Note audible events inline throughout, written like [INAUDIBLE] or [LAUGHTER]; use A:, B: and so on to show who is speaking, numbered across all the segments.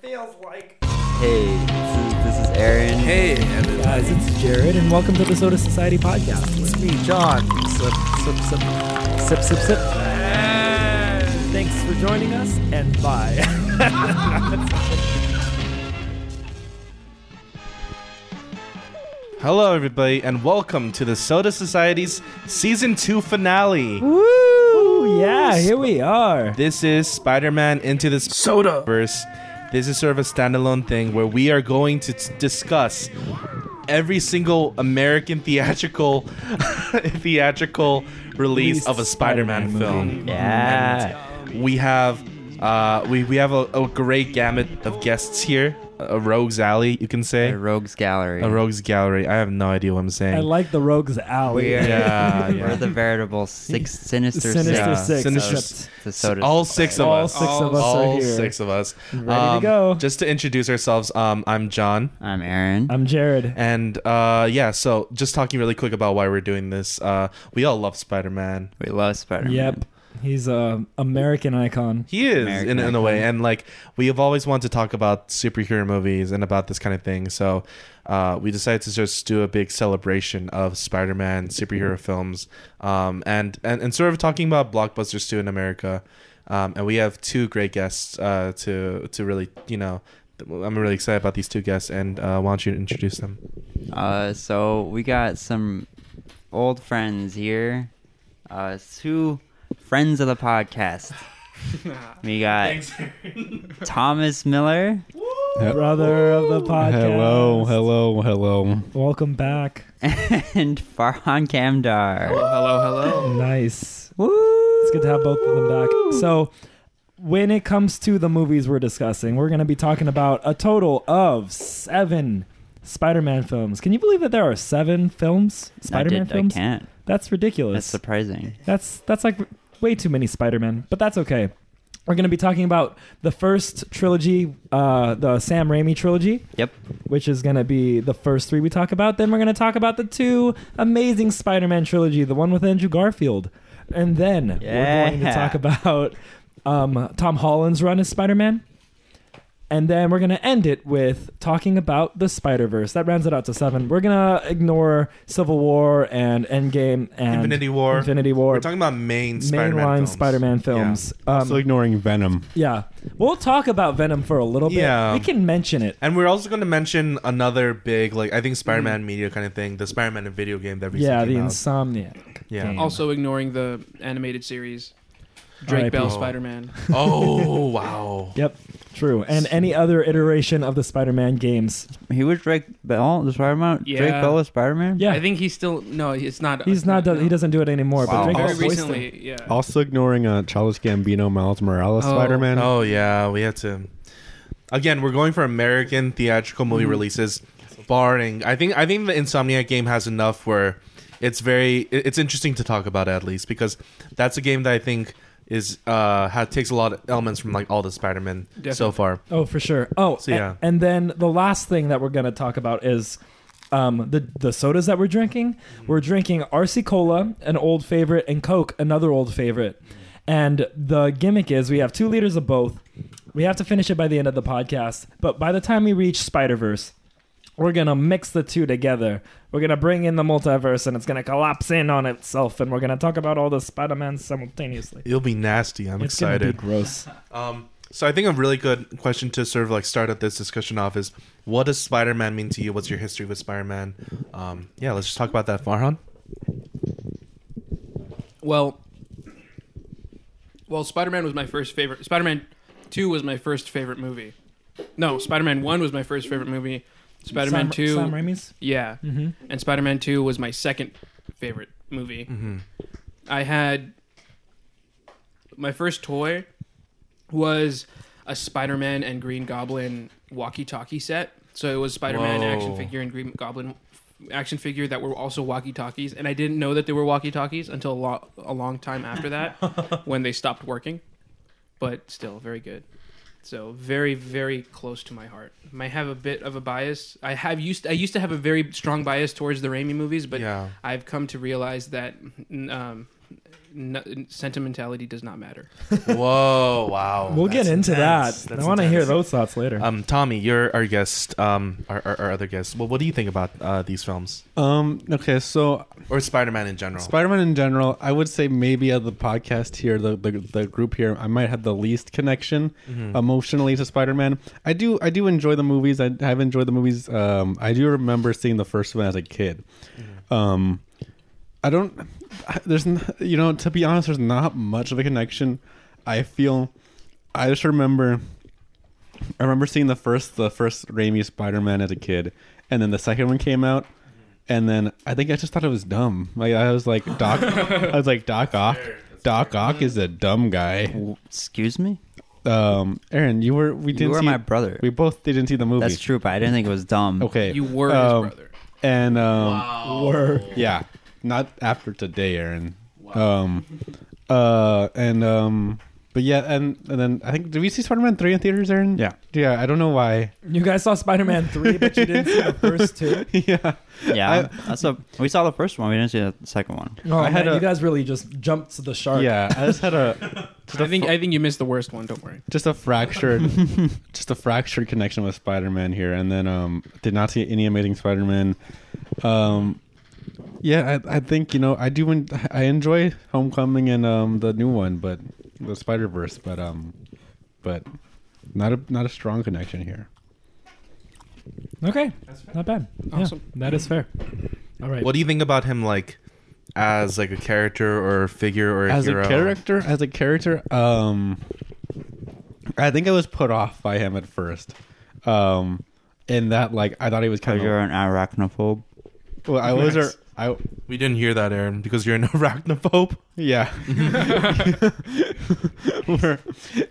A: feels like.
B: Hey, this is, this is Aaron.
C: Hey, Evan.
D: Guys, it's Jared, and welcome to the Soda Society podcast.
B: it's me, John.
D: Sip, sip, sip, sip, sip, sip. Thanks for joining us, and bye. [LAUGHS]
C: Hello, everybody, and welcome to the Soda Society's season two finale.
D: Woo! Yeah, here we are.
C: This is Spider Man Into the Soda Verse. This is sort of a standalone thing where we are going to t- discuss every single American theatrical [LAUGHS] theatrical release
D: Released
C: of a Spider Man
D: Spider-Man
C: film.
B: Yeah.
C: And we have uh, we, we have a, a great gamut of guests here. A rogues alley, you can say.
B: The Rogues Gallery.
C: A rogues gallery. I have no idea what I'm saying.
D: I like the Rogues Alley.
B: We're,
C: Yeah,
B: we're
C: yeah.
B: the veritable six
D: [LAUGHS] The
B: sinister,
D: Sinister
C: Yeah.
D: Six.
C: Sinister
D: except
B: Six. The soda
C: all six of
D: All
C: us.
D: six of us are
C: all
D: here.
C: six of us. Um,
D: to go.
C: Just to introduce ourselves, um, I'm John,
B: I'm Aaron.
D: I'm Jared.
C: and uh, yeah. So just talking really quick about why we're doing this. Uh, we all love Spider-Man.
B: we love Spider-Man.
D: Yep, he's an American icon.
C: He is in,
B: American
C: in a way,
B: icon.
C: and like we have always wanted to talk about superhero movies and about this kind of thing. So uh, we decided to just do a big celebration of Spider-Man
B: Mm-hmm.
C: superhero films, um, and, and and sort of talking about blockbusters too in America. Um, and we have two great guests uh, to to really you know. I'm really excited about these two guests, and uh, why don't you introduce them?
B: Uh, so we got some old friends here. Uh, two friends of
C: [LAUGHS]
B: the podcast. we got Thomas Miller [LAUGHS]
D: Brother of the podcast.
E: Hello, hello, hello.
D: Welcome back.
B: and Farhan Kamdar.
C: hello, hello.
D: Nice.
B: Woo!
D: It's good to have both of them back. So, when it comes to the movies we're discussing, we're going to be talking about a total of seven Spider-Man films. Can you believe that there are seven films? Spider-Man
B: I, did,
D: films.
B: I can't.
D: That's
B: That's
D: ridiculous. That's,
B: surprising.
D: that's like way too many Spider-Man, but that's okay. We're going to be talking about the first trilogy, uh, the Sam Raimi trilogy,
B: Yep.
D: which is going to be the first three we talk about. Then we're going to talk about the two amazing Spider Man trilogy, the one with Andrew Garfield. And then we're going to
B: Yeah.
D: talk about um, Tom Holland's run as Spider Man. And then we're going to end it with talking about the Spider Verse. That rounds it out to seven. We're going to ignore Civil War and Endgame and
C: Infinity War.
D: Infinity War.
C: We're talking about main Spider-Man
D: mainline
C: films.
D: Spider Man films. Um,
E: Still ignoring Venom.
D: yeah. We'll talk about Venom for a little bit.
C: Yeah.
D: We can mention it.
C: And we're also going to mention another big, like I think Spider-Man media kind of thing, the Spider-Man video game that recently
D: Mm-hmm. Yeah, the
C: came out.
D: Insomniac.
C: yeah.
D: game.
F: Also ignoring the animated series, Drake
D: RIP.
F: Bell
C: Oh.
F: Spider Man.
C: oh wow.
D: Yep, true. And any other iteration of the Spider-Man games.
B: He was Drake Bell, the Spider-Man. Drake
F: Yeah.
B: Bell, Spider-Man.
D: Yeah,
F: I think he's still no, it's not.
D: he's
F: it's
D: not.
F: no.
D: He doesn't do it anymore.
B: Wow.
D: But Drake
F: Very
D: Bell voiced
F: recently,
D: it.
F: yeah.
E: Also ignoring uh, Charles Gambino, Miles Morales,
F: Oh.
E: Spider
C: [LAUGHS]
E: Man.
C: Oh yeah, we had to. Again, we're going for American theatrical
D: Mm-hmm.
C: movie releases, barring. I think I think the Insomniac game has enough where it's very it- it's interesting to talk about at least because that's a game that I think is uh ha takes a lot of elements from like all the Spider-Man so
F: Definitely.
C: far.
D: Oh, for sure. Oh,
C: So,
D: a-
C: yeah.
D: And, then the last thing that we're gonna talk about is. Um, the the sodas that we're drinking,
C: Mm-hmm.
D: we're drinking RC Cola, an old favorite, and Coke, another old favorite. And the gimmick is we have two liters of both. We have to finish it by the end of the podcast. But by the time we reach Spider Verse, we're gonna mix the two together. We're gonna bring in the multiverse, and it's gonna collapse in on itself. And we're gonna talk about all the Spider-Man simultaneously.
C: It'll be nasty. I'm
D: it's
C: excited.
D: gonna be gross.
C: Um, so I think a really good question to sort of like start up this discussion off is what does Spider-Man mean to you? What's your history with Spider-Man? Um, yeah, let's just talk about that, Farhan.
F: Well, well, Spider Man was my first favorite. Spider Man Two was my first favorite movie. No, Spider Man One was my first favorite movie. Spider Man
D: Sam-
F: Two,
D: Sam Raimi's.
F: yeah,
D: Mm-hmm.
F: and Spider Man Two was my second favorite movie.
C: Mm-hmm.
F: I had my first toy was a Spider-Man and Green Goblin walkie-talkie set. So it was Spider-Man
C: Whoa.
F: action figure and Green Goblin action figure that were also walkie-talkies, and I didn't know that they were walkie-talkies until a, lo- a long time after that when they stopped working. But still, very good. So very, very close to my heart. I have a bit of a bias. I have used I used to have a very strong bias towards the Raimi movies, but
C: yeah,
F: I've come to realize that um, n- sentimentality does not matter.
C: [LAUGHS] Whoa! Wow.
D: We'll
C: That's
D: get into
C: intense.
D: that.
C: That's
D: I want to hear
C: intense.
D: those thoughts later.
C: Um, Tommy, you're our guest. Um, our, our, our other guest. Well, what do you think about uh, these films
E: Um. Okay. So
C: or Spider-Man in general?
E: Spider-Man in general, I would say maybe of the podcast here, the, the the group here, I might have the least connection emotionally to Spider-Man. I do I do enjoy the movies. I have enjoyed the movies. Um, I do remember seeing the first one as a kid. Um, I don't. [SIGHS] I- There's n- you know to be honest, there's not much of a connection. I feel. I just remember. I remember seeing the first the first Raimi Spider-Man as a kid, and then the second one came out. And then I think I just thought it was dumb. Like I was like Doc, I was like Doc Ock. Doc Ock is a dumb guy.
B: W- Excuse me.
E: Um, Aaron, you were we didn't
B: You were
E: see
B: my brother.
E: we both didn't see the movie.
B: That's true, but I didn't think it was dumb.
E: Okay,
F: You were
E: Um,
F: his brother.
E: and um,
D: Were-
E: yeah, not after today, Aaron. Um, uh, and um, but yeah, and and then I think did we see Spider Man three in theaters, Aaron?
B: Yeah.
E: yeah. I don't know why.
D: you guys saw Spider-Man three, but you didn't see
E: [LAUGHS]
D: the first two.
E: yeah,
B: Yeah, that's a. We saw the first one. We didn't see the second one.
D: Oh,
E: I had
D: man,
E: a-
D: you guys really just jumped to the shark.
E: yeah. I just had a just a
F: I think I think you missed the worst one. Don't worry.
E: just a fractured just a fractured connection with spider-man here and then um did not see any amazing spider-man um yeah i, I think you know i do en- i enjoy homecoming and um the new one but the spider-verse but um but not a not a strong connection here
D: Okay. Not bad.
F: Awesome.
D: Yeah, that is fair. All right.
C: What do you think about him, like as like a character or a figure or a
E: as
C: hero?
E: a character as a character um i think i was put off by him at first um in that like i thought he was
B: Because
E: kind
B: you're
E: of
B: an arachnophobe.
E: well i was
F: Nice.
E: i
C: We didn't hear that, Aaron, because you're an [LAUGHS] arachnophobe.
E: Yeah. We're-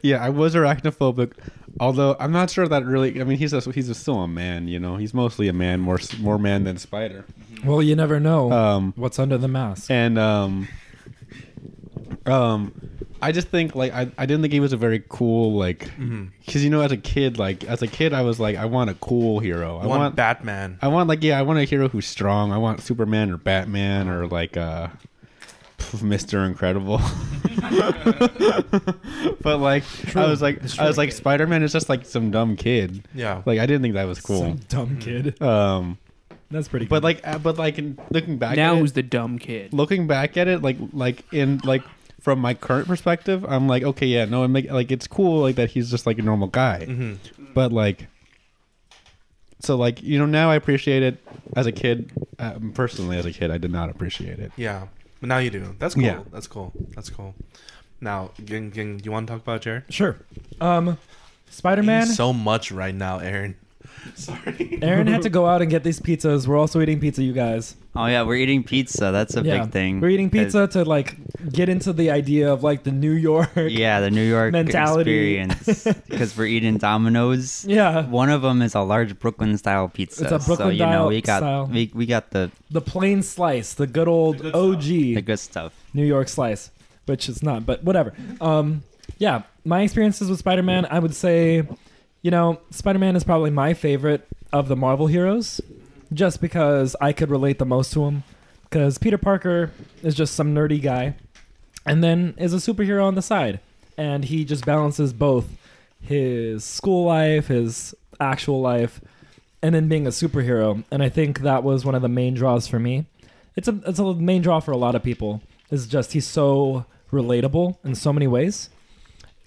E: yeah, I was arachnophobic. Although I'm not sure that really. I mean, he's a, he's a, still a man. You know, he's mostly a man, more s- more man than spider.
D: well, you never know
E: Um,
D: what's under the mask.
E: and um, um, I just think like I, I didn't think he was a very cool like because you know as a kid like as a kid I was like I want a cool hero. I
C: I want, Batman.
E: I want like yeah, I want a hero who's strong. I want Superman or Batman or like uh [LAUGHS] Mr. Incredible. [LAUGHS] but like I was like I was like Spider Man is just like some dumb kid.
C: yeah.
E: Like I didn't think that was cool.
D: Some dumb kid.
E: Um
D: That's pretty.
E: but
D: good.
E: like uh, but like in, looking back
F: now
E: at
F: who's
E: it,
F: the dumb kid?
E: looking back at it like like in like from my current perspective, I'm like okay yeah, no it make like it's cool like that he's just like a normal guy
C: Mhm.
E: but like so like you know now i appreciate it as a kid um, personally as a kid i did not appreciate it
C: Yeah. But now you do. That's cool.
E: Yeah.
C: That's cool. That's cool. Now, Ging, Ging, you want to talk about Jared?
D: sure. Um, Spider-Man.
C: He's so [LAUGHS] much right now, Aaron. Sorry.
D: Aaron had to go out and get these pizzas. We're also eating pizza, you guys.
B: Oh yeah, we're eating pizza. That's a big thing.
D: We're eating pizza to like get into the idea of like the New York.
B: Yeah, the New York
D: Mentality.
B: experience. Because we're eating Domino's.
D: [LAUGHS] Yeah.
B: One of them is a large Brooklyn style pizza.
D: It's a
B: so you know
D: Brooklyn-style
B: we got
D: style.
B: we, we got the
D: The plain slice, the good old OG
B: the good stuff.
D: New York slice, which it's not, but whatever. Um, yeah, my experiences with Spider Man, I would say, you know, Spider Man is probably my favorite of the Marvel heroes, just because I could relate the most to him. Because Peter Parker is just some nerdy guy, and then is a superhero on the side, and he just balances both his school life, his actual life, and then being a superhero. And I think that was one of the main draws for me. It's a it's a main draw for a lot of people. Is just he's so relatable in so many ways,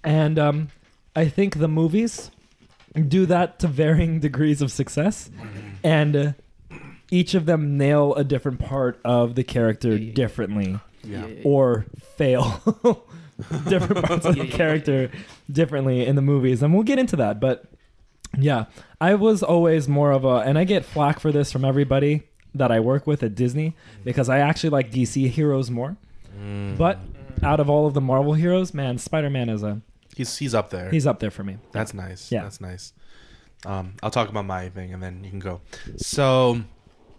D: and um, I think the movies do that to varying [LAUGHS] degrees of success, and uh, each of them nail a different part of the character differently
C: Yeah.
D: or fail [LAUGHS] different
C: [LAUGHS]
D: parts of
F: Yeah,
D: the
F: yeah, yeah.
D: character differently in the movies, and we'll get into that. But yeah, I was always more of a, and I get flack for this from everybody that I work with at Disney because I actually like DC heroes more.
C: Mm-hmm.
D: But out of all of the Marvel heroes, man, Spider Man is a
C: He's he's up there.
D: he's up there for me.
C: That's nice.
D: Yeah.
C: That's nice. Um, I'll talk about my thing and then you can go. So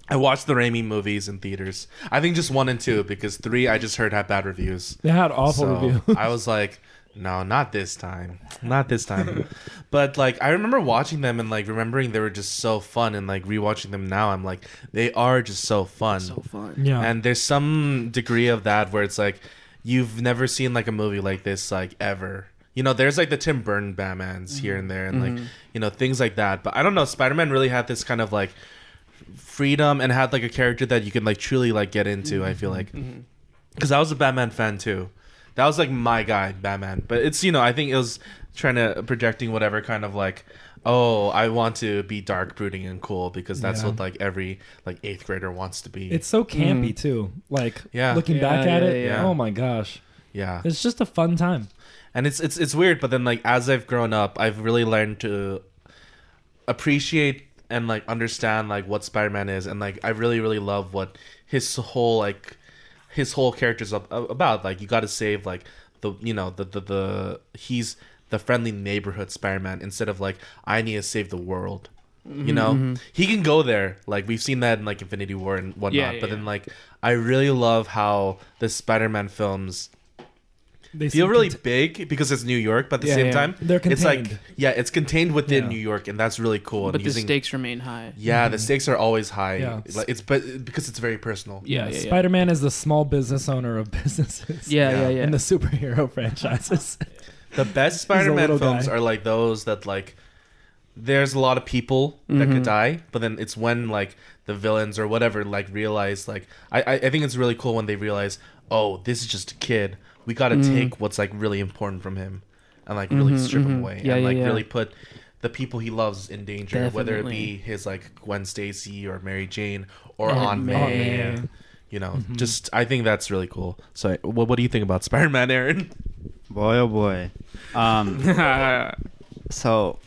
C: I watched the Raimi movies in theaters. I think just one and two because three I just heard had bad reviews.
D: They had awful
C: So,
D: review.
C: I was like, no, not this time. Not
D: [LAUGHS]
C: this time. but like I remember watching them and like remembering they were just so fun and like rewatching them now I'm like they are just so fun.
F: So fun.
D: [LAUGHS] yeah,
C: And there's some degree of that where it's like you've never seen like a movie like this like ever. You know, there's like the Tim Burton Batman's
D: Mm-hmm.
C: here and there, and like you know things like that. But I don't know, Spider Man really had this kind of like freedom and had like a character that you can like truly like get into. I feel
D: Mm-hmm.
C: like because I was a Batman fan too. That was like my guy, Batman. But it's you know I think it was trying to projecting whatever kind of like oh I want to be dark, brooding, and cool because that's
D: Yeah.
C: what like every like eighth grader wants to be.
D: It's so campy too. Like
C: Yeah.
D: looking
F: Yeah,
D: back at
F: yeah,
D: it,
C: yeah.
D: oh my gosh,
C: yeah,
D: it's just a fun time.
C: and it's it's it's weird. But then like as I've grown up, I've really learned to appreciate and like understand like what Spider-Man is, and like I really really love what his whole like his whole character's ab- about. Like you got to save like the you know the the the he's the friendly neighborhood Spider-Man instead of like I need to save the world. You know,
F: Mm-hmm.
C: he can go there. Like we've seen that in like Infinity War and whatnot.
F: Yeah, yeah,
C: but then
F: yeah.
C: like I really love how the Spider-Man films
D: They
C: feel
D: seem
C: really
D: cont-
C: big because it's New York, but at the
F: Yeah,
C: same
F: yeah.
C: time,
D: They're
C: it's like
D: contained.
C: yeah, it's contained within
D: Yeah.
C: New York, and that's really cool.
F: but
C: and
F: the stakes Mm-hmm. remain high.
C: yeah, the stakes are always high.
D: Yeah.
C: Like it's but because it's very personal.
F: Yeah, yeah, yeah.
D: Spider Man Uh, is the small business owner of [LAUGHS] businesses.
F: Yeah, yeah,
C: Yeah.
F: yeah.
D: In the superhero
F: [LAUGHS]
D: franchises. [LAUGHS]
C: The best
D: a
C: Spider-Man
D: little
C: films
D: guy.
C: are like those that like there's a lot of people that
F: Mm-hmm.
C: could die, but then it's when like the villains or whatever like realize like I I, I think it's really cool when they realize oh this is just a kid. We got to
F: Mm-hmm.
C: take what's like really important from him and like really strip him away
F: mm-hmm. Yeah,
C: and
F: yeah,
C: like
F: yeah.
C: really put the people he loves in danger, whether it be
F: Definitely.
C: his like Gwen Stacy or Mary Jane or
F: Aunt
C: Aunt May.
F: May.
C: and, You know, just I think that's really cool. So, what, what do you think about Spider-Man, Aaron?
B: Boy, oh boy. Um,
F: [LAUGHS] mm-hmm.
B: so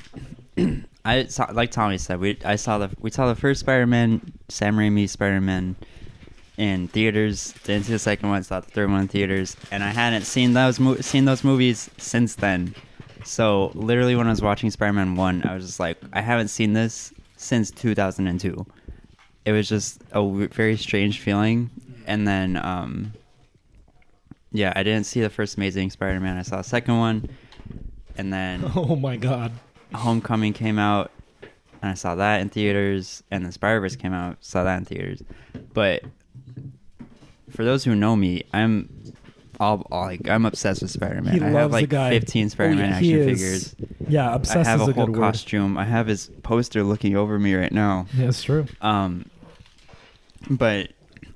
B: [CLEARS THROAT] I saw, like Tommy said, we I saw the we saw the first Spider-Man, Sam Raimi Spider-Man, in theaters. Didn't see the second one. Saw the third one in theaters, and I hadn't seen those mo- seen those movies since then. So literally, when I was watching Spider-Man one, I was just like, I haven't seen this since 2002. It was just a w- very strange feeling, and then um, yeah, I didn't see the first Amazing Spider-Man. I saw the second one, and then.
D: [LAUGHS] oh my god.
B: Homecoming came out, and I saw that in theaters, and then Spider Verse came out, saw that in theaters. But for those who know me, I'm all, all like I'm obsessed with Spider Man.
D: He
B: I
D: loves
B: have
D: the
B: like
D: guy. Oh,
B: 15 Spider Man
D: He
B: action
D: is-
B: figures.
D: Yeah, obsessed
B: I have
D: is
B: a,
D: a,
B: whole
D: good word.
B: costume. I have his poster looking over me right now.
D: Yeah, it's true.
B: Um, but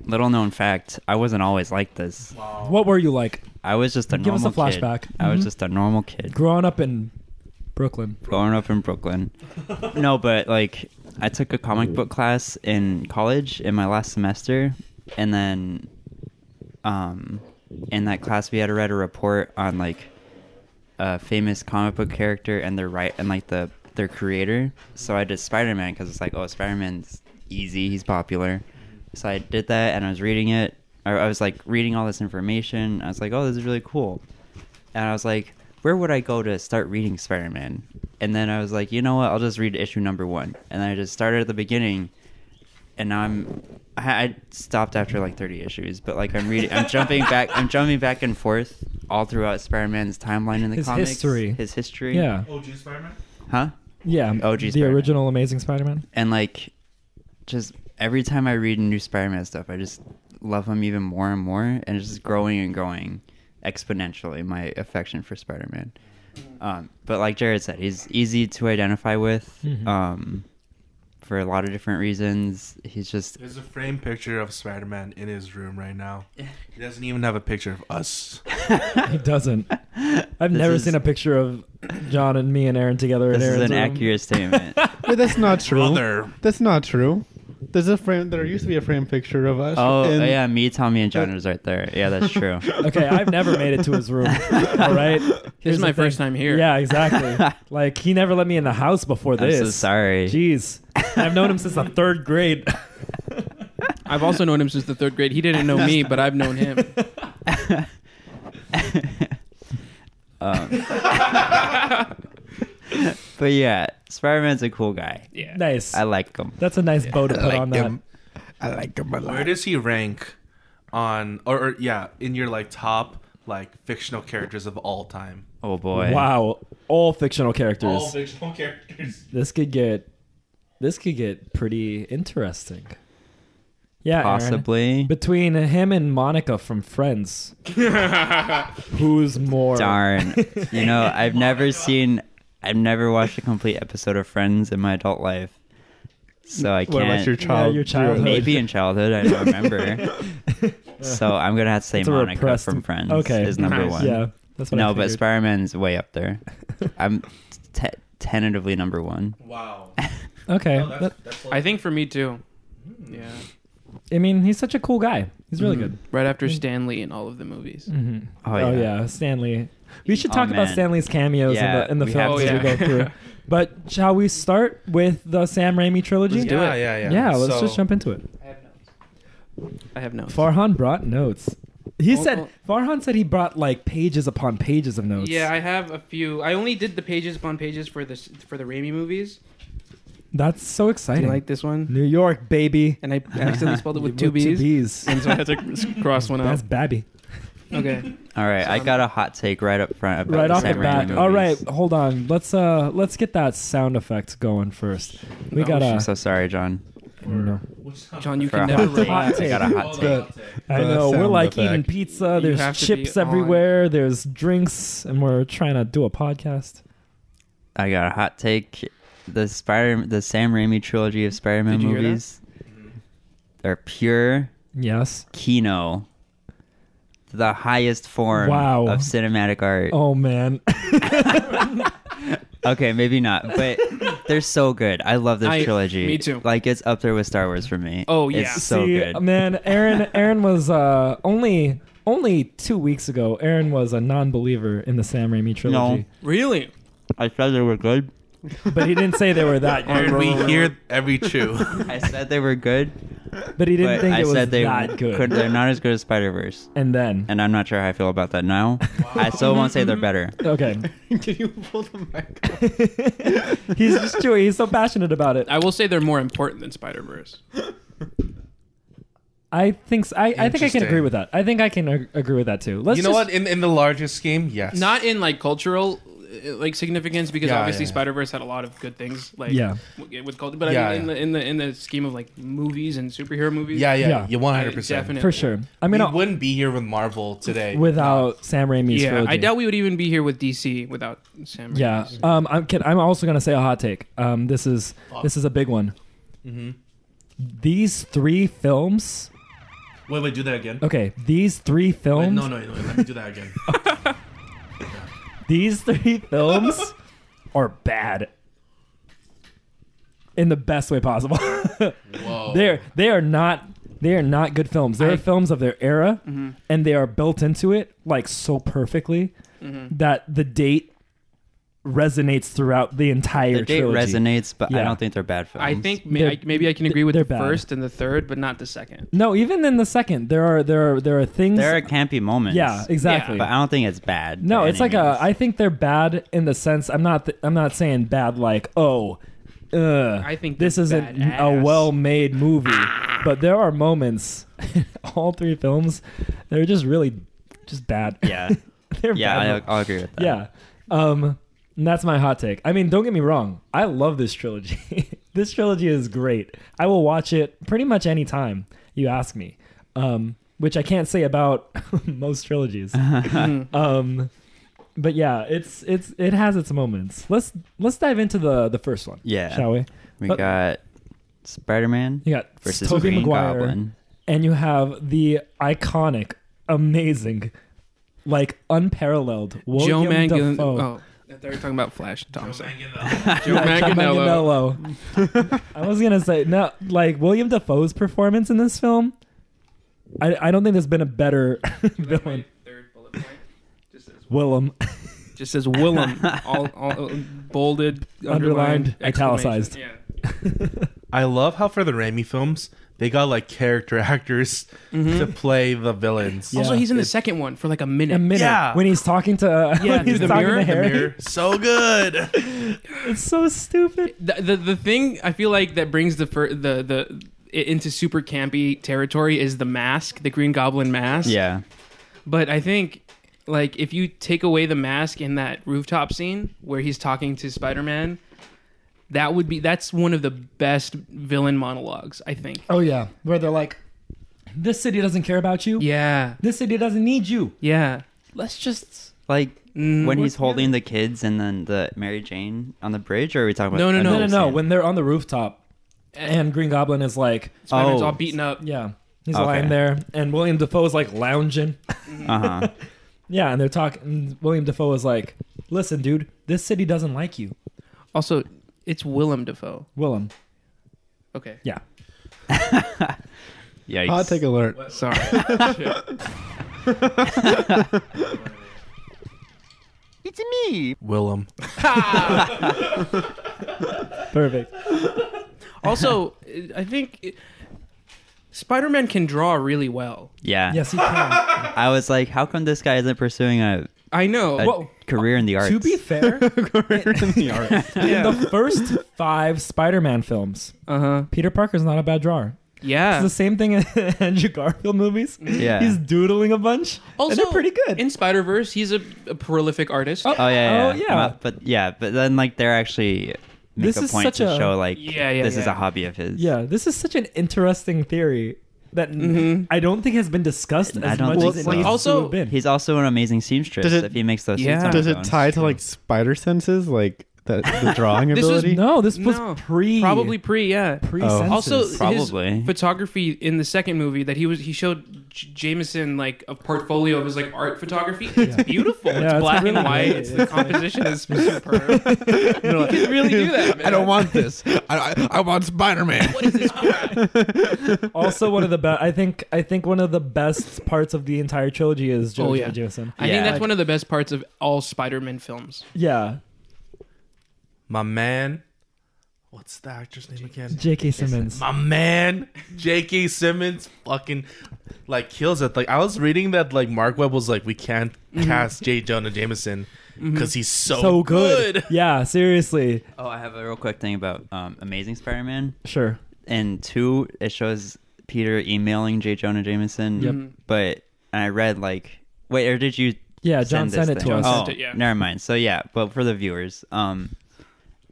B: little known fact, I wasn't always like this.
D: What were you like
B: I was just a
D: Give us
B: normal
D: a
B: kid.
D: flashback.
B: I was
D: Mhm.
B: just a normal kid.
D: growing up in Brooklyn?
B: growing up in Brooklyn. [LAUGHS] no, but like I took a comic book class in college in my last semester, and then um, in that class we had to write a report on like a famous comic book character and their right and like the their creator. So I did Spider Man because it's like oh Spider Man's easy, he's popular. So I did that and I was reading it. Or I was like reading all this information. I was like, oh, this is really cool and I was like, where would I go to start reading Spider Man? And then I was like, you know what? I'll just read issue number one. And then I just started at the beginning, and now I'm I I stopped after like 30 issues, but like I'm reading, I'm jumping back, I'm jumping back and forth all throughout Spider Man's timeline in the
D: His
B: comics,
D: history.
B: his history,
D: Yeah,
C: OG Spider-Man.
B: huh?
D: yeah.
B: OG
D: the
B: Spider-Man.
D: original Amazing
B: [LAUGHS]
D: Spider-Man.
B: and like just every time I read new Spider-Man stuff, I just love him even more and more, and it's just growing and growing exponentially. My affection for Spider-Man. Um, but like Jared said, he's easy to identify with
D: Mhm.
B: um, for a lot of different reasons. He's
C: [LAUGHS]
B: just
C: There's a framed picture of Spider-Man in his room right now. He doesn't even have a picture of us.
D: He doesn't. I've
B: This
D: never
B: is-
D: seen a picture of John and me and Aaron together. in
B: this is
D: Aaron's
B: an
D: room. [LAUGHS]
B: accurate statement.
E: Wait, that's not true.
C: Brother.
E: That's not true. There's a frame. There used to be a frame picture of us.
B: oh
E: in-
B: yeah, me, Tommy, and John was right there. Yeah, that's
E: [LAUGHS]
B: true.
D: Okay, I've never made it to his room. All right,
F: This
D: Here's
F: is my
D: the thing.
F: first time here.
D: Yeah,
B: [LAUGHS]
D: exactly. like he never let me in the house before
B: I'm
D: this.
B: so sorry.
D: Jeez, And [LAUGHS] I've known him since the third grade.
F: I've also known him since the third grade. He didn't know me, but I've known him.
B: [LAUGHS] Um, but yeah, Spider-Man's a cool guy.
F: [LAUGHS] Yeah.
D: nice.
B: I like him.
D: That's a nice bow to put
E: like
D: on that.
E: him. I like him a lot.
C: Where does he rank on or, or yeah, in your like top like fictional characters of all time?
B: Oh boy.
D: Wow, all fictional characters.
C: fictional characters.
D: this could get this could get pretty interesting. Yeah, [LAUGHS] Aaron.
B: possibly.
D: between him and Monica from
B: [LAUGHS]
D: Friends, who's more? [LAUGHS]
B: Darn. you know, I've never seen, I've never watched a complete episode of Friends in my adult life. So I can't.
E: What about your child?
D: your childhood.
B: Maybe in childhood,
D: [LAUGHS]
B: I don't remember. so I'm gonna have to say
D: It's a
B: Monica
D: repressed-
B: from Friends
D: Okay,
B: is number
F: Nice.
B: one.
D: Yeah, that's what I
B: no, but
D: figured.
B: Spider Man's way up there. I'm te- tentatively number one.
C: Wow.
D: [LAUGHS] okay.
B: Oh,
D: that-
F: I think for me too.
C: Hmm.
F: Yeah.
D: I mean, he's such a cool guy. He's really
F: Mhm.
B: Mm-hmm.
D: good.
F: Right after Stanley in all of the movies.
D: hmm
B: Oh,
D: Oh
B: yeah.
D: yeah, Stanley. We should
B: Oh,
D: talk about
B: man.
D: Stanley's cameos
B: Yeah,
D: in the in the
B: we have
D: films
F: to.
D: as we
F: Oh,
D: go
F: yeah.
D: through.
F: [LAUGHS]
D: But shall we start with the Sam Raimi trilogy?
F: Let's do
C: yeah,
F: it.
C: yeah, yeah.
D: Yeah, let's
C: So-
D: just jump into it.
F: I have notes. I have notes.
D: Farhan brought notes. He
F: Oh,
D: said Farhan said he brought like pages upon pages of notes.
F: Yeah, I have a few. I only did the pages upon pages for this for the Raimi movies.
D: that's so
F: Do
D: exciting.
F: you like this one?
D: New York, baby.
F: And I accidentally spelled it with two
D: With
F: B's.
D: B's.
F: And so I had to cross one
D: That's
F: out.
D: babby.
F: Okay.
B: All right, I got a hot take right up front about
D: right
B: the
D: off the
B: Sam Raimi
D: bat.
B: movies.
D: All right, hold on. Let's uh let's get that sound effect going first. We
F: Oh,
D: got
B: I'm
D: a
B: so sorry, John.
D: no.
F: John, you
B: For
F: can
B: a
F: never
B: hot take.
F: relax.
B: I got a hot take.
E: The-
D: I
E: the
D: know we're
E: sound
D: like
E: effect.
D: eating pizza.
F: You
D: There's
F: have to
D: chips
F: be on.
D: everywhere. There's drinks, and we're trying to do a podcast.
B: I got a hot take. The Spider, the Sam Raimi trilogy of Spider-Man
F: Did you hear that?
B: movies, they're pure
D: Yes.
B: kino, the highest form
D: Wow.
B: of cinematic art.
D: Oh man. [LAUGHS]
B: Okay, maybe not, but they're so good. I love this
F: I-
B: trilogy.
F: me too.
B: Like it's up there with Star Wars for me.
F: Oh, yeah.
B: it's so
D: See,
B: good.
D: man. Aaron. Aaron was uh, only only two weeks ago. Aaron was a non-believer in the Sam Raimi trilogy,
F: Really?
B: I said they were good.
D: but he didn't say they were
F: [LAUGHS]
D: that. good.
C: Aaron, we hear
D: [LAUGHS]
C: every chew.
B: I said they were good,
D: But he didn't
B: but
D: think
B: I
D: it was
B: said they
D: that good.
B: could- they're not as good as Spider Verse,
D: and then
B: and I'm not sure how I feel about that now. I still won't say they're better.
F: [LAUGHS]
D: okay,
E: [LAUGHS] Can you hold the mic? up?
D: he's just chewy. He's so passionate about it.
F: I will say they're more important than Spider Verse.
D: I think s- I, I think I can
C: Interesting.
D: agree with that. I think I can ag- agree with that too. Let's
C: you know
D: just-
C: what? In in the larger scheme, yes.
F: Not in like cultural uh, like significance because
C: Yeah,
F: obviously
C: yeah, yeah.
F: Spider Verse had a lot of good things like
D: Yeah.
F: w- with culture, but
C: Yeah,
F: I mean
C: yeah.
F: in the in the in the scheme of like movies and superhero movies.
C: Yeah,
D: Yeah.
C: yeah. You one
F: I
C: hundred percent.
F: definitely-
D: For sure. I mean,
C: We
D: I'll-
C: wouldn't be here with Marvel today
D: without Sam Raimi's
F: Yeah,
D: trilogy.
F: I doubt we would even be here with DC without Sam. Raimi.
D: Yeah. Um, I'm kid- I'm also gonna say a hot take. Um, this is this is a big one.
F: Mm-hmm.
D: These three films.
C: Wait, wait, do that again.
D: Okay, these three films.
C: no, no, let me do
D: [LAUGHS]
C: that again.
D: These three films are bad. In the best way possible. [LAUGHS]
C: Whoa.
D: They're they are not they are not good films. They are
F: I-
D: films of their era, and they are built into it like so perfectly that the date resonates throughout the entire
B: The date
D: trilogy.
B: resonates, but
D: Yeah.
B: I don't think they're bad films.
F: I think may,
D: um, They're-
F: I, maybe I can agree with
D: they're
F: the
D: bad.
F: first and the third, but not the second.
D: No, even in the second, there are there are there are things.
B: there are campy moments.
D: yeah, exactly.
B: But I don't think it's bad.
D: no,
B: by
D: it's
B: any
D: like a.
B: means.
D: I think they're bad in the sense. I'm not. Th- I'm not saying bad like oh. Uh,
F: I think
D: this
F: they're
D: isn't a
F: badass.
D: well-made movie, but there are moments. [LAUGHS] in all three films, they're just really, just bad.
B: Yeah.
D: [LAUGHS] they're
B: Yeah,
D: bad.
B: I,
D: mo-
B: I'll agree with that.
D: yeah. Um, and that's my hot take. I mean, don't get me wrong. I love this trilogy. [LAUGHS] this trilogy is great. I will watch it pretty much any time you ask me, um, which I can't say about [LAUGHS] most
B: [LAUGHS]
D: trilogies. um, but yeah, it's it's it has its moments. Let's let's dive into the the first one.
B: Yeah.
D: shall we?
B: We
D: But-
B: got Spider Man
D: You got
B: versus
D: Tobey
B: Green
D: Maguire,
B: Goblin.
D: and you have the iconic, amazing, like unparalleled William
F: Joe Mangan.
D: Dafoe.
F: Oh, they were talking about Flash Thompson.
C: [LAUGHS]
F: [LAUGHS] Joe
D: Yeah, John
F: Manganiello.
D: [LAUGHS] Manganiello. I was gonna say no, like William Defoe's performance in this film. I, I don't think there's been a better [LAUGHS] villain. Willem,
F: Just
D: [LAUGHS]
F: says Willem, all, all uh, bolded,
D: Underlined,
F: underlined, exclamation.
D: italicized.
F: Yeah.
C: I love how for the Raimi films, they got like character [LAUGHS] actors to play the villains.
D: Mm-hmm. Yeah.
F: Also, he's in the second one for like a minute.
D: a minute
C: Yeah.
D: when he's talking to uh, [LAUGHS]
F: Yeah,
D: when he's
F: through the
D: talking
F: mirror,
D: to
F: the
D: Harry.
C: They're so good. [LAUGHS]
D: It's so stupid.
F: The, the the thing I feel like that brings the fir- the the it into super campy territory is the mask, the Green Goblin mask.
B: Yeah.
F: But I think like if you take away the mask in that rooftop scene where he's talking to Spider-Man, that would be that's one of the best villain monologues, I think.
D: Oh yeah, where they're like, This city doesn't care about you.
F: Yeah.
D: This city doesn't need you.
F: Yeah.
D: Let's just.
B: Like
F: Mm.
B: when he's holding the kids and then the Mary Jane on the bridge, or are we talking about?
F: No,
D: No,
F: no,
D: no,
B: another
D: no.
B: scene?
D: When they're on the rooftop, and Green Goblin is like,
F: Spider-Man's
B: Oh.
F: all beaten up.
D: yeah, he's
B: Okay.
D: lying there, and William Defoe is like lounging. [LAUGHS]
B: uh-huh.
D: Yeah, and they're talking. William Defoe is like, listen, dude, this city doesn't like you,
F: Also, it's Willem Dafoe.
D: Willem.
F: Okay.
D: Yeah.
B: Yikes.
E: Hot take alert.
F: Sorry.
B: It's me.
C: Willem.
D: Perfect.
F: [LAUGHS] also, I think it- Spider-Man can draw really well.
B: Yeah.
D: Yes, he
B: [LAUGHS]
D: can.
B: I was like, how come this guy isn't pursuing a,
F: I know.
B: a
F: Well,
B: career in the arts?
D: to be
B: [LAUGHS]
D: fair, in the first five Spider-Man films,
F: uh huh.
D: Peter Parker's not a bad drawer. It's
F: Yeah.
D: the same thing in [LAUGHS] Andrew Garfield movies.
B: Yeah.
D: He's doodling a bunch. and they're pretty good.
F: In Spider Verse, he's a, a prolific artist.
B: Oh yeah, yeah.
D: Oh, yeah.
B: But, but yeah, but then like they're actually make
D: This
B: a
D: is
B: point
D: such
B: to
D: a-
B: show like
F: Yeah, yeah,
B: this is
F: yeah.
B: a hobby of his.
D: yeah, this is such an interesting theory that
F: Mhm.
D: I don't think has been discussed
B: Mm-hmm. I
D: as
B: don't
D: much
B: think
D: as it
B: so.
D: needs
F: Also-
D: to have been.
B: He's also an amazing seamstress
E: Does it-
B: if he makes those
F: Yeah.
B: suits on
E: Does
B: his
E: it
B: own.
E: tie to like spider senses, like the, the
F: [LAUGHS]
E: drawing
F: This is
E: ability?
D: no, this was
F: No.
D: pre
F: Probably pre, yeah.
D: pre
E: Oh.
F: Also,
B: Probably.
F: his photography in the second movie that he was he showed J- Jameson like a portfolio of his like art photography. It's beautiful.
D: Yeah,
F: it's
D: it's
F: black
D: really
F: and white.
D: great.
F: It's the composition is superb. he
B: [LAUGHS]
F: can really do that. Man.
E: want this. I, I, I want Spider Man.
F: What is this crap?
D: also one of [LAUGHS] the best. I think I think one of the best parts of the entire trilogy is Joe
F: Oh, yeah.
D: Jameson.
F: I
B: Yeah.
F: think that's one of the best parts of all Spider-Man films.
D: Yeah,
C: My man. What's the actor's name again?
D: J.K. Simmons.
C: My man, J.K. Simmons, fucking like kills it. Like I was reading that, like Mark Webb was like, we can't cast J. Jonah Jameson because he's so,
D: Mm-hmm. So
C: [LAUGHS]
D: good. Yeah, seriously.
B: Oh, I have a real quick thing about um, Amazing Spider-Man.
D: Sure.
B: And two, it shows Peter emailing J. Jonah Jameson.
D: Yep.
E: Mm-hmm.
B: But and I read like, wait, or did you?
D: Yeah, John
B: send this
D: sent it to
B: thing?
D: us.
F: John
B: Oh,
F: sent it, yeah.
B: never mind. So yeah, but for the viewers, um,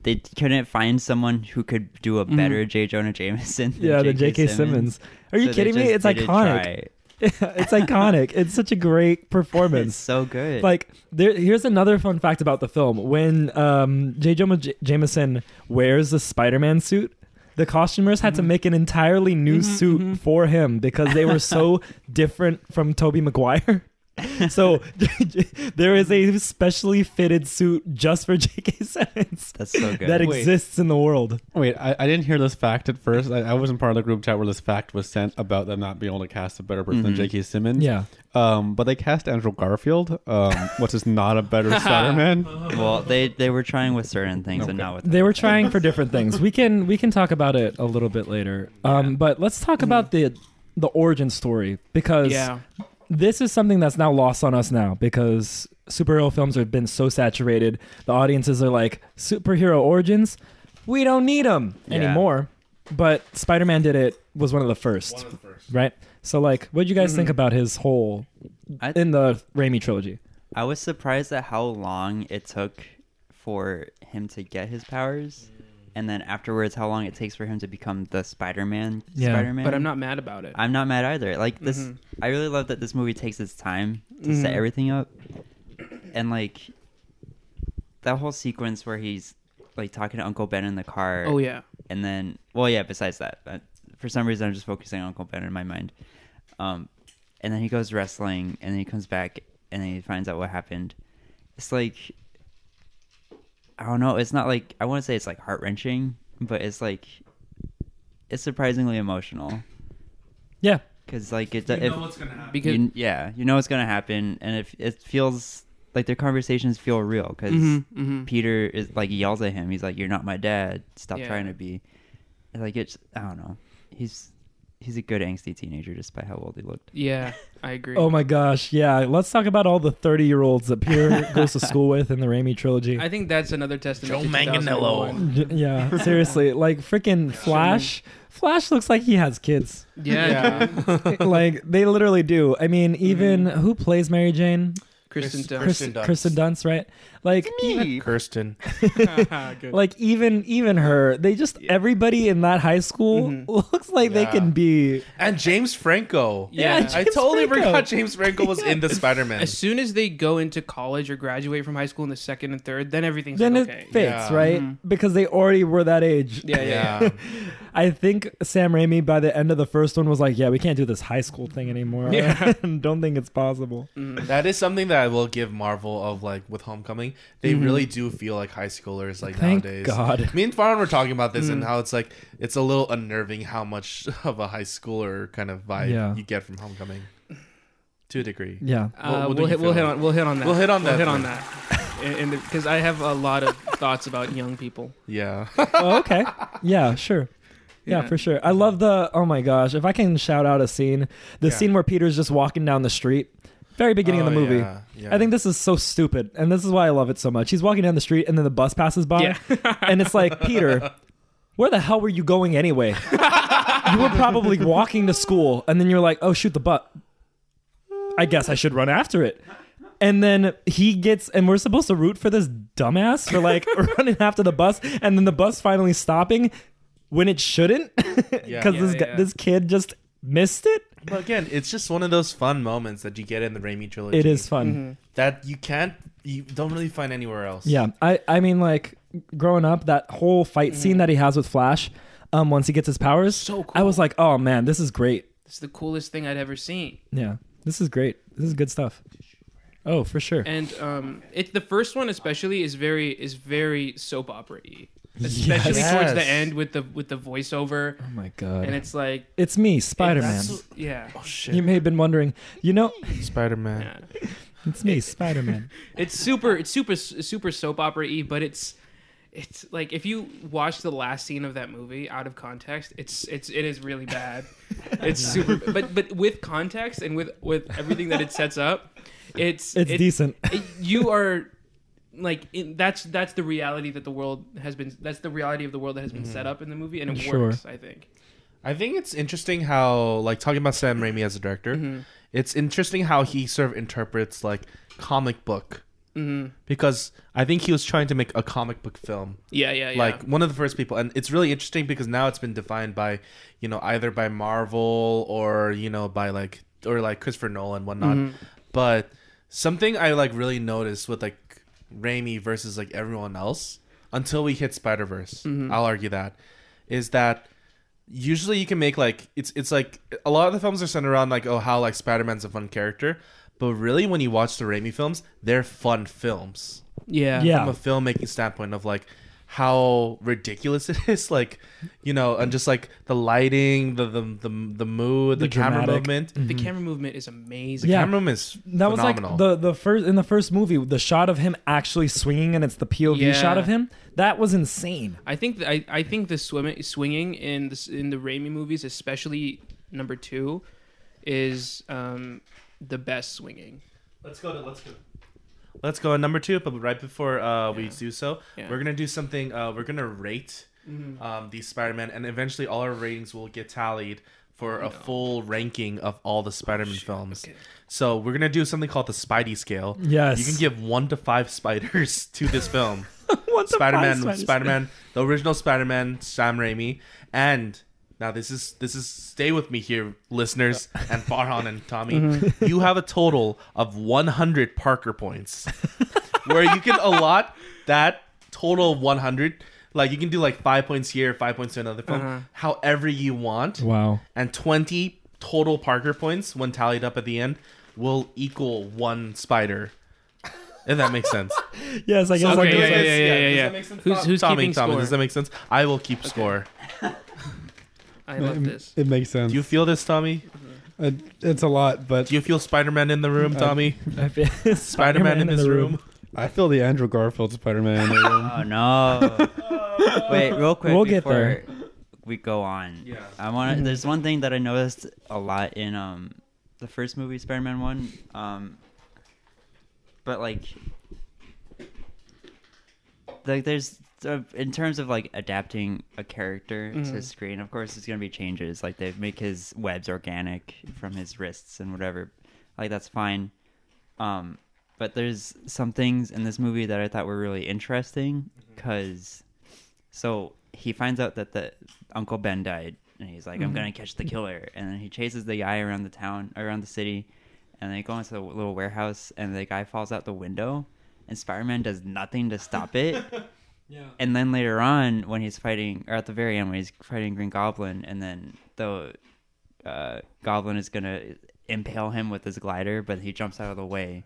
B: they couldn't find someone who could do a better J. Jonah Jameson. Than
D: Mm-hmm. Yeah, the
B: J.K.
D: J.K. Simmons. Are you
B: So they
D: kidding me?
B: just
D: It's
B: did
D: iconic.
B: a try.
D: [LAUGHS] it's iconic. It's such a great
B: It's
D: performance.
B: so good.
D: Like there, here's another fun fact about the film. When um, J. Jonah J- Jameson wears the Spider-Man suit, the costumers had to make an entirely new suit for him because they were so different from Toby Maguire. [LAUGHS] so there is a specially fitted suit just for [LAUGHS] J.K. Simmons
B: that's so good.
D: that
E: Wait.
D: exists in the world.
E: Wait, I, I didn't hear this fact at first. I, I wasn't part of the group chat where this fact was sent about them not being able to cast a better person than
B: Mhm.
E: J.K. Simmons.
D: Yeah.
E: Um, but they cast Andrew Garfield,
F: [LAUGHS]
E: um, which is not a better Spider Man.
B: well, they they were trying with certain things and
E: Okay.
B: not with.
D: They were trying for different things. We can we can talk about it a little bit later. Um, but let's talk about the the origin story because
F: Yeah.
D: this is something that's now lost on us now because superhero films have been so saturated. The audiences are like superhero origins. We don't need them
B: Yeah.
D: anymore. But Spider-Man did it was one of the Mm-hmm. first, right? So like, what do you guys think about his whole
B: I-
D: in the Raimi trilogy?
B: I was surprised at how long it took for him to get his powers, and then afterwards, how long it takes for him to become the Spider-Man.
D: Yeah.
B: Spider-Man.
F: But I'm not mad about it.
B: I'm not mad either. Like this,
F: Mhm.
B: I really love that this movie takes its time to
F: Mhm.
B: set everything up, and like that whole sequence where he's like talking to Uncle Ben in the car.
F: Oh yeah.
B: and then well yeah besides that uh, for some reason i'm just focusing on uncle ben in my mind um, and then he goes wrestling and then he comes back and then he finds out what happened it's like i don't know it's not like i want to say it's like heart-wrenching but it's like it's surprisingly emotional
D: Yeah,
B: because like it if,
C: gonna happen.
F: Because
B: you- yeah you know what's gonna happen and if it feels like their conversations feel real because
F: Mhm, mhm.
B: peter is like yells at him he's like you're not my dad stop
F: Yeah.
B: trying to be And, like it's i don't know he's he's a good angsty teenager despite how old he looked
F: yeah, I agree.
D: Oh my gosh, yeah. Let's talk about all the 30 year olds that
B: [LAUGHS]
D: Peter goes to school with in the Raimi trilogy.
F: I think that's another testament.
C: Joe
F: to
C: Manganiello.
F: 2001.
D: J- yeah, seriously. Like, freaking Flash. Flash looks like he has kids.
F: Yeah.
D: [LAUGHS]
E: Yeah.
F: dude.
D: like, they literally do. I mean, even who plays Mary Jane?
F: Kristen
C: Kristen
F: Dunst.
D: Kristen
C: Dunst.
D: Dunst. Kristen Dunst, right? Like even,
C: Kirsten.
F: [LAUGHS] Good.
D: like even even her, they just everybody in that high school [LAUGHS] looks like they
C: Yeah.
D: can be
C: And James Franco.
F: Yeah.
D: Yeah,
C: I
D: James
C: totally
D: Franco.
C: forgot James Franco was
D: [LAUGHS]
C: in the Spider Man.
F: as soon as they go into college or graduate from high school in the second and third, then everything's
D: then
F: like,
D: it
F: okay.
D: fits,
C: Yeah.
D: right? Because they already were that age.
F: Yeah, yeah, yeah.
C: Yeah.
D: I think Sam Raimi by the end of the first one was like, "Yeah, we can't do this high school thing anymore.
F: Yeah.
D: [LAUGHS] Don't think it's possible."
C: that is something that I will give Marvel of like with Homecoming. They really do feel like high schoolers like
D: Mm-hmm. Thank
C: nowadays. [LAUGHS]
D: God. Mm.
C: Me and Farhan were talking about this and how it's like it's a little unnerving how much [LAUGHS] of a high schooler kind of vibe
D: Yeah.
C: you get from Homecoming. To a degree.
D: Yeah.
F: Uh,
C: What- what do
F: we'll
C: you
F: hit, we'll
C: feel?
F: hit on we'll hit on that.
C: We'll hit on that
F: We'll hit on
C: then.
F: that. Because I have a lot of [LAUGHS] thoughts about young people.
C: Yeah.
D: oh, okay. Yeah, sure. Yeah,
F: Yeah.
D: for sure. I love the oh my gosh, if I can shout out a scene, the
C: Yeah.
D: scene where Peter's just walking down the street, very beginning
C: Oh,
D: of the movie.
C: yeah, yeah.
D: I think this is so stupid, and this is why I love it so much. He's walking down the street, and then the bus passes by,
F: Yeah.
D: [LAUGHS] and it's like, Peter, where the hell were you going
F: [LAUGHS]
D: anyway? you were probably walking to school, and then you're like, oh shoot, the bus. I guess I should run after it. And then he gets, and we're supposed to root for this dumbass for like [LAUGHS] running after the bus, and then the bus finally stopping when it shouldn't, because
C: Yeah.
D: this
F: Yeah,
D: gu
F: yeah.
D: this kid just missed it.
C: But again, it's just one of those fun moments that you get in the Raimi trilogy.
D: It is fun.
C: that you can't you don't really find anywhere else.
D: Yeah, I I mean like growing up, that whole fight scene that he has with Flash, um, once he gets his powers,
F: Mm-hmm. So cool.
D: I was like, oh man, this is great.
F: It's the coolest thing I'd ever seen.
D: Yeah, this is great. This is good stuff. Oh, for sure.
F: And um, it the first one especially is very is very soap opera y. Especially
C: Yes.
F: towards the
C: Yes.
F: end with the with the voiceover.
D: oh my god,
F: And it's like
D: it's me, Spider Man.
F: that's- Yeah.
C: Oh shit.
D: You may have been wondering, you
F: [LAUGHS]
D: know,
C: Spider Man.
F: yeah.
D: it's me, Spider Man.
F: It's super it's super super soap opera y, but it's it's like if you watch the last scene of that movie out of context, it's it's it is really
D: [LAUGHS]
F: bad. It's super but but with context and with with everything that it sets up, it's
D: It's
F: [LAUGHS] it-
D: decent.
F: it- you are like in, that's that's the reality that the world has been that's the reality of the world that has been set up in the movie and it
D: Mm-hmm. Sure.
F: works i think
C: I think it's interesting how like talking about Sam Raimi as a director, it's interesting how he sort of interprets like comic book. Mm-hmm. Because I think he was trying to make a comic book film.
F: yeah yeah yeah
C: like one of the first people and it's really interesting because now it's been defined by you know either by marvel or you know by like or like christopher nolan and whatnot
F: Mm-hmm.
C: but something i like really noticed with like Raimi versus like everyone else until we hit spider-verse
F: Mm-hmm.
C: i'll argue that is that usually you can make like it's it's like a lot of the films are centered around like oh how like spider-man's a fun character but really when you watch the Raimi films they're fun films
F: yeah
D: Yeah.
C: from a filmmaking standpoint of like how ridiculous [LAUGHS] it is like you know and just like the lighting the the the, the mood the,
D: The
C: camera
D: dramatic. Mm.
C: movement
F: the camera movement is amazing
D: Mm-hmm.
C: the
D: Yeah.
C: camera movement is
D: That
C: phenomenal
D: was like the the first in the first movie, the shot of him actually swinging, and it's the POV
F: Yeah.
D: shot of him. That was insane.
F: i think th- I, I think the swimming swinging in the s- in the Raimi movies especially number two is um the best swinging
C: let's go to let's go let's go on number two but right before uh we do so
F: Yeah.
C: we're gonna do something uh we're gonna rate um these spider-man and eventually all our ratings will get tallied for a full ranking of all the spider-man films
F: okay.
C: so we're gonna do something called the spidey scale
D: Yes.
C: you can give one to five spiders [LAUGHS] to this film
D: What the
C: Spider-Man,
D: fuck?
C: Spider-Man, the original Spider-Man, Sam Raimi, and now this is this is stay with me here, listeners, and Farhan and Tommy. [LAUGHS] You have a total of 100 Parker points, [LAUGHS] where you can allot that total of 100. Like you can do like five points here, five points to another film, however you want,
D: Wow.
C: and 20 total Parker points when tallied up at the end will equal one spider. If that makes sense.
D: Yes, I guess
F: [LAUGHS]
D: I
F: Okay, yeah,
D: guess
F: yeah,
D: I-
F: yeah, yeah, yeah. Who's-
C: Who's,
F: who's
C: Tommy,
F: keeping
C: Tommy,
F: score?
C: does that make sense? I will keep score.
F: i love
E: it,
F: this
E: It makes sense.
C: Do you feel this, Tommy?
E: It- it's a lot, but
C: Do you feel Spider-Man in the
F: Uh,
C: room, Tommy?
D: I feel-
C: Spider-Man in his
D: the
C: room.
E: I feel the Andrew Garfield Spider-Man. in the room.
B: Oh no! Wait, real quick.
D: We'll get
B: before We go on.
C: Yeah.
B: I want. to There's one thing that I noticed a lot in um the first movie, Spider-Man one. Um, but like, like there's uh, in terms of like adapting a character
D: Mm-hmm.
B: to screen. Of course, it's gonna be changes. Like they make his webs organic from his wrists and whatever. Like that's fine. Um, But there's some things in this movie that I thought were really interesting because so he finds out that the Uncle Ben died and he's like, I'm gonna catch the killer and then he chases the guy around the town around the city and they go into the little warehouse and the guy falls out the window and Spider Man does nothing to stop it.
D: Yeah.
B: And then later on, when he's fighting, or at the very end, when he's fighting Green Goblin, and then the uh, Goblin is gonna impale him with his glider, but he jumps out of the way,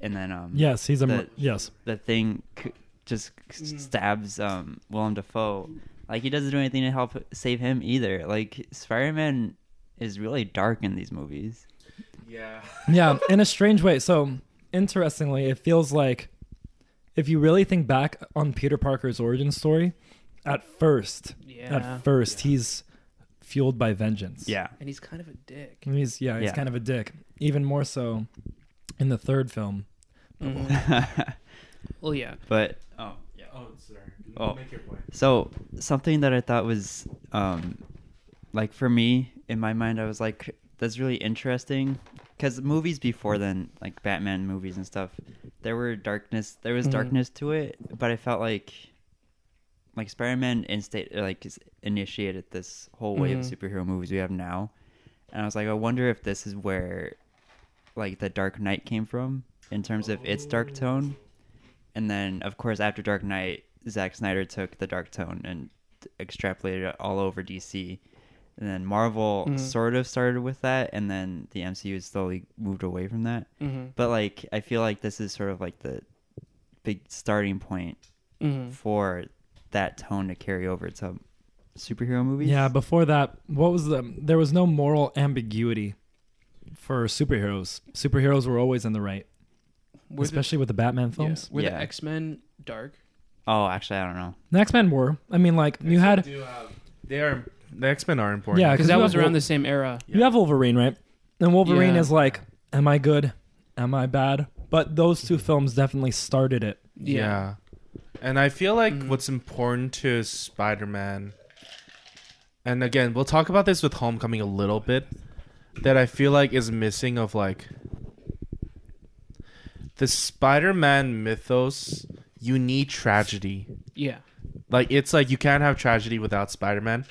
B: and then um
D: [LAUGHS] Yes, he's a
B: The-
D: yes.
B: the thing c- just c- stabs um Willem Dafoe. Like he doesn't do anything to help save him either. Like Spider Man is really dark in these movies.
C: Yeah.
D: yeah, in a strange way. So, interestingly, it feels like if you really think back on Peter Parker's origin story, at first,
F: Yeah.
D: at first, he's fueled by vengeance.
B: Yeah,
F: And he's kind of a dick.
D: And he's yeah, he's
B: Yeah.
D: kind of a dick. Even more so in the third film.
B: Mm-hmm.
F: Oh, Well, yeah.
B: [LAUGHS] but oh yeah.
C: Oh, sorry.
B: Oh.
C: Make your point.
B: So something that I thought was, um, like for me in my mind, I was like, that's really interesting, because movies before then, like Batman movies and stuff, there were darkness, there was
F: Mhm.
B: darkness to it, but I felt like, like Spider-Man insta- like is- initiated this whole wave
F: Mhm.
B: of superhero movies we have now, and I was like, I wonder if this is where, like, the Dark Knight came from in terms of its
F: Oh.
B: dark tone. And then, of course, after Dark Knight, Zack Snyder took the dark tone and extrapolated it all over DC. And then Marvel
F: Mhm.
B: sort of started with that, and then the MCU has slowly moved away from that.
F: Mm-hmm.
B: But like, I feel like this is sort of like the big starting point
F: Mm-hmm.
B: for that tone to carry over to superhero movies.
D: Yeah, before that, what was the there was no moral ambiguity for superheroes. Superheroes were always in the right,
F: Were the,
D: especially with the Batman
F: yeah.
D: films.
F: Were the
B: Yeah.
F: X Men dark?
B: oh, actually, I don't know.
D: The X-Men were. I mean like you had
C: um, They are the X Men are important.
D: Yeah,
F: Because that
D: you
F: was
D: have
F: around
D: Wol-
F: the same era.
D: You have Wolverine, right? And Wolverine
F: Yeah.
D: is like, am I good? Am I bad? But those two films definitely started it.
F: Yeah.
C: And I feel like
F: Mhm.
C: what's important to Spider Man, and again, we'll talk about this with Homecoming a little bit, that I feel like is missing of like the Spider Man mythos, you need tragedy.
F: Yeah.
C: Like it's like you can't have tragedy without Spider-Man,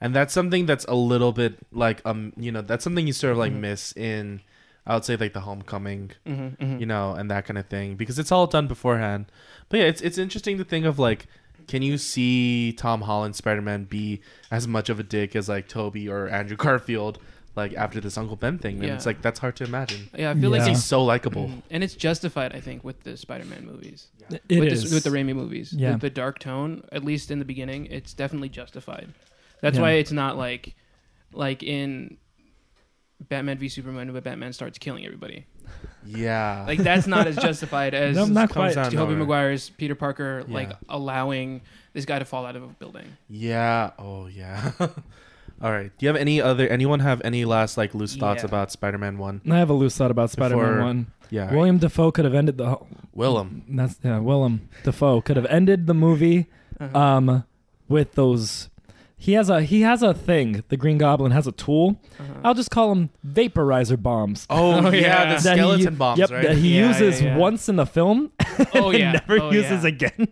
C: and that's something that's a little bit like um you know that's something you sort of like miss in, I would say like the Homecoming,
F: Mm-hmm. mm-hmm.
C: you know, and that kind of thing because it's all done beforehand. But yeah, it's it's interesting to think of like, can you see Tom Holland Spider-Man be as much of a dick as like Toby or Andrew [LAUGHS] Garfield like after this Uncle Ben thing? And it's
F: Yeah.
C: like that's hard to imagine.
F: Yeah, I feel
D: Yeah.
F: like
C: He's
F: it's
C: so likable.
F: Mm. and it's justified, I think, with the Spider-Man movies,
D: It is
F: with, The, with the Raimi movies,
D: Yeah.
F: with the dark tone. At least in the beginning, it's definitely justified. That's
D: Yeah.
F: why it's not like, like in Batman v Superman, where Batman starts killing everybody.
C: Yeah.
F: Like that's not
D: [LAUGHS]
F: as justified as
D: No, not quite.
C: comes out of
F: Tobey
C: nowhere.
F: Maguire's Peter Parker,
C: Yeah.
F: like allowing this guy to fall out of a building.
C: Yeah. Oh, yeah. [LAUGHS] All right. Do you have any other? Anyone have any last like loose thoughts
F: Yeah.
C: about Spider-Man One?
D: I have a loose thought about Spider-Man
C: Before-
D: One.
C: Yeah.
D: William Defoe could have ended the. whole- [LAUGHS]
C: Willem.
D: That's yeah. Willem Defoe could have ended the movie,
F: Uh-huh.
D: um, with those. He has a he has a thing. The Green Goblin has a tool.
F: Uh-huh.
D: I'll just call them vaporizer bombs.
C: Oh,
D: That he
C: yeah, the
D: u-
C: skeleton bombs,
D: yep,
C: right?
D: That he
F: Yeah,
D: uses
F: yeah, yeah.
D: once in the film [LAUGHS]
F: Oh
D: and
F: yeah,
D: never
F: Oh,
D: uses
F: yeah.
D: again.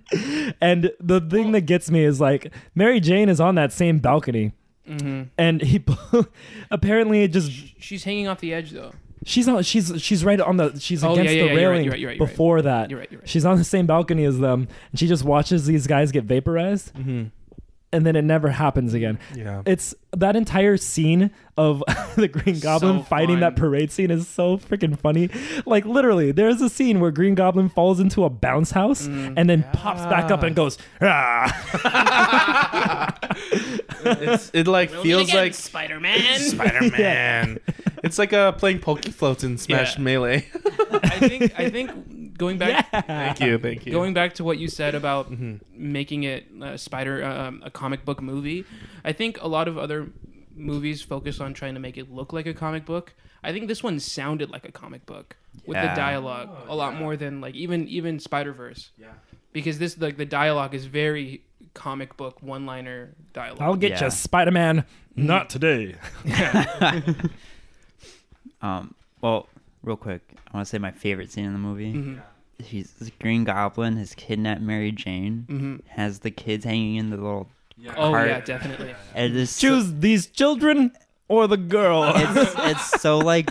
D: [LAUGHS] And the thing that gets me is like Mary Jane is on that same balcony,
F: Mhm.
D: and he [LAUGHS] apparently it just
F: She's hanging off the edge though.
D: she's on she's she's right on the she's
F: Oh,
D: against
F: yeah, yeah,
D: the
F: yeah, you're right,
D: railing
F: you're right, you're right, you're right.
D: before that.
F: You're right. You're right.
D: She's on the same balcony as them, and she just watches these guys get vaporized,
F: Mm-hmm.
D: and then it never happens again.
C: Yeah.
D: It's that entire scene of [LAUGHS] the Green Goblin
F: So
D: fighting
F: fun.
D: that parade scene is so freaking funny. Like literally, there's a scene where Green Goblin falls into a bounce house
F: Mm.
D: and then pops back up and goes, ah.
C: [LAUGHS]
F: [LAUGHS]
C: it's, it like feels like [LAUGHS]
F: Spider-Man.
C: Spider-Man.
D: [LAUGHS]
C: it's like uh playing Poke Floats in Smash
F: Yeah.
C: Melee. [LAUGHS]
F: I think I think
D: [LAUGHS]
F: going back
C: thank you. Thank you.
F: going back to what you said about making it a spider um, a comic book movie, I think a lot of other movies focus on trying to make it look like a comic book. I think this one sounded like a comic book with
B: Yeah.
F: the dialogue a lot more than like even even Spider Verse
C: yeah.
F: because this like the dialogue is very comic book one liner dialogue.
D: "I'll get
B: Yeah.
D: you, Spider
F: Oh,
D: Man." Not today.
B: [LAUGHS] Um, well, real quick, I want to say my favorite scene in the movie. He's the Green Goblin has kidnapped Mary Jane, has the kids hanging in the little
F: Oh
B: cart.
F: yeah, definitely.
B: and it's so-
D: Choose these children or the girl.
B: it's it's so like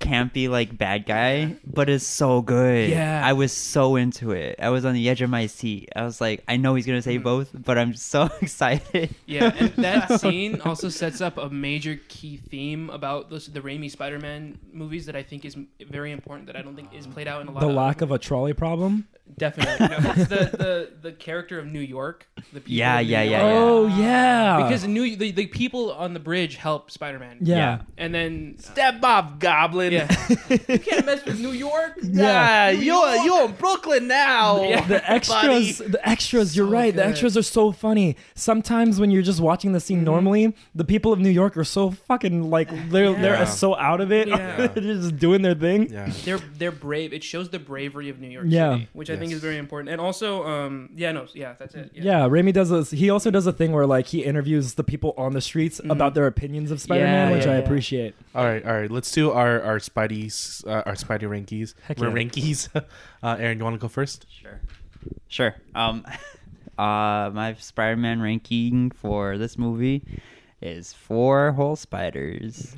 B: campy like bad guy but it's so good
F: Yeah.
B: i was so into it i was on the edge of my seat i was like i know he's gonna say both but i'm so [LAUGHS] excited
F: Yeah,
D: [LAUGHS]
F: and that scene also sets up a major key theme about those, the Raimi Spider-Man movies that I think is very important that I don't think is played out in a
D: [LAUGHS]
F: lot
D: the
F: of
D: lack of a trolley problem.
F: [LAUGHS] definitely. No, it's the, the the character of New York. The people
B: Yeah,
F: of New
B: yeah,
F: York.
B: yeah, yeah.
D: Oh yeah,
F: Because New the, the people on the bridge help Spider-Man.
D: yeah.
F: And then
B: step off goblin
F: yeah, you can't
D: [LAUGHS]
F: mess with New York.
D: Yeah.
B: you're you're in brooklyn now
F: Yeah.
D: The extras, the extras. You're
F: So
D: right. The
F: good.
D: extras are so funny. Sometimes when you're just watching the scene normally, the people of New York are so fucking like they're
C: Yeah.
D: they're so out of it.
F: Yeah.
D: [LAUGHS] they're just doing their thing.
C: Yeah.
F: They're they're brave. It shows the bravery of New York
D: Yeah.
F: City, which I think
C: Yes.
F: is very important. And also, um, yeah, no, yeah, that's it.
D: Yeah, Raimi does this. He also does a thing where like he interviews the people on the streets about their opinions of Spider-Man,
F: Yeah,
D: which
F: yeah,
D: I
F: yeah.
D: appreciate.
C: All right, all right. Let's do our our Spidey's uh, our Spidey rankies.
D: Heck
C: We're
D: yeah.
C: rankies. [LAUGHS] uh, Aaron, you want to go first?
B: Sure. Sure. Um [LAUGHS] uh my Spider-Man ranking for this movie is four whole spiders.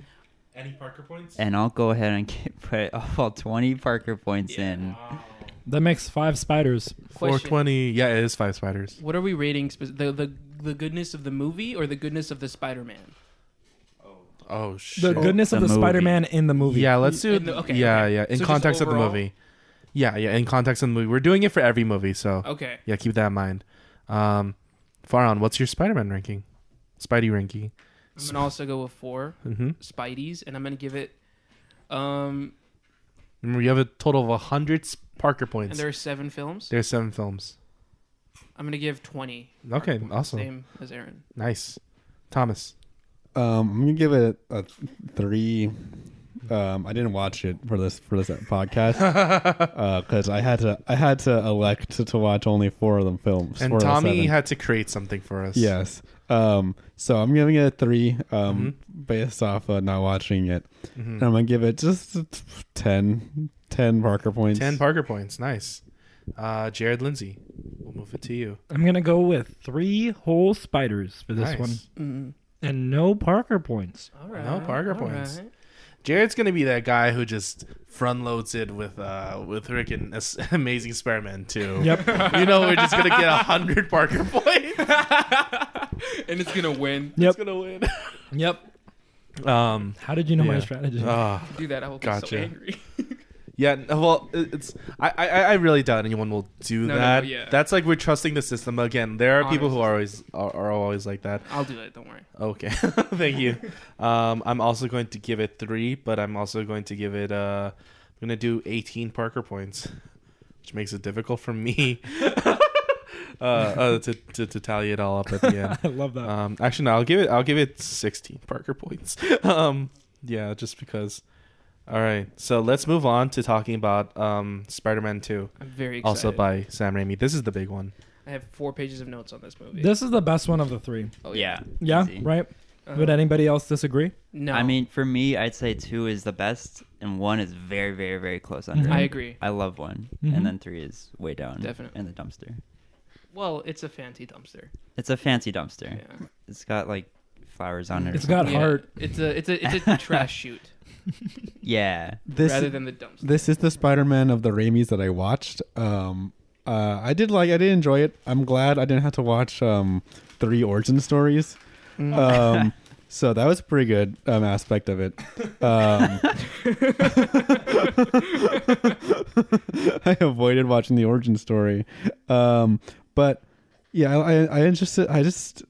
C: Any Parker
F: Eh.
C: points?
B: And I'll go ahead and [LAUGHS] get, put all 20 Parker points in.
D: That makes five spiders.
C: Four
F: Question.
C: twenty. Yeah, it is five spiders.
F: What are we rating? Spe- the, the the goodness of the movie or the goodness of the Spider-Man?
C: Oh shit.
D: The goodness of
B: The
D: the
B: movie.
D: Spider-Man in the movie.
C: Yeah, let's do.
F: In the- okay,
C: yeah,
F: okay.
C: yeah. In
F: So just
C: context of the
F: overall?
C: movie. Yeah, yeah. In context of the movie, we're doing it for every movie. So
F: Okay.
C: yeah, keep that in mind. Um, Faron, what's your Spider-Man ranking? Spidey ranking.
F: I'm gonna also go with four
C: Mm-hmm.
F: Spideys, and I'm gonna give it. Um,
C: Remember, you have a total of hundred Parker
F: and
C: points.
F: there are seven films.
C: There's seven films.
F: I'm gonna give twenty.
C: Okay, awesome,
F: Same as Aaron.
C: nice. Thomas.
E: Um, I'm gonna give it a three. Um, I didn't watch it for this for this
C: [LAUGHS]
E: podcast because I had to I had to elect to, to watch only four of them films. four
C: And
E: of the
C: Tommy
E: seven.
C: had to create something for us.
E: yes. Um, so I'm giving it a three. Um,
C: Mm-hmm.
E: based off of not watching it,
C: Mhm.
E: and I'm gonna give it just 10, 10 Parker points.
C: Ten Parker points. Nice. Uh, Jared Lindsay. We'll move it to you.
D: I'm gonna go with three whole spiders for this
C: nice.
D: one,
F: Mm.
D: and no Parker points.
F: All right.
C: No Parker
F: all
C: points.
F: right.
C: Jared's gonna be that guy who just front loads it with uh with Rick and [LAUGHS] As- Amazing Spider-Man too.
D: Yep.
C: [LAUGHS] You know we're just gonna get a hundred Parker [LAUGHS] points.
F: and it's gonna win.
C: It's
D: Yep.
C: gonna win.
D: Yep.
C: Um.
D: How did you know my
C: Yeah.
D: strategy?
E: Uh,
C: ah.
F: Do that. I will be so
C: Gotcha.
F: angry.
C: Yeah, n- well, it- it's I, I I really doubt anyone will do
F: No, no,
C: that.
F: no, yeah.
C: That's like we're trusting the system again. There are people who are always are, are always like that.
F: I'll do it. Don't worry.
C: Okay, [LAUGHS] thank you. Um, I'm also going to give it three, but I'm also going to give it. Uh, I'm going to do 18 Parker points, which makes it difficult for me [LAUGHS] uh, uh, to, to to tally it all up at
D: [LAUGHS]
C: the end.
D: [LAUGHS] I love that.
E: uh,
C: Um, actually, no, I'll give it. I'll give it 16 Parker points. [LAUGHS] um, yeah, just because. All right, so let's move on to talking about um, Spider-Man 2,
F: I'm very excited.
C: also by Sam Raimi. This is the big one.
F: I have four pages of notes on this movie.
D: this is the best one of the three.
F: oh
B: Yeah.
D: Yeah.
B: easy.
D: Right.
F: Uh,
D: Would anybody else disagree?
F: no.
B: I mean, for me, I'd say two is the best, and one is very, very, very close
D: Mm-hmm.
B: under.
F: I agree.
B: I love one,
D: Mhm.
B: and then three is way down
F: Definitely.
B: in the dumpster.
F: Well, it's a fancy dumpster.
B: It's a fancy dumpster.
F: Yeah.
B: It's got like flowers on it. or
D: It's got
B: something.
F: Yeah.
D: heart.
F: It's a it's a it's a trash chute
B: yeah.
E: This
F: rather than the dumpster.
E: this is the Spider-Man of the Raimis that I watched. Um, uh, I did like, I did enjoy it. I'm glad I didn't have to watch um, three origin stories. Um, so that was a pretty good um, aspect of it. Um, [LAUGHS] I avoided watching the origin story, um, but yeah, I, I, I just, I just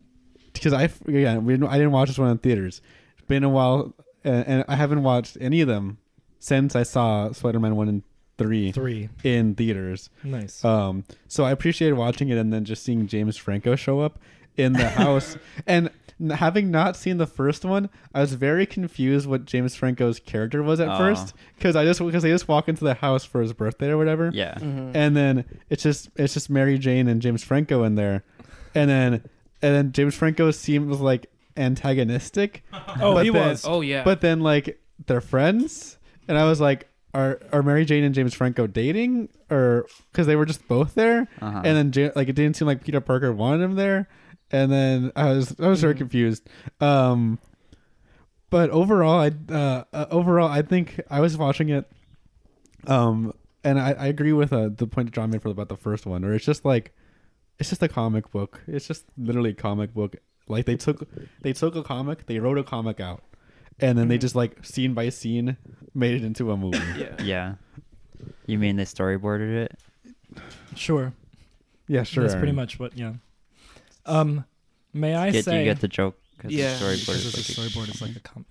E: because I again we didn't, I didn't watch this one in theaters. It's been a while, and, and I haven't watched any of them since I saw Spider Man one and three,
D: Three.
E: in theaters.
D: Nice.
E: Um, so I appreciated watching it, and then just seeing James Franco show up in the house, and n- having not seen the first one, I was very confused what James Franco's character was at
B: Aw.
E: first because I just because they just walk into the house for his birthday or whatever,
B: Yeah.
D: Mm.
F: Mm-hmm.
E: and then it's just it's just Mary Jane and James Franco in there, and then and then James Franco seems like antagonistic.
D: oh,
E: but
D: he
E: then-
D: was.
F: Oh yeah.
E: But then like they're friends, and I was like, are are Mary Jane and James Franco dating or because they were just both there
B: Uh-huh.
E: and then Ja- like it didn't seem like Peter Parker wanted him there and then I was I was very
D: Mm-hmm.
E: confused um but overall I uh, uh, overall I think I was watching it um and I, I agree with uh, the point that John made for about the first one where it's just like it's just a comic book it's just literally a comic book like they took they took a comic they wrote a comic out and
D: Mm-hmm.
E: then they just like scene by scene made it into a movie
F: Yeah.
B: Yeah. You mean they storyboarded it?
D: Sure.
E: [LAUGHS] Yeah, sure.
D: That's pretty
E: [LAUGHS]
D: much [LAUGHS] what. Yeah. Um, may I
B: Get,
D: say?
B: you get the joke? 'Cause the
F: Yeah.
B: storyboard
D: Because
B: is
D: it's a
B: like
D: storyboard. It's like a com-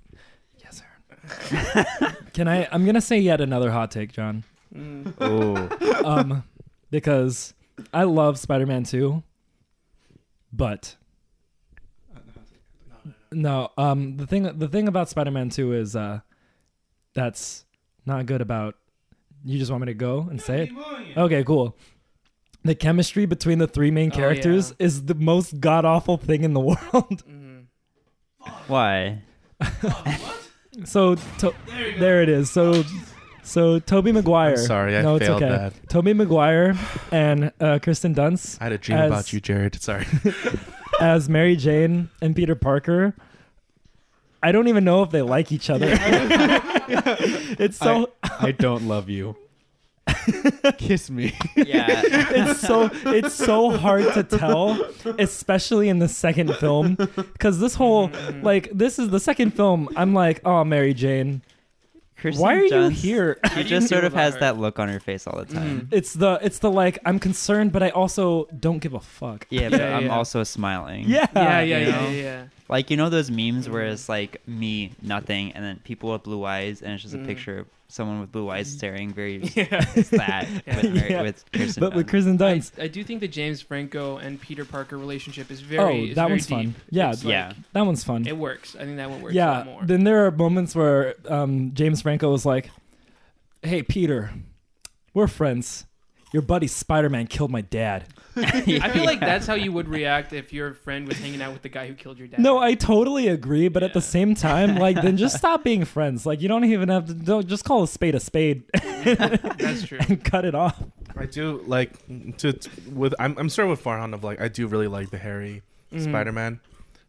D: Yes, Aaron. [LAUGHS] Can I? I'm gonna say yet another hot take, John.
F: Mm.
D: [LAUGHS]
B: a- Ooh.
D: Um, because I love Spider-Man 2, but no. Um, the thing the thing about Spider-Man 2 is uh, that's not good about. You just want me to go and say it? Okay, cool. The chemistry between the three main
F: Oh,
D: characters is the most god awful thing in the [LAUGHS] world.
F: Mm. [LAUGHS]
B: Why?
D: So to- there, it is. So so Toby Maguire.
C: I'm sorry, I
D: no,
C: failed
D: it's okay.
C: that.
D: Toby Maguire and uh, Kristen Dunst
C: I had a dream
D: As-
C: about you, Jared. Sorry.
D: as Mary Jane and Peter Parker. I don't even know if they like each other.
F: [LAUGHS]
D: it's so
E: I don't love you. [LAUGHS] Kiss me.
B: Yeah.
D: [LAUGHS] it's so it's so hard to tell, especially in the second film, because this whole
F: Mm.
D: like this is the second film. I'm like, oh, Mary Jane,
B: Kristen
D: why are
B: Dunst,
D: you here?
B: She
F: do you
B: just
F: feel
B: sort of
F: about
B: has
F: her? Mm-hmm.
B: that look on her face all the time.
D: It's the it's the like I'm concerned, but I also don't give a fuck.
B: Yeah, but
F: Yeah,
B: I'm
F: yeah.
B: also smiling.
D: Yeah,
F: Yeah, Mm-hmm. yeah,
B: You
F: yeah, yeah,
B: know?
F: yeah.
B: Like you know those memes where it's like me, nothing, and then people with blue eyes, and it's just a
F: Mm.
B: picture of someone with blue eyes staring.
F: [LAUGHS]
B: Very
F: Yeah.
B: it's that
F: Yeah.
B: with, Mary,
F: [LAUGHS]
D: Yeah.
B: with Kristen.
D: But with
B: Dunst.
D: Kristen
F: I,
D: Dunst,
F: I do think the James Franco and Peter Parker relationship is very.
D: oh,
F: is
D: that
F: very
D: one's fun.
F: deep.
D: Yeah,
F: It's like-
B: yeah.
D: that one's fun.
F: It works. I think that one works a
D: yeah.
F: lot more.
D: Then there are moments where um, James Franco was like, "Hey, Peter, we're friends. Your buddy Spider Man killed my dad."
F: [LAUGHS] I
D: [LAUGHS]
F: feel like
B: [LAUGHS]
F: that's how you would react if your friend was hanging out with the guy who killed your dad.
D: No, I totally agree, but at the
F: Yeah.
D: same time, like, then
F: [LAUGHS]
D: just stop being friends. Like, you don't even have to. Don't just call a spade a spade
F: That's true.
D: [LAUGHS] and cut it off.
C: I do like to with. I'm I'm starting with Farhan of like I do really like the Harry
F: Mm-hmm.
C: Spider Man,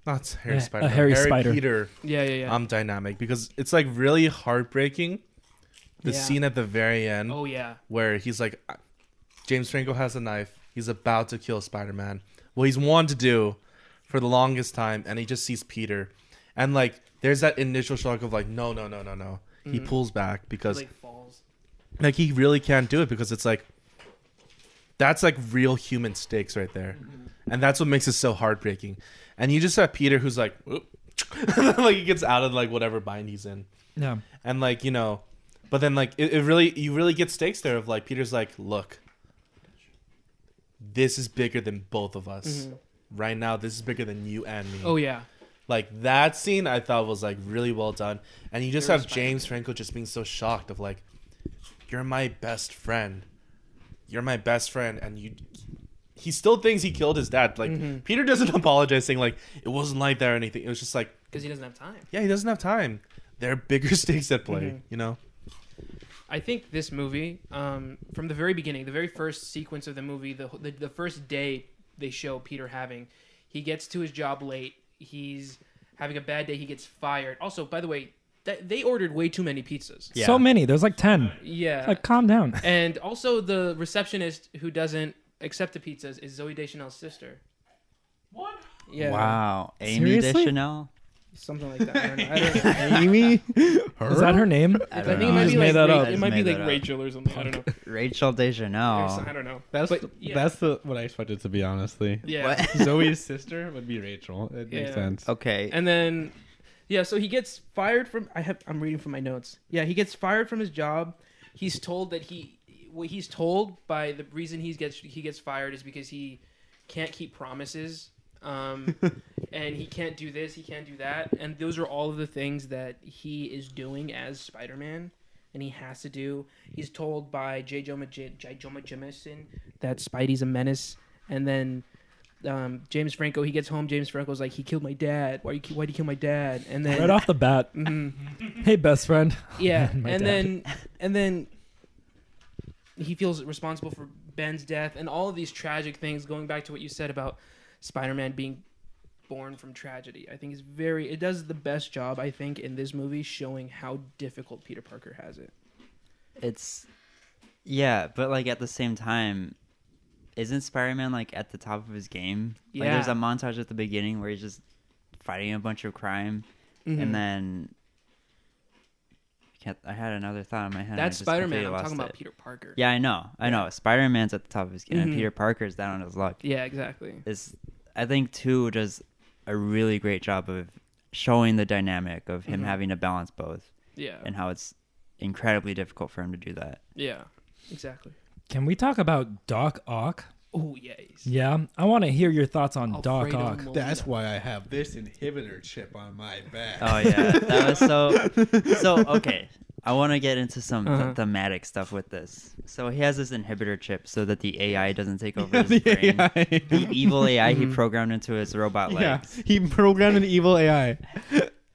C: not Harry
D: Yeah, a
C: Spider,
D: Harry Spider.
C: Peter
F: Yeah, yeah, yeah.
C: um dynamic because it's like really heartbreaking. The
F: Yeah.
C: scene at the very end
F: oh yeah.
C: where he's like, I- James Franco has a knife. He's about to kill Spider Man. Well, he's wanted to do for the longest time, and he just sees Peter, and like there's that initial shock of like, no, no, no, no, no. He pulls back because
F: Mm-hmm. Like falls.
C: like he really can't do it because it's like that's like real human stakes right there and that's what makes it so heartbreaking and you just have peter who's like "Oop." [LAUGHS] like he gets out of like whatever bind he's in
D: Yeah.
C: and like you know but then like it, it really you really get stakes there of like peter's like look this is bigger than both of us right now this is bigger than you and me
F: Oh yeah.
C: like that scene i thought was like really well done and you just
F: Very
C: have james franco just being so shocked of like you're my best friend you're my best friend and you he still thinks he killed his dad like
D: Mm-hmm.
C: peter doesn't [LAUGHS] apologize saying like it wasn't like that or anything it was just like
F: Because he doesn't have time.
C: yeah he doesn't have time there are bigger [LAUGHS] stakes at play
D: Mm-hmm.
F: Mhm.
C: you know
F: I think this movie, um, from the very beginning, the very first sequence of the movie, the, the the first day they show Peter having, he gets to his job late. He's having a bad day. He gets fired. Also, by the way, that, they ordered way too many pizzas.
B: Yeah.
D: So many. There's like 10.
F: Yeah.
D: Like, calm down.
F: and also, the receptionist who doesn't accept the pizzas is Zoe Deschanel's sister. What? Yeah.
B: Wow, Amy
D: Seriously?
B: Deschanel.
F: Something like that. I don't
B: [LAUGHS]
F: know. I don't-
E: Amy?
D: [LAUGHS] Is that her name?
B: I
F: I
B: don't
F: think
B: know.
F: it might
D: just
F: be
D: made
F: like,
D: that
F: Ra-
D: up.
F: It
B: Just
F: might be
B: made
F: like
B: that up.
F: Rachel or something. I don't know.
B: [LAUGHS] Rachel
F: I
B: Deschanel.
F: don't know.
E: That's
F: But,
E: the,
F: yeah.
E: that's the what I expected to be honestly.
F: Yeah.
B: What?
E: Zoe's sister would be Rachel. It
F: Yeah.
E: makes
B: [LAUGHS]
E: sense.
B: Okay.
F: And then, yeah, so he gets fired from. I have. I'm reading from my notes. Yeah, he gets fired from his job. He's told that he. What he's told by the reason he gets he gets fired is because he can't keep promises, um, and he can't do this, he can't do that, and those are all of the things that he is doing as Spider-Man, and he has to do. He's told by J. Jonah J. J. Jonah Jameson that Spidey's a menace, and then um, James Franco. He gets home. James Franco's like, he killed my dad. Why you? ki- Why'd you kill my dad? And then
D: Right off the bat, [LAUGHS]
F: Mhm.
D: hey best friend.
F: Yeah,
D: Man, [LAUGHS] my
F: and
D: dad.
F: then and then he feels responsible for Ben's death and all of these tragic things. Going back to what you said about Spider-Man being born from tragedy, I think is very. It does the best job I think in this movie showing how difficult Peter Parker has it.
B: It's yeah, but like at the same time, isn't Spider-Man like at the top of his game? Like there's a
F: Yeah.
B: montage at the beginning where he's just fighting a bunch of crime,
F: Mm-hmm.
B: and then I, can't, I had another thought in my head. and I
F: That's
B: just
F: Spider-Man.
B: completely
F: I'm talking
B: lost
F: about
B: it.
F: Peter Parker.
B: Yeah, I know, I know. Spider-Man's at the top of his game, and
F: Mhm.
B: Peter Parker's down on his luck.
F: Yeah, exactly.
B: Is I think two does a really great job of showing the dynamic of him
F: Mhm.
B: having to balance both,
F: Yeah,
B: and how it's incredibly difficult for him to do that.
F: yeah, exactly.
D: Can we talk about Doc Ock?
F: Oh yes.
D: Yeah, I want to hear your thoughts on Doc
F: Alfredo
D: Ock.
F: Molina.
E: That's why I have this inhibitor chip on my back.
B: Oh yeah, that was so. So okay, I want to get into some th-
F: Uh-huh.
B: thematic stuff with this. So he has this inhibitor chip so that the AI doesn't take
E: [LAUGHS]
B: over his
E: [LAUGHS] the
B: brain.
E: AI.
B: The evil AI he programmed into his robot
E: yeah,
B: legs.
E: he programmed an evil AI.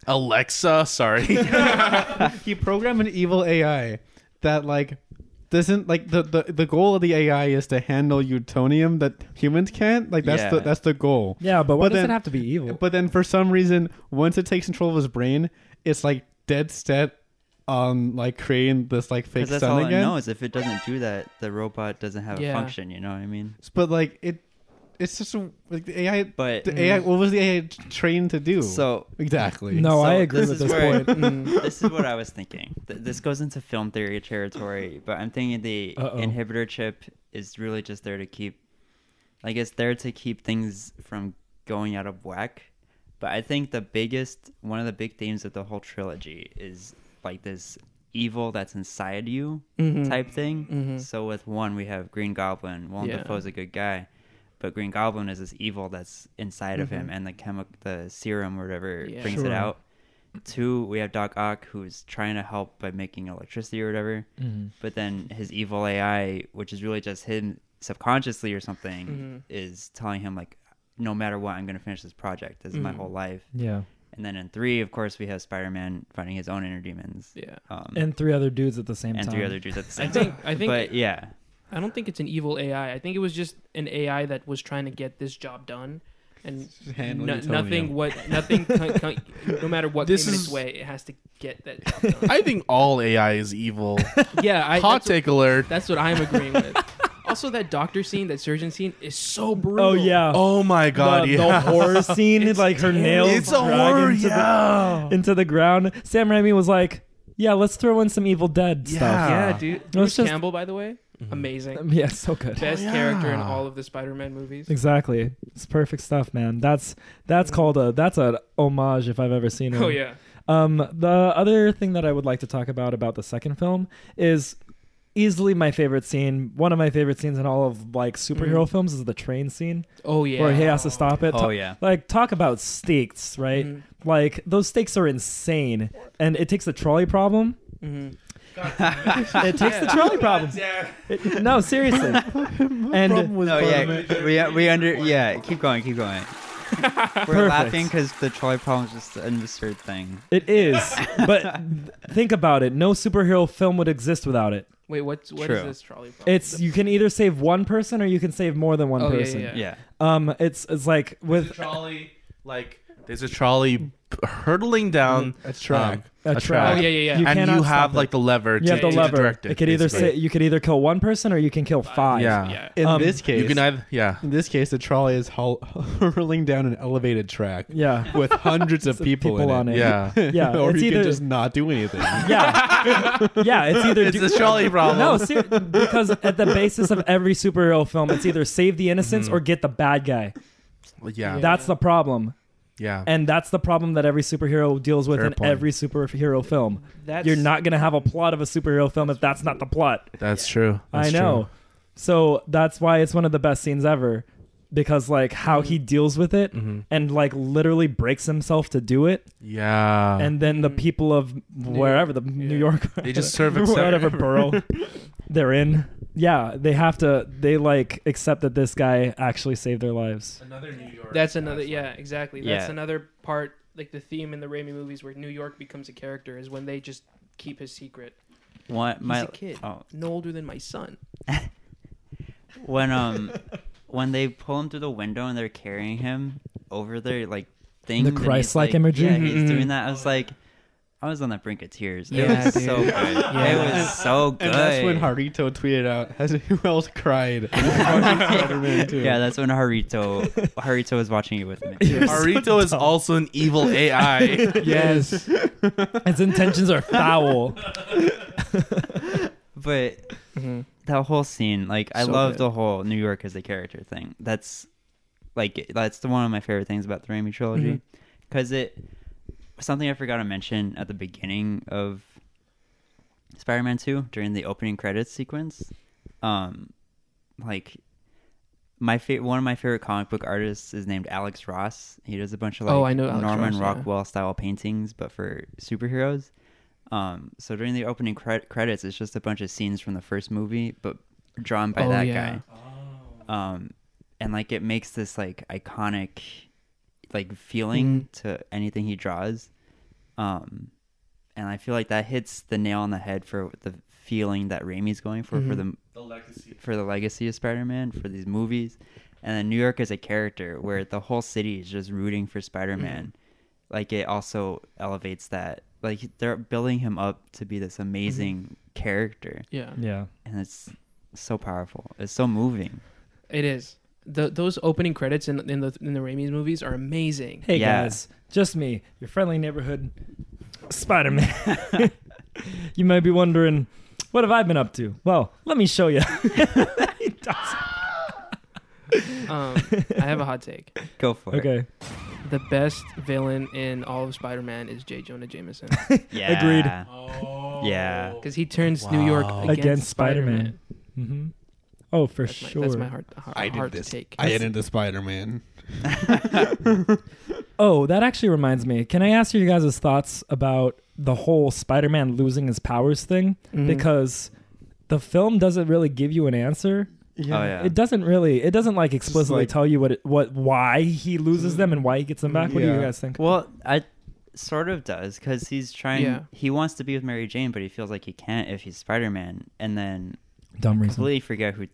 C: Alexa, sorry.
D: [LAUGHS]
E: he programmed an evil AI that like doesn't like the, the the goal of the AI is to handle plutonium that humans can't. Like that's the
B: Yeah.
E: that's the goal.
D: Yeah, but why
E: But
D: does
E: then-
D: it have to be evil?
E: But then for some reason, once it takes control of his brain, it's like dead set on like creating this like fake
B: Because that's
E: sun
B: all
E: again.
B: it knows. If it doesn't do that, the robot doesn't have a
F: Yeah.
B: function. You know what I mean?
E: But like it, it's just a, like the AI.
B: But
E: the AI, what was the AI trained to do?
B: so
E: exactly.
D: no,
B: so
D: I agree
B: this
D: with
B: is
D: this
B: where- [LAUGHS]
D: point. Mm.
B: this is what I was thinking. Th- this goes into film theory territory, but I'm thinking the
D: Uh-oh.
B: inhibitor chip is really just there to keep, like, it's there to keep things from going out of whack. But I think the biggest, one of the big themes of the whole trilogy is like this evil that's inside you
D: Mm-hmm.
B: type thing. So with one, we have Green Goblin. Willem
F: Yeah.
B: Dafoe's a good guy. But Green Goblin is this evil that's inside of
D: Mm-hmm.
B: him, and the chemi- the serum, or whatever,
F: Yeah.
B: brings it
D: Sure.
B: out. Two, we have Doc Ock who's trying to help by making electricity or whatever,
D: Mm-hmm.
B: but then his evil AI, which is really just him subconsciously or something,
F: Mm-hmm.
B: is telling him like, no matter what, I'm going to finish this project. This is
F: Mm.
B: my whole life.
D: Yeah,
B: And then in three, of course, we have Spider-Man fighting his own inner demons.
F: Yeah.
B: Um, and,
D: and three other dudes at the same time.
B: three other dudes at the
F: I
B: same time.
F: think I think
B: but yeah,
F: I don't think it's an evil AI. I think it was just an AI that was trying to get this job done, and
E: handling
F: no-
E: plutonium.
F: nothing. What [LAUGHS] nothing. con- con- no matter what
C: This
F: came in
C: is-
F: its way, it has to get that. Job done.
C: I think all AI
D: [LAUGHS]
C: is evil.
F: [LAUGHS] yeah, I,
C: Hot
F: that's,
C: take alert.
F: that's what I'm agreeing [LAUGHS] with. Also, that doctor scene, that surgeon scene, is so brutal.
D: Oh yeah.
C: Oh my god,
D: the, the [LAUGHS]
C: yeah.
D: horror scene,
F: It's
D: like her nails
C: [LAUGHS] it's a
D: drag
C: horror,
D: into, [LAUGHS]
C: yeah.
D: the, into the ground. Sam Raimi was like, "Yeah, let's throw in some Evil Dead stuff."
F: yeah, dude.
D: No,
F: Bruce
D: it's just-
F: Campbell, by the way,
C: Mm-hmm.
F: amazing,
D: Yeah, so good.
F: best
C: yeah.
F: character in all of the Spider-Man movies.
D: Exactly, it's perfect stuff, man. That's that's called a that's an homage if I've ever seen one.
F: Oh yeah,
D: Um, the other thing that I would like to talk about about the second film is easily my favorite scene. One of my favorite scenes in all of like superhero films is the train scene
F: oh yeah.
D: where he has to stop it.
B: Oh,
D: Ta-
B: yeah.
D: like talk about stakes, right?
F: Mhm.
D: Like those stakes are insane, and it takes the trolley
F: [LAUGHS]
D: problem.
F: Mhm.
D: It takes the trolley problem. It- no,
F: [LAUGHS]
D: seriously. and
B: no, Oh, yeah, we, we under, yeah, keep going, keep
F: [LAUGHS]
B: going. We're laughing because the trolley problem is just an absurd thing.
D: it is, but th- think about it. No superhero film would exist without it.
F: Wait, what's what is
B: True.
F: this trolley problem?
D: It's you can either save one person or you can save more than one
F: Oh, yeah,
D: person.
F: yeah,
B: Yeah.
D: Um, it's it's like
C: There's a
D: with
C: trolley, like there's a trolley p- hurtling down
E: a track.
C: um,
D: A track.
F: Oh yeah, yeah, yeah.
D: You
C: and you
D: cannot
C: have
D: stop it.
C: like the lever
D: you
C: to,
D: have the
C: to
D: lever.
C: direct it.
D: It could either
C: basically.
D: say you could either kill one person or you can kill five.
C: Yeah.
F: yeah.
E: in
D: um,
E: this case,
C: you can either yeah.
D: [LAUGHS]
E: in this case, the trolley is hull- [LAUGHS] hurling down an elevated track
D: yeah,
E: with hundreds of people,
D: people
E: in
D: on
E: it.
D: it. [LAUGHS]
C: Yeah.
D: Yeah,
E: [LAUGHS] or
D: it's
E: you
D: either-
E: can just not do anything.
D: yeah, yeah. It's either
C: It's
D: do-
C: a trolley
D: [LAUGHS]
C: problem.
D: no, ser- because at the basis of every superhero film, it's either save the innocents or get the bad guy.
C: Mm-hmm. yeah.
F: Yeah.
D: That's the problem,
C: yeah.
D: and that's the problem that every superhero deals with
C: Fair
D: in
C: point.
D: every superhero film.
F: That's
D: You're not gonna have a plot of a superhero film if that's not the plot.
C: That's true. That's
D: I know.
C: true.
D: So that's why it's one of the best scenes ever. because like how
C: Mm-hmm.
D: he deals with it and like literally breaks himself to do it
C: Yeah.
D: and then the people of wherever the New York
C: They
D: [LAUGHS]
C: just serve it-
D: whatever borough they're in yeah they have to they like accept that this guy actually saved their lives
C: another New York.
F: That's another. Yeah, exactly. That's
B: Yeah.
F: another part, like the theme in the Raimi movies, where New York becomes a character, is when they just keep his secret.
B: What
F: He's
B: my
F: a kid,
B: oh
F: no older than my son.
B: when um when they pull him through the window and they're carrying him over their like thing
D: The
B: and he's,
D: Christ-like imagery?
B: Yeah, he's
F: Mhm.
B: doing that. I was like, I was on the brink of tears.
F: Yeah,
B: it was
F: dude.
B: so good. It was so good.
E: And that's when [LAUGHS] Harito tweeted out, "Has who else cried?" Spider-Man too.
B: Yeah, that's when Harito Harito was watching it with me.
C: Arito is also an
D: [LAUGHS]
C: evil AI.
D: yes [LAUGHS] his intentions are foul
B: But that whole scene, like I
F: Mm-hmm. So
B: love
F: good.
B: the whole New York as a character thing. That's like that's the one of my favorite things about the Raimi trilogy
F: Mm-hmm.
B: because it something I forgot to mention at the beginning of Spider-Man 2 during the opening credits sequence. Um like my fa- one of my favorite comic book artists is named Alex Ross. He does a bunch of like
F: Oh, I know Alex
B: Norman
F: Ross, yeah.
B: Rockwell style paintings but for superheroes. Um, so during the opening cre- credits, it's just a bunch of scenes from the first movie, but drawn by
F: Oh,
B: that
F: yeah.
B: guy. Um, and like it makes this like iconic, like feeling
F: Mm.
B: to anything he draws. Um, and I feel like that hits the nail on the head for the feeling that Raimi's going
F: Mm-hmm.
B: for for the
C: the
F: [LAUGHS]
C: legacy.
B: for the legacy of Spider-Man for these movies, and then New York as a character where the whole city is just rooting for Spider-Man. Like it also elevates that. Like they're building him up to be this amazing
D: Mm-hmm.
B: character,
F: Yeah,
D: yeah
B: and it's so powerful. It's so moving.
F: it is. The, those opening credits in, in the in the Raimi's movies are amazing.
D: Hey
B: Yeah.
D: guys, just me, your friendly neighborhood Spider Man. [LAUGHS] you might be wondering, what have I been up to? Well, let me show [LAUGHS] you. He does.
F: Um, I have a hot take.
B: Go for it.
D: okay,
F: The best villain in all of Spider-Man is J. Jonah Jameson
B: Yeah.
D: Agreed.
C: Oh.
B: Yeah.
C: [LAUGHS]
F: because he turns New York
C: Wow.
F: against,
D: Against Spider-Man.
F: Spider-Man.
D: hmm oh for
F: That's my,
D: sure.
F: that's my hard, hard,
E: I did
F: hard
E: this.
F: take.
E: I get into Spider-Man.
D: Oh, that actually reminds me. Can I ask you guys' thoughts about the whole Spider Man losing his powers thing?
C: Mm-hmm.
F: Mhm.
D: Because the film doesn't really give you an answer.
B: Oh yeah.
D: It doesn't really. It doesn't like explicitly
E: like-
D: tell you what it, what why he loses them and why he gets them back. What do you
E: Yeah.
D: guys think?
B: Well, I sort of does because he's trying.
F: Yeah.
B: He wants to be with Mary Jane, but he feels like he can't if he's Spider-Man. And then
D: Dumb
B: completely forget who,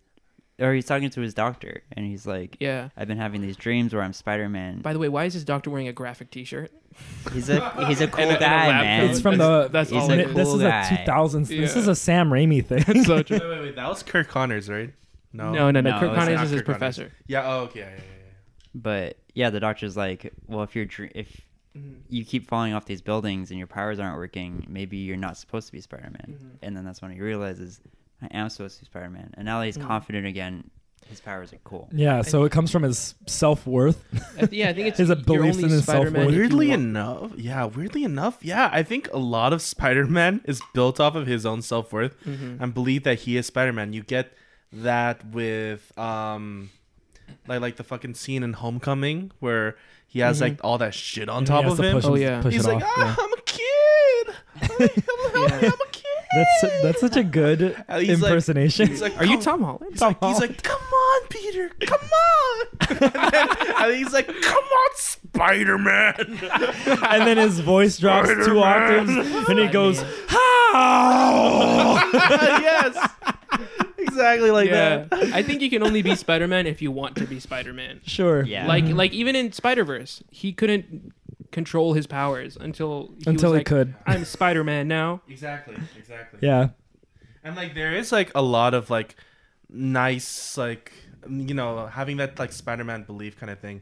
B: or he's talking to his doctor, and he's like,
F: Yeah.
B: I've been having these dreams where I'm Spider-Man."
F: By the way, why is his doctor wearing a graphic T-shirt?
B: He's a
F: [LAUGHS]
B: he's a cool
F: And a- and a
B: guy,
F: lab
B: man.
F: coat.
D: It's from
F: That's-
D: the.
F: that's
B: all
D: mi-
B: it is.
D: This
B: Cool
D: is a
B: guy.
D: 2000s. This
F: Yeah.
D: is a Sam Raimi
C: [LAUGHS]
D: thing.
F: So
C: Wait, wait, wait. That was Kirk Connors, right? No.
F: No, no, no.
B: No,
F: Kirk
B: it's
F: Connors
C: not
F: is his
C: Kirk Connors.
F: professor.
C: Yeah. Oh, okay. Yeah, yeah, yeah,
B: But yeah, the doctor's like, "Well, if you're dr- if
F: Mm-hmm.
B: you keep falling off these buildings and your powers aren't working, maybe you're not supposed to be Spider-Man."
F: Mm-hmm.
B: And then that's when he realizes, "I am supposed to be Spider-Man." And now that
F: Mm.
B: he's confident again, his powers are cool.
D: [LAUGHS] yeah, so it comes from his self worth.
F: I th- yeah,
D: [LAUGHS]
F: I think it's
D: His
F: you're
D: beliefs
F: only
D: in his
F: Spider-Man
D: self-worth.
F: if you
C: Weirdly
F: want-
C: enough, yeah. Weirdly enough, yeah. I think a lot of Spider-Man is built off of his own self-worth
D: Mm-hmm.
C: and believe that he is Spider-Man. You get that with um, like like the fucking scene in Homecoming where he has like all that shit on
D: Mm-hmm.
C: top
D: He has
C: of
D: to
C: him.
D: push
F: Oh, yeah.
D: push
C: He's
D: it
C: like,
D: off,
C: ah,
D: yeah.
C: I'm a kid. I'm,
D: [LAUGHS]
C: I'm- I'm a kid.
D: That's su- that's such a [LAUGHS]
C: [LAUGHS]
D: good
C: And he's like-
D: impersonation.
C: [LAUGHS] He's like,
F: Are you
C: "Come
F: Tom Holland?
C: He's like, he's like, come on, Peter, come on. [LAUGHS] and, then, and he's like, come on,
D: [LAUGHS]
C: Spider [LAUGHS] Man.
D: and then his voice drops two octaves, and he goes, "How?"
C: yes. Exactly like
F: yeah.
C: that.
F: I think you can only be Spider-Man if you want to
C: [LAUGHS]
F: be Spider-Man.
D: Sure.
B: Yeah. Mm-hmm.
F: Like like even in Spider-Verse, he couldn't control his powers until he
D: Until
F: was
D: he
F: like,
D: could.
F: I'm
C: [LAUGHS]
F: Spider-Man now.
C: Exactly. Exactly.
D: Yeah.
C: And like, there is like a lot of like nice, like, you know, having that like Spider Man belief kind of thing.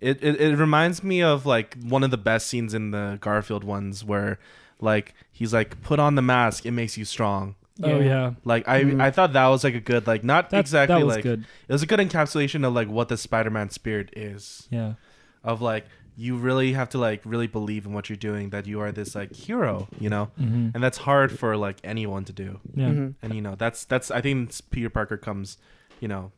C: It, it, it reminds me of like one of the best scenes in the Garfield ones where like he's like, put on the mask, it makes you strong.
D: Oh
F: Yeah.
D: yeah.
C: Like I, I thought that was like a good like not
D: That,
C: exactly
D: That was
C: like
D: good.
C: it was a good encapsulation of like what the Spider-Man spirit is
D: Yeah.
C: of like you really have to like really believe in what you're doing that you are this like hero you know
B: Mm-hmm.
D: hmm
C: and that's hard for like anyone to do
D: Mm-hmm. Yeah.
C: Mm-hmm.
F: Mhm.
C: and you know that's that's I think Peter Parker comes you know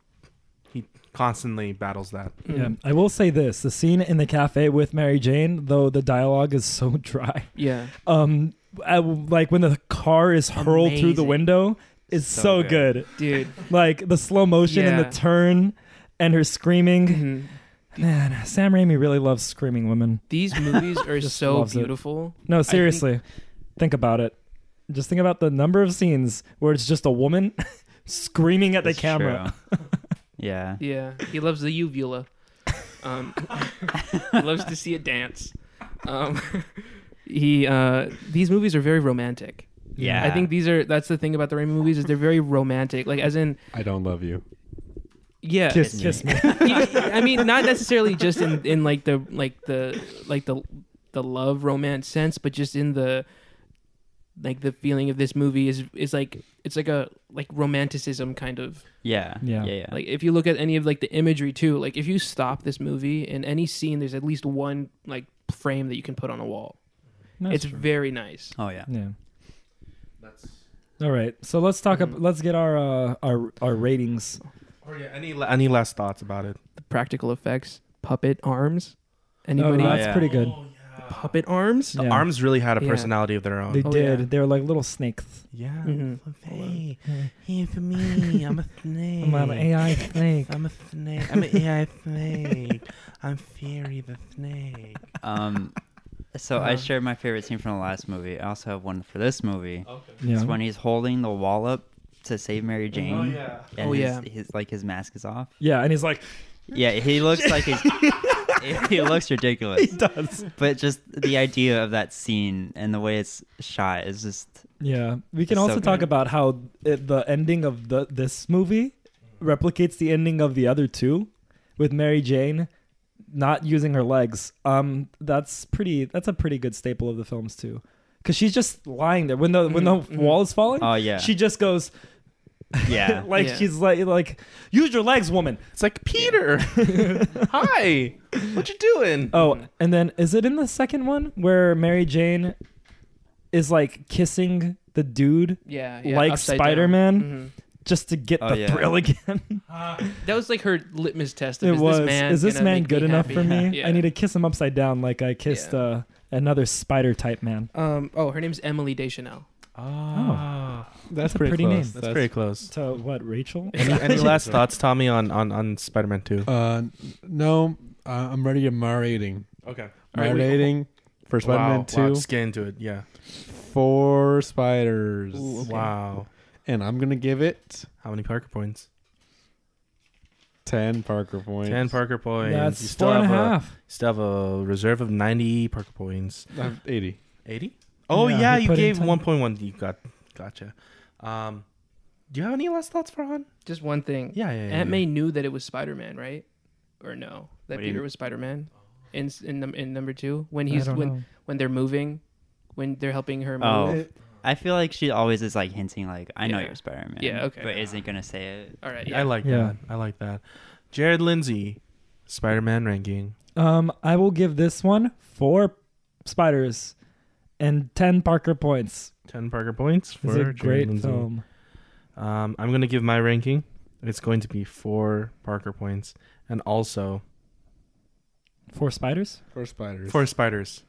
C: he constantly battles that.
F: Mm-hmm.
D: Mm-hmm. Yeah, I will say this: the scene in the cafe with Mary Jane, though the dialogue is so [LAUGHS] dry,
F: Yeah.
D: um, I, like when the car is hurled through the
B: Amazing.
D: window, is
B: So
D: so,
B: good.
D: good. [LAUGHS]
F: Dude.
D: Like the slow motion and
F: Yeah.
D: the turn, and her
B: Mm-hmm.
D: screaming.
F: Mhm.
D: Man, Sam Raimi really loves screaming women.
F: These movies are
D: Just
F: so
D: loves it.
F: beautiful.
D: No, seriously, think, about it. Just think about the number of scenes where it's just a woman [LAUGHS] screaming at the
B: It's
D: camera. [LAUGHS]
B: true. yeah.
F: Yeah, he loves the uvula. Um, [LAUGHS] he loves to see it dance. Um, [LAUGHS] he uh, these movies are very romantic.
B: Yeah.
F: I think these are that's the thing about the Raimi movies is they're very romantic. Like as in
E: I don't love you.
F: yeah,
D: Kiss me. Kiss me.
F: I mean not necessarily just in in like the like the like the the love romance sense, but just in the like the feeling of this movie is is like it's like a like romanticism kind of
B: Yeah.
D: Yeah.
B: Yeah. Yeah.
F: Like if you look at any of like the imagery too, like if you stop this movie in any scene, there's at least one like frame that you can put on a wall.
D: No,
F: it's very nice.
B: oh yeah.
D: Yeah. All right. So let's talk. Up, let's get our uh, our our ratings.
C: Or yeah, any la- any last thoughts about it?
F: The practical effects, puppet arms.
D: Oh,
F: Anybody?
D: that's
B: yeah.
D: pretty good.
F: Puppet arms.
D: Yeah.
C: Arms really had a
F: Yeah.
C: personality of their own.
D: They
F: Oh,
D: did.
F: yeah.
D: They were like little snakes.
C: yeah.
F: Mhm.
C: Hey, hey, for me, I'm a snake.
D: I'm an AI snake.
C: I'm a snake. I'm an AI snake. I'm Fury the snake.
B: Um, so I shared my favorite scene from the last movie. I also have one for this movie.
D: [LAUGHS] Yeah.
B: It's when he's holding the wall up to save Mary Jane. And
F: Oh,
B: his,
F: yeah.
B: His like his mask is off.
D: Yeah, and he's like,
B: Yeah. He looks like he's. [LAUGHS] he looks ridiculous.
D: he does.
B: But just the idea of that scene and the way it's shot is just
D: Yeah. We can
B: It's
D: also
B: so
D: talk
B: good.
D: about how it, the ending of the this movie replicates the ending of the other two, with Mary Jane not using her legs. Um, that's pretty. That's a pretty good staple of the films too, because she's just lying there when the when the
F: Mhm, mhm.
D: wall is falling.
B: oh yeah
D: She just goes
B: [LAUGHS] yeah
D: [LAUGHS] like
F: Yeah.
D: she's like like use your legs,
B: [LAUGHS]
D: woman. [LAUGHS]
C: It's like Peter. [LAUGHS] Hi, what you doing?
D: Oh, and then is it in the second one where Mary Jane is like kissing the dude
F: Yeah. yeah,
D: Like
F: upside down.
D: Spider-Man?
B: Mm-hmm.
F: Mhm.
D: just to get
B: Oh,
D: the
B: yeah.
D: thrill again?
F: That was like her litmus test. Of,
D: it
F: is
D: was.
F: This man
D: is this
F: gonna
D: man
F: make
D: good
F: me
D: enough
F: happy?
D: for me?
F: [LAUGHS] Yeah.
D: I need to kiss him upside down like I kissed
F: Yeah.
D: uh, another spider type man.
F: Um. Oh, her name's Emily Deschanel.
D: Oh.
E: That's,
D: a
E: pretty,
D: pretty
E: close.
D: name.
C: Ah. that's very [LAUGHS] close.
D: So what, Rachel?
C: Any, any last thoughts, Tommy, on on on Spider-Man Two?
E: Uh, no, uh, I'm ready to mar rating.
C: Okay.
F: All
E: Mar
F: right, we-
E: rating for Spider-Man Two.
C: Let's get into it. Yeah.
E: Four spiders,
F: Ooh, okay.
C: Wow.
E: and I'm gonna give it
C: How many Parker points?
E: ten Parker points.
C: Ten Parker points. You
D: That's
C: still
D: four and a
C: have
D: half.
C: still have a reserve of ninety Parker points.
E: I have Eighty.
C: Eighty. Oh
D: Yeah,
C: yeah,
D: he
C: you
D: put in
C: gave
D: 10.
C: one point one. You got gotcha. Um, do you have any last thoughts, Farhan?
F: Just one thing.
C: Yeah, yeah. yeah
F: Aunt
C: yeah.
F: May knew that it was Spider Man, right? Or no, that
B: What do you-
F: Peter was Spider Man. In in num- in number two, when
D: I
F: he's
D: don't
F: when
D: know.
F: when they're moving, when they're helping her move.
B: oh I feel like she always is like hinting like I know
F: Yeah.
B: you're Spider Man
F: Yeah, okay.
B: but isn't gonna say it [LAUGHS]
F: All right.
C: I
F: Yeah.
C: like
D: Yeah.
C: that. I like that. Jared Lindsay, Spider-Man ranking.
D: Um, I will give this one four spiders and ten Parker points.
C: Ten Parker points for
D: It's a
C: Jared
D: great
C: Lindsay.
D: film.
C: Um, I'm gonna give my ranking. It's going to be four Parker points, and also
D: Four spiders.
E: Four spiders.
C: four spiders.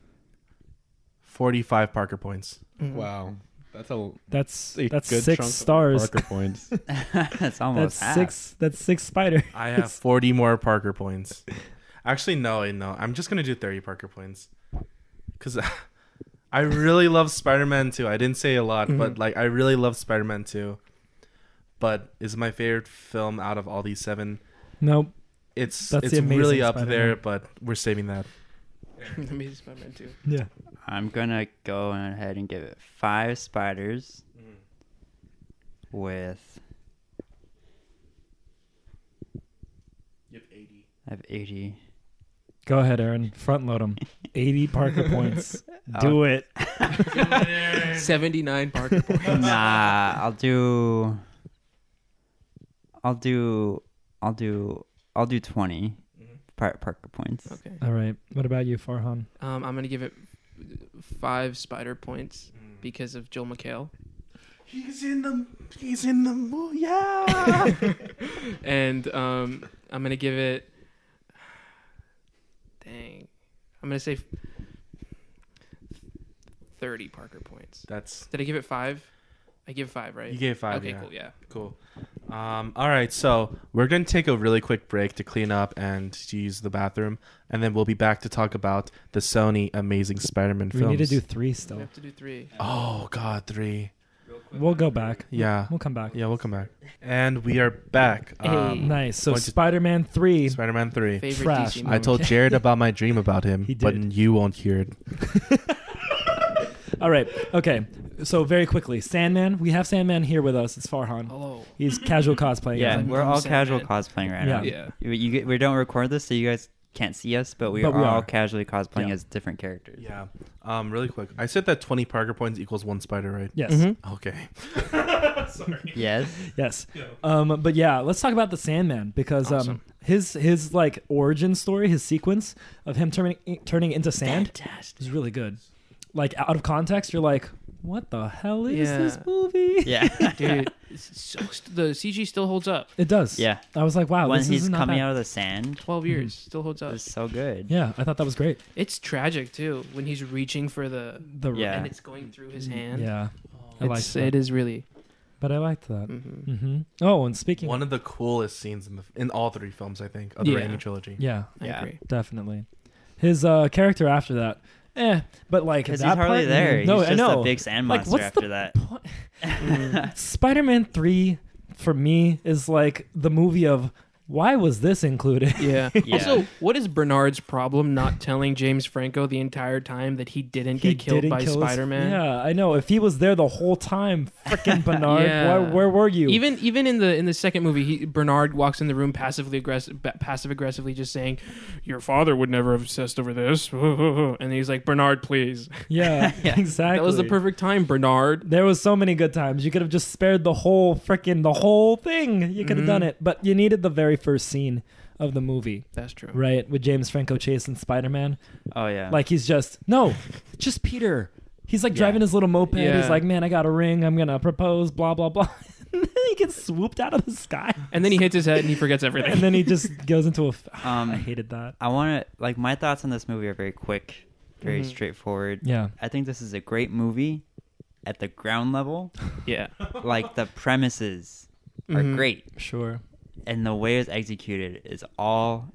C: Forty-five Parker points.
F: Mhm.
E: Wow, that's a,
D: That's
E: a
D: that's
E: good chunk
D: six
E: of
D: stars.
E: Parker points.
B: that's almost
D: That's
B: half.
D: six. That's six spiders.
C: I have 40 more Parker points. Actually, no, I- no. I'm just going to do 30 Parker points. Because [LAUGHS] I really love Spider Man 2. I didn't say a lot, but
D: Mm-hmm.
C: like, I really love Spider Man 2. But is my favorite film out of all these seven.
D: [LAUGHS] Nope.
C: It's
D: That's
C: it's
D: the amazing
C: really up
D: Spider-Man.
C: there, but we're saving that.
F: [LAUGHS] Let me Spider Man too. [LAUGHS]
D: Yeah.
B: I'm gonna go on ahead and give it five spiders with
C: You have 80.
B: I have
C: [LAUGHS]
B: eighty.
D: Go ahead, Aaron. Front load them. Eighty Parker points. Do it.
F: Seventy nine Parker points.
B: nah, I'll do. I'll do. I'll do. I'll do 20
C: Mm-hmm.
B: par- Parker points.
F: Okay.
D: All right. What about you, Farhan?
F: Um, I'm gonna give it five Spider points because of Joel McHale.
C: He's in the. He's in the. mo- [LAUGHS] Yeah.
F: and um, I'm gonna give it. Dang, I'm gonna say thirty Parker points.
C: That's.
F: Did I give it five? I give five, right?
C: You gave five.
F: okay,
C: yeah.
F: cool. Yeah,
C: Cool. Um, all right, so we're going to take a really quick break to clean up and to use the bathroom, and then we'll be back to talk about the Sony Amazing Spider-Man
D: We
C: films.
D: need to do three
F: we
D: still.
F: have to do three.
C: Oh God, three.
D: We'll go back.
C: Yeah,
D: We'll come back.
C: yeah, we'll come back. And we are back. Um,
D: Nice. So
C: What'd you-
D: Spider-Man three.
C: Spider-Man three.
F: Favorite
D: Trash.
F: DC
D: I
F: movie.
C: I told
D: [LAUGHS]
C: Jared about my dream about him,
D: He
C: but
D: did.
C: you won't hear it.
D: All right. Okay. So very quickly, Sandman. We have Sandman here with us. It's Farhan.
F: Hello.
D: He's casual cosplaying.
B: Oh. Yeah,
F: I'm-
B: we're
F: I'm
B: all
F: sad,
B: casual
F: man.
B: cosplaying right
D: Yeah.
B: now.
F: Yeah.
B: You- you- we don't record this, so you guys can't see us, but we
D: But
B: are
D: we
B: all
D: are.
B: casually cosplaying
D: Yeah.
B: as different characters.
C: Yeah. Um, really quick. I said that twenty Parker points equals one spider, right?
D: Yes.
C: Okay.
B: Yes.
D: [LAUGHS] Yes. Um, but yeah, let's talk about the Sandman because um,
F: Awesome.
D: his his like origin story, his sequence of him turning turning into sand
F: Fantastic.
D: is really good. Like out of context, you're like, what the hell is
F: Yeah.
D: this movie?
B: Yeah.
F: Dude, it's so st- the CG still holds up.
D: It does.
B: Yeah.
D: I was like, wow, Ah,
B: when
D: this
B: he's
D: is not
B: coming
D: bad. Uh,
B: out of the sand,
F: Twelve years still holds up.
B: it's so good.
D: Yeah, I thought that was great.
F: It's tragic too when he's reaching for the
D: The
B: Yeah.
F: and it's going through his hand.
D: yeah, I liked
F: It's,
D: that.
F: it is really.
D: But I liked that.
F: mhm.
D: hmm Oh, and speaking,
C: One of the coolest scenes in the in all three films, I think, of the
F: Yeah.
C: Raimi trilogy.
D: yeah,
F: I
B: Yeah.
F: agree.
D: definitely. His uh, character after that, eh? But like that
B: Because he's hardly
D: part,
B: there.
D: No,
B: he's
D: I
B: just
D: know.
B: a big sand
D: Like,
B: monster
D: what's
B: after
D: the [LAUGHS]
B: that.
D: Pl-
F: Mm-hmm.
D: Spider-Man 3 for me is like the movie of why was this included?
F: Yeah.
B: Yeah.
F: Also, what is Bernard's problem not telling James Franco the entire time that he
D: [LAUGHS]
F: didn't get killed
D: didn't
F: by
D: kill his-
F: Spider Man?
D: Yeah, I know. If he was there the whole time,
B: [LAUGHS]
D: freaking Bernard,
F: Yeah.
D: why, where were you?
F: Even even in the in the second movie, he, Bernard walks in the room passively aggressive, passive aggressively, just saying, "Your father would never have obsessed over this." [LAUGHS] And he's like, "Bernard, please."
B: [LAUGHS]
D: yeah, exactly.
F: That was the perfect time, Bernard.
D: There was so many good times. You could have just spared the whole freaking the whole thing. You could have
F: Mhm.
B: Mm-hmm.
D: done it, but you needed the very first scene of the movie,
F: That's true.
D: right? With James Franco chasing Spider-Man.
B: Oh yeah.
D: Like he's just no, just Peter. He's like
B: Yeah.
D: driving his little moped.
F: Yeah.
D: He's like, man, I got a ring. I'm gonna propose. Blah blah [LAUGHS] blah. and then he gets swooped out of the sky,
F: And then he hits his head and he forgets
D: [LAUGHS]
F: everything.
D: and then he
B: [LAUGHS]
D: just goes into a. F- [SIGHS]
B: Um,
D: I hated that.
B: I want to like my thoughts on this movie are very quick, very
F: Mhm.
B: straightforward.
D: Mm-hmm. Yeah,
B: I think this is a great movie at the ground
D: [LAUGHS]
B: level.
F: yeah.
B: like the premises
F: Mhm.
D: Mm-hmm.
B: are great,
D: sure.
B: and the way it's executed is all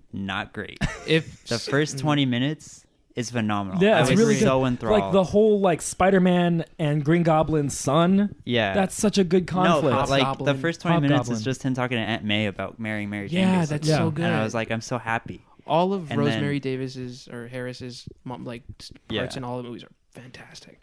D: [LAUGHS]
B: not great.
F: If
B: the first twenty minutes is phenomenal.
D: Mm-hmm. Yeah,
B: I
D: it's
B: was
D: really
B: so
D: good.
B: enthralled.
D: Like the whole like Spider-Man and Green Goblin's son.
B: yeah,
D: That's such a good conflict.
B: No, like
F: Hobgoblin.
B: the first twenty minutes
D: Hobgoblin.
B: is just him talking to Aunt May about marrying Mary. Jane
F: [LAUGHS] yeah,
B: Davis.
F: that's
D: Yeah.
F: so good.
B: And I was like, I'm so happy.
F: all of
B: and
F: Rosemary
B: then-
F: Davis's or Harris's mom, like s-
B: Yeah.
F: parts in all the movies are fantastic.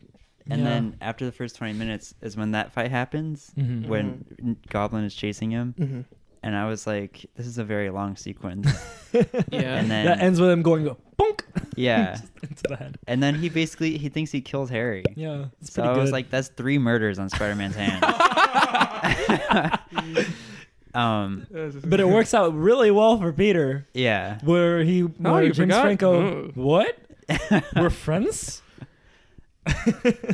B: And
D: Yeah.
B: then after the first twenty minutes is when that fight happens,
D: Mhm.
B: when Goblin is chasing him,
F: Mm-hmm.
B: and I was like, this is a very long sequence.
F: Yeah.
D: [LAUGHS]
B: and then
D: that ends with him going bonk [LAUGHS]
B: yeah,
D: Just into the
B: [LAUGHS]
D: head.
B: and then he basically he thinks he killed Harry.
D: Yeah, it's
B: So
D: pretty
B: I
D: good.
B: was like, that's three murders on Spider Man's hand. [LAUGHS] um,
D: but it works out really well for Peter,
B: yeah.
D: where he where
F: Oh, you
D: James
F: forgot?
D: Franco.
F: Oh.
B: [LAUGHS]
D: What? We're friends.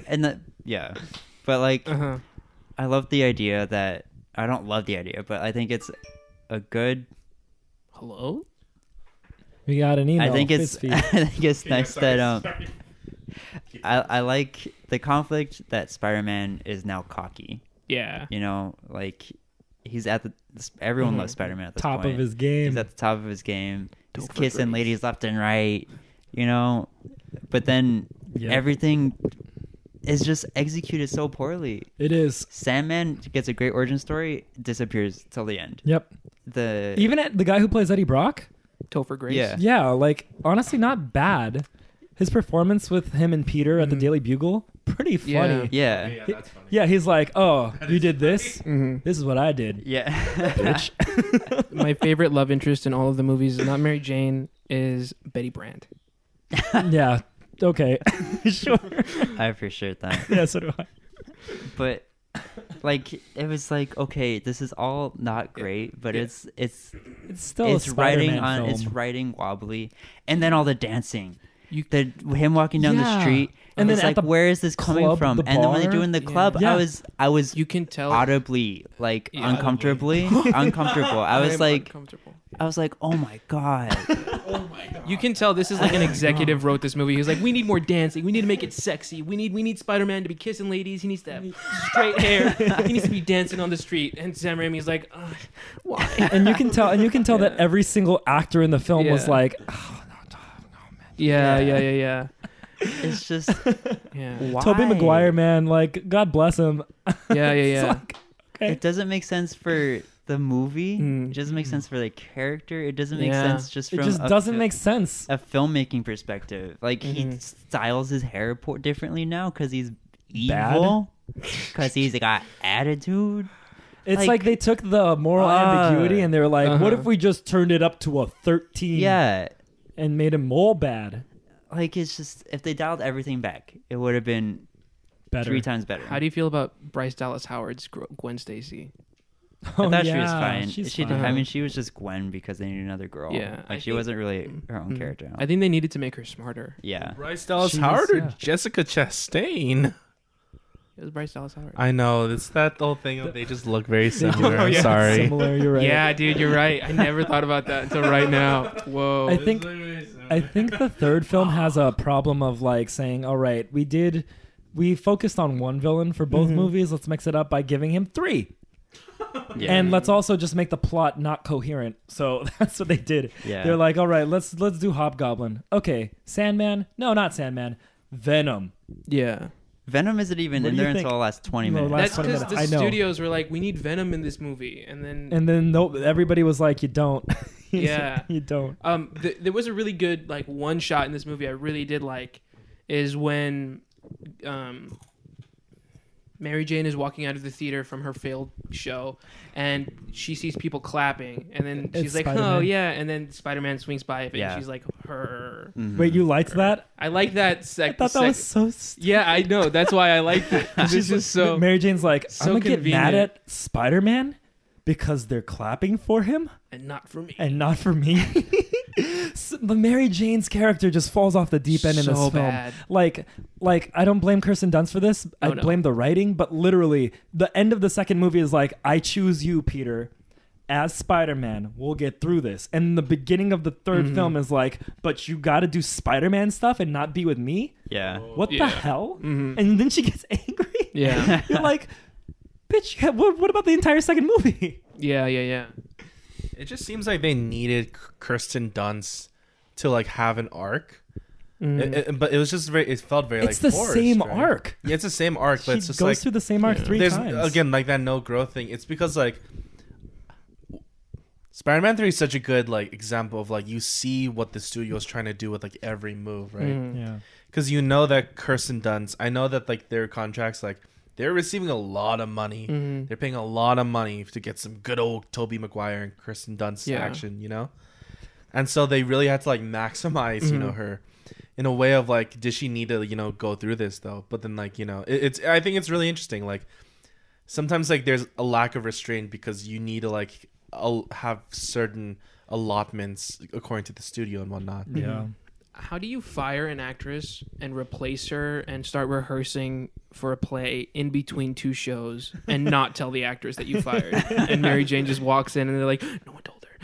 B: And that, yeah. But like,
F: Uh-huh.
B: I love the idea that, I don't love the idea, but I think it's a good,
F: Hello.
D: We got an email.
B: I think [LAUGHS] it's,
D: Fist
B: I
D: feed.
B: think it's nice that, um, I, I like the conflict that Spider Man is now cocky.
F: Yeah.
B: You know, like, he's at the, everyone
F: Mhm.
B: loves Spider Man at this
D: Mm-hmm. top
B: point.
D: of his game.
B: He's at the top of his game. He's
F: Dope for
B: kissing
F: threes.
B: ladies left and right, you know. But then
D: Yeah.
B: everything is just executed so poorly.
D: it is.
B: Sandman gets a great origin story, disappears till the end.
D: Yep.
B: The
D: Even at the guy who plays Eddie Brock.
F: Topher Grace.
B: Yeah.
D: Yeah, like honestly, not bad. His performance with him and Peter at the
F: Mhm.
D: Daily Bugle, pretty funny. Yeah,
F: Oh,
B: yeah,
C: that's funny.
D: he's like, "Oh, you did this.
F: Mhm.
D: This is what I
B: [LAUGHS]
D: did."
B: yeah,
F: [LAUGHS] My favorite love interest in all of the movies is not Mary Jane, is Betty Brandt.
D: [LAUGHS] yeah.
B: [LAUGHS]
D: Okay. [LAUGHS] sure.
B: I appreciate that.
D: Yeah. So do I.
B: But like, it was like, okay, this is all not great, but
F: Yeah.
B: it's it's
D: It's still
B: it's
D: a
B: writing
D: Spider-Man
B: on
D: film.
B: it's writing wobbly, and then all the dancing.
F: You-
B: the him walking down the
D: Yeah.
B: street, and
D: And then
B: then it's
D: at
B: like,
D: the
B: where is this coming
D: club,
B: from?
D: the
B: and then when they're
D: bar?
B: doing the club,
D: Yeah.
B: I was, I was
F: You can tell.
B: audibly like
F: Yeah. [LAUGHS]
B: uncomfortably, uncomfortable. I was
F: am
B: like,
F: uncomfortable.
B: I was like, oh my god,
F: You can tell this is like
B: [LAUGHS]
F: an executive wrote this movie. He's like, we need more dancing. We need to make it sexy. We need we need Spider Man to be kissing ladies. He needs to have straight hair. He needs to be dancing on the street. And Sam Raimi's like, "Ugh, why?
D: and you can tell, and you can
B: [LAUGHS]
D: tell that
F: Yeah.
D: every single actor in the film was
F: Yeah.
D: like, "Ah,
F: Yeah, yeah, yeah, yeah,
B: it's
D: [LAUGHS]
B: just
F: yeah,
B: why?
D: Toby Maguire, man, like God bless him.
F: yeah, yeah,
D: It's
B: [LAUGHS]
F: yeah.
D: like,
B: It doesn't make sense for the movie.
F: Mm.
B: It doesn't make sense for the character. It doesn't make
F: Yeah.
B: sense just
D: it
B: from
D: just
B: a-
D: doesn't make Mm-hmm. sense.
B: a filmmaking perspective. Like he
F: Mhm.
B: styles his hair po- differently now because he's
D: Bad?
B: evil, [LAUGHS] because he's got attitude.
D: It's like,
B: Like-
D: they took the moral
B: Ah.
D: ambiguity and they were like, what
F: Uh-huh.
D: if we just turned it up to a 13
B: Yeah,
D: and made him more bad?
B: like it's just if they dialed everything back, it would have been
D: Better.
B: three times better.
F: How do you feel about Bryce Dallas Howard's Gr- Gwen Stacy?
B: I
D: [LAUGHS] Oh,
B: thought she was
D: yeah,
B: fine.
D: she's
B: she,
D: fine.
B: I mean, she was just Gwen because they needed another girl.
F: Yeah,
B: like
F: I
B: she
F: think-
B: wasn't really her own
F: Mm.
B: character.
F: I think they needed to make her smarter.
B: yeah,
C: Bryce Dallas
D: She
C: Howard
D: was-
C: or
D: yeah.
C: Jessica Chastain?
F: It was Bryce Dallas Howard.
C: I know it's that whole thing. Of they just look very
D: [LAUGHS] They do
C: similar. [LAUGHS]
D: look
C: I'm sorry.
D: Similar, you're right.
F: Yeah, dude, you're right. I never thought about that until right now. Whoa.
D: I think I think the
F: [LAUGHS]
D: third film has a problem of like saying, all right, we did we focused on one villain for both movies. Let's mix it up by giving him three.
B: yeah.
D: And let's also just make the plot not coherent. So [LAUGHS] that's what they did.
B: Yeah.
D: They're like, all right, let's let's do Hobgoblin. Okay, Sandman. No, not Sandman. Venom.
F: yeah.
B: Venom isn't even
D: What
B: in
D: do you
B: there until
D: think?
B: the last twenty
D: No,
B: minutes.
D: last
F: That's
D: 20
F: because
D: minutes.
F: the
D: I know.
F: studios were like, we need Venom in this movie. And then,
D: And [LAUGHS] then no, everybody was like, you don't. [LAUGHS] You-
F: Yeah.
D: you don't.
F: um, th- there was a really good, like, one shot in this movie I really did like is when um, Mary Jane is walking out of the theater from her failed show and she sees people clapping. And then
D: It's
F: she's like, oh,
D: Spider-Man.
F: yeah. And then Spider Man swings by it
B: Yeah.
F: and she's like, her.
B: Mm-hmm.
D: Wait, you liked that?
F: I like that
D: I
F: sec-
D: thought that
F: sec-
D: was so. St-
F: Yeah, I know. That's why I
D: [LAUGHS]
F: liked it. This is so.
D: Mary Jane's like,
F: so
D: I'm gonna get mad
F: convenient.
D: at Spider Man because they're clapping for him
F: and not for me.
D: and not for
F: [LAUGHS]
D: me. so, but Mary Jane's character just falls off the deep end in
F: so
D: this film.
F: bad.
D: Like, like I don't blame Kirsten Dunst for this. I
F: Oh, no.
D: blame the writing. But literally, the end of the second movie is like, I choose you, Peter. As Spider Man, we'll get through this. And the beginning of the 3rd
F: Mm-hmm.
D: film is like, but you gotta do Spider Man stuff and not be with me?
B: yeah,
D: What
F: Yeah.
D: the hell?
F: Mhm.
D: And then she gets [LAUGHS] angry. [LAUGHS]
F: Yeah,
D: You're like, bitch, yeah, what, what about the entire second movie?
F: yeah, yeah, yeah.
C: It just seems like they needed K- Kirsten Dunst to like have an arc, It- it- but it was just very. It felt very.
D: Mm. it's
C: like
D: the
C: forced,
D: same
C: right?
D: arc.
C: Yeah, it's the same arc,
D: She
C: but it's
D: goes
C: just like
D: through the same arc
F: Yeah.
D: three
C: there's
D: times.
C: again like that no growth thing. It's because like Spider-Man Three is such a good like example of like you see what the studio is trying to do with like every move, right?
F: Mm.
D: Yeah.
C: because you know that Kirsten Dunst. I know that like their contracts, like they're receiving a lot of money. They're paying a lot of money to get some good old Toby Maguire and Kirsten Dunst
F: Yeah.
C: action, you know. And so they really had to like maximize, you know, her in a way of like, did she need to, you know, go through this though? But then like, you know, it, it's. I think it's really interesting. Like sometimes like there's a lack of restraint because you need to like al- have certain allotments according to the studio and whatnot.
D: Yeah.
F: How do you fire an actress and replace her and start rehearsing for a play in between two shows
B: [LAUGHS]
F: and not tell the actress that you fired? and Mary Jane just walks in and they're like, "No one told her."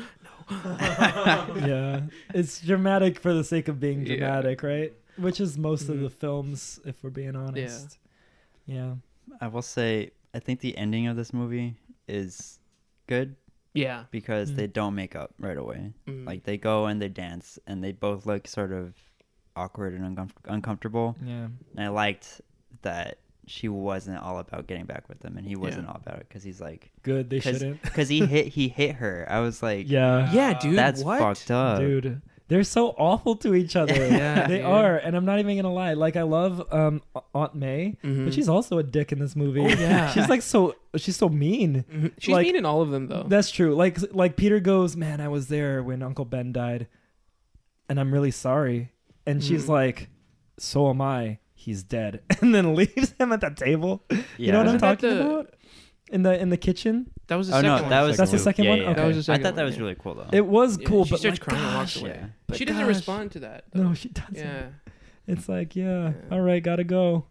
D: yeah. It's dramatic for the sake of being
F: Yeah.
D: dramatic, right? Which is most of the films, if we're being honest. Yeah.
B: I will say, I think the ending of this movie is good
F: Yeah,
B: because
D: Mm.
B: they don't make up right away.
F: Mm.
B: Like they go and they dance, and they both look sort of awkward and uncom- uncomfortable.
D: Yeah.
B: And I liked that she wasn't all about getting back with him, and he wasn't all about it because he's like,
D: Good. They shouldn't.
B: because he hit he hit her. I was like,
D: Yeah.
F: yeah, Ah, dude.
B: that's
F: what?
B: fucked up.
D: Dude. They're so awful to each [LAUGHS] other.
F: Yeah,
D: they
F: dude.
D: are, and I'm not even gonna lie. Like I love um, Aunt May,
F: Mhm.
D: but she's also a dick in this movie.
F: Oh, yeah.
D: [LAUGHS] she's like so she's so mean.
F: Mhm. She's
D: Like-
F: mean in all of them though.
D: That's true. Like like Peter goes, "Man, I was there when Uncle Ben died, and I'm really sorry." And she's
F: Mhm.
D: like, "So am I. He's [LAUGHS] dead." And then leaves him at the table.
B: Yeah.
D: You know what I'm
F: Isn't that
D: talking
F: the-
D: about? In the in the kitchen.
F: That was the
B: Oh
F: second
B: no,
F: one.
B: that was
D: That's the second
B: yeah,
D: one?
B: Yeah,
D: Okay.
F: That was the
B: I
F: second
B: thought that
F: one,
B: was
F: yeah.
B: really cool though.
D: It was
F: Yeah,
D: cool,
F: she
D: but
F: starts
D: like,
F: crying and walks
D: gosh,
F: away.
B: Oh. yeah.
F: she doesn't
D: gosh.
F: respond to that. though.
D: No, she doesn't.
B: [LAUGHS]
F: Yeah.
D: It's like, yeah,
F: Yeah.
D: all right, gotta go.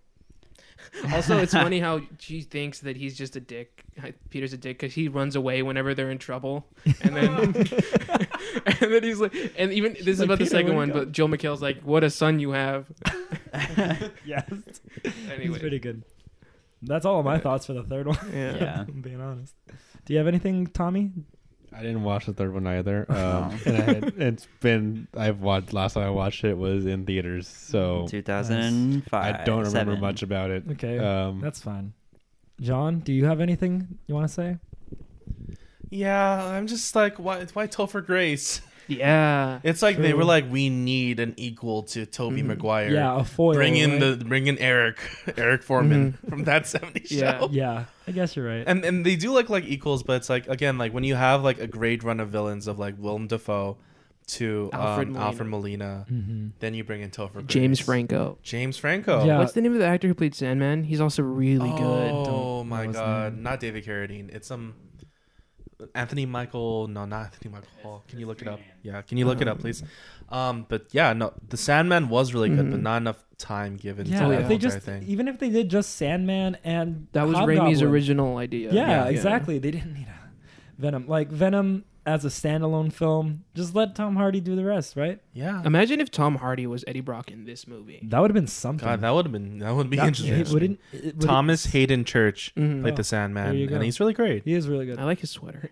F: also, it's funny how she thinks that he's just a dick. Peter's a dick because he runs away whenever they're in trouble, and then [LAUGHS] and then he's like, and even this is
D: Like,
F: about the
D: "Peter,
F: second
D: where'd
F: one,
D: you go?"
F: but Joe McHale's like, "What a son you have."
D: [LAUGHS] Yes,
F: Anyway,
D: it's pretty good. That's all of my
F: Yeah.
D: thoughts for the third one. [LAUGHS]
F: yeah.
B: Yeah.
D: I'm being honest. Do you have anything, Tommy?
E: I didn't watch the third one
C: [LAUGHS]
E: either.
C: Oh.
B: No.
E: Um, and I had, it's been I've watched last time I watched it was in theaters,
D: Oh,
E: so
B: 2005.
E: I don't remember
B: seven.
E: much about it.
D: Okay,
E: Um,
D: that's fine. John, do you have anything you want to say?
C: Yeah, I'm just like, why, why Topher Grace?
F: Yeah.
C: It's like they
D: True.
C: were like, we need an equal to Toby Maguire.
D: Yeah, a foil.
C: bring in
D: right?
C: the bring in Eric, [LAUGHS] Eric Foreman from that [LAUGHS] '70s
F: Yeah.
C: show.
D: Yeah, I guess you're right.
C: And and they do like like equals, but it's like again like when you have like a great run of villains of like Willem Dafoe to um,
F: Alfred
C: Alfred,
F: Molina.
C: Molina.
D: hmm
C: then you bring in Topher Grace.
F: James Franco.
C: James Franco.
D: Yeah.
F: What's the name of the actor who played Sandman? He's also really
C: Oh
D: Don't-
C: my
D: what was
C: God!
D: that?
C: Not David Carradine. It's um Anthony Michael. No, not Anthony Michael Hall. Can you look it up? Yeah, can you look it up,
D: Uh-huh.
C: please? Um, but yeah, no, the Sandman was really good, but not enough time given.
D: Mm-hmm. Yeah,
C: to
F: yeah.
C: that
D: if
C: whole
D: they
C: entire
D: just e-
C: thing.
D: even if they did just Sandman and
F: good. That was
D: Hobgoblin,
F: Raimi's original idea.
D: Yeah, exactly. They didn't need a Venom like Venom as a standalone film. Just let Tom Hardy do the rest, right?
C: yeah.
F: Imagine if Tom Hardy was Eddie Brock in this movie.
D: That would have been something.
C: God, that would have been that would be
D: That-
C: interesting.
D: it wouldn't- it would-
C: Thomas Hayden Church
D: Oh,
C: played
F: Mhm.
C: the
D: there
C: Sandman,
D: you go.
C: and he's really great.
D: He is really
C: [LAUGHS]
D: good.
F: I like
D: [LAUGHS]
F: his sweater.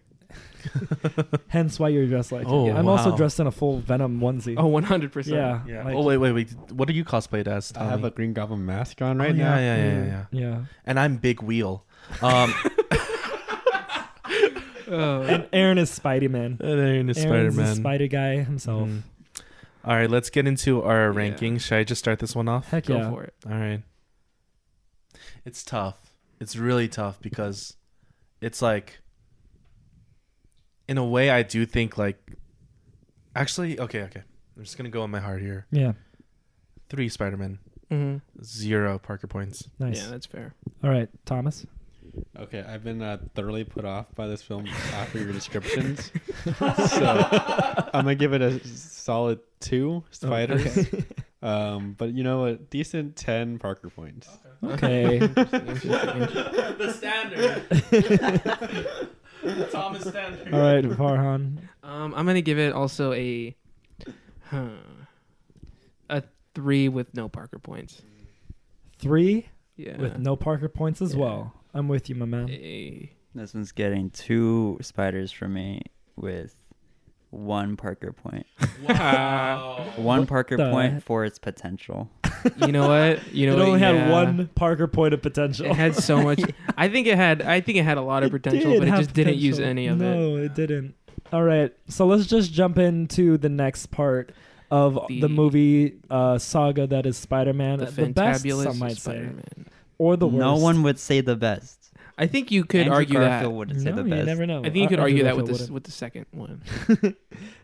D: Hence why you're dressed like. him.
C: Oh,
D: I'm also
C: wow.
D: dressed in a full Venom onesie.
F: Oh, 100%.
D: yeah. like-
C: oh wait, wait, wait. What are you cosplayed as?
E: I have
C: Tommy?
E: a Green Goblin mask on
C: Oh,
E: right
C: yeah,
E: now.
C: Yeah,
D: Mm.
C: yeah, yeah, yeah.
D: yeah.
C: And I'm Big
D: [LAUGHS]
C: Wheel. Um,
F: Oh,
D: And Aaron is Spidey Man.
C: Aaron
D: Aaron's
C: is
D: the
C: Spider-Man.
D: Spider guy himself.
F: Mm-hmm.
C: Mhm. All right, let's get into our
F: Yeah.
C: rankings. Should I just start this one off?
D: Heck
F: go
D: yeah.
F: for it.
C: All right. It's tough. It's really tough because it's like in a way I do think like actually okay, okay. I'm just going to go on my heart here.
D: Yeah.
C: 3 Spider-Man,
F: hmm
C: 0 Parker points.
D: Nice.
F: Yeah, that's fair.
D: All right, Thomas.
E: Okay, I've been uh, thoroughly put off by this film after
C: [LAUGHS]
E: your descriptions, so I'm gonna give it a solid two spiders. Um, but you know, a decent ten Parker points.
D: [LAUGHS] Okay.
C: the standard. [LAUGHS] Thomas standard.
D: All right, Farhan.
F: Um, I'm gonna give it also a, huh, a three with no Parker points.
D: Three
F: Yeah.
D: with no Parker points as
F: Yeah.
D: well. I'm with you, my man.
F: A,
B: This one's getting two spiders from me with one Parker point.
C: Wow.
B: One Parker
D: the
B: point
D: heck?
B: for its potential.
F: you
D: [LAUGHS]
F: know what? You know
D: it
F: what?
D: only had
F: Yeah.
D: one Parker point of potential. [LAUGHS]
F: It had so much. I think it had. I think it had a lot of potential, but it just didn't use any of it.
D: No, it didn't. All right, so let's just jump into the next part of the,
F: The-
D: movie uh, saga that is Spider-Man.
F: The
D: The, best, some
F: fantabulous
D: might say,
F: Spider-Man.
D: or the worst.
B: No one would say the best.
F: I think you could
B: Andrew
F: argue
B: Garfield
F: that.
B: wouldn't
D: No,
B: say the best.
D: you never know.
F: I think you could
D: Ar-
F: argue
D: Andrew
F: that with
D: Garfield
F: this
D: wouldn't.
F: with the second one.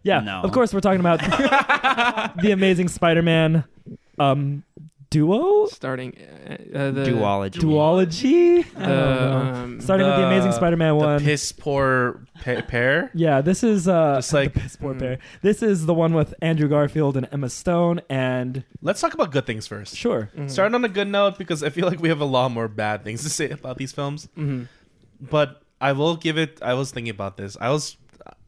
D: Yeah,
B: No.
D: of course we're talking
F: [LAUGHS]
D: about [LAUGHS] the Amazing Spider-Man um, duo
F: Starting uh, uh, the
B: Duology.
D: duology. I don't
F: The,
D: know.
F: um,
D: Starting with the Amazing Spider-Man
C: The
D: one.
C: piss poor pa- pair.
D: Yeah, this is uh
C: Just like-
D: the piss poor
F: hmm.
D: pair. This is the one with Andrew Garfield and Emma Stone and
C: Let's talk about good things first.
D: sure.
F: Mm-hmm.
C: Start on a good note because I feel like we have a lot more bad things to say about these films.
F: Mhm.
C: But I will give it. I was thinking about this. I was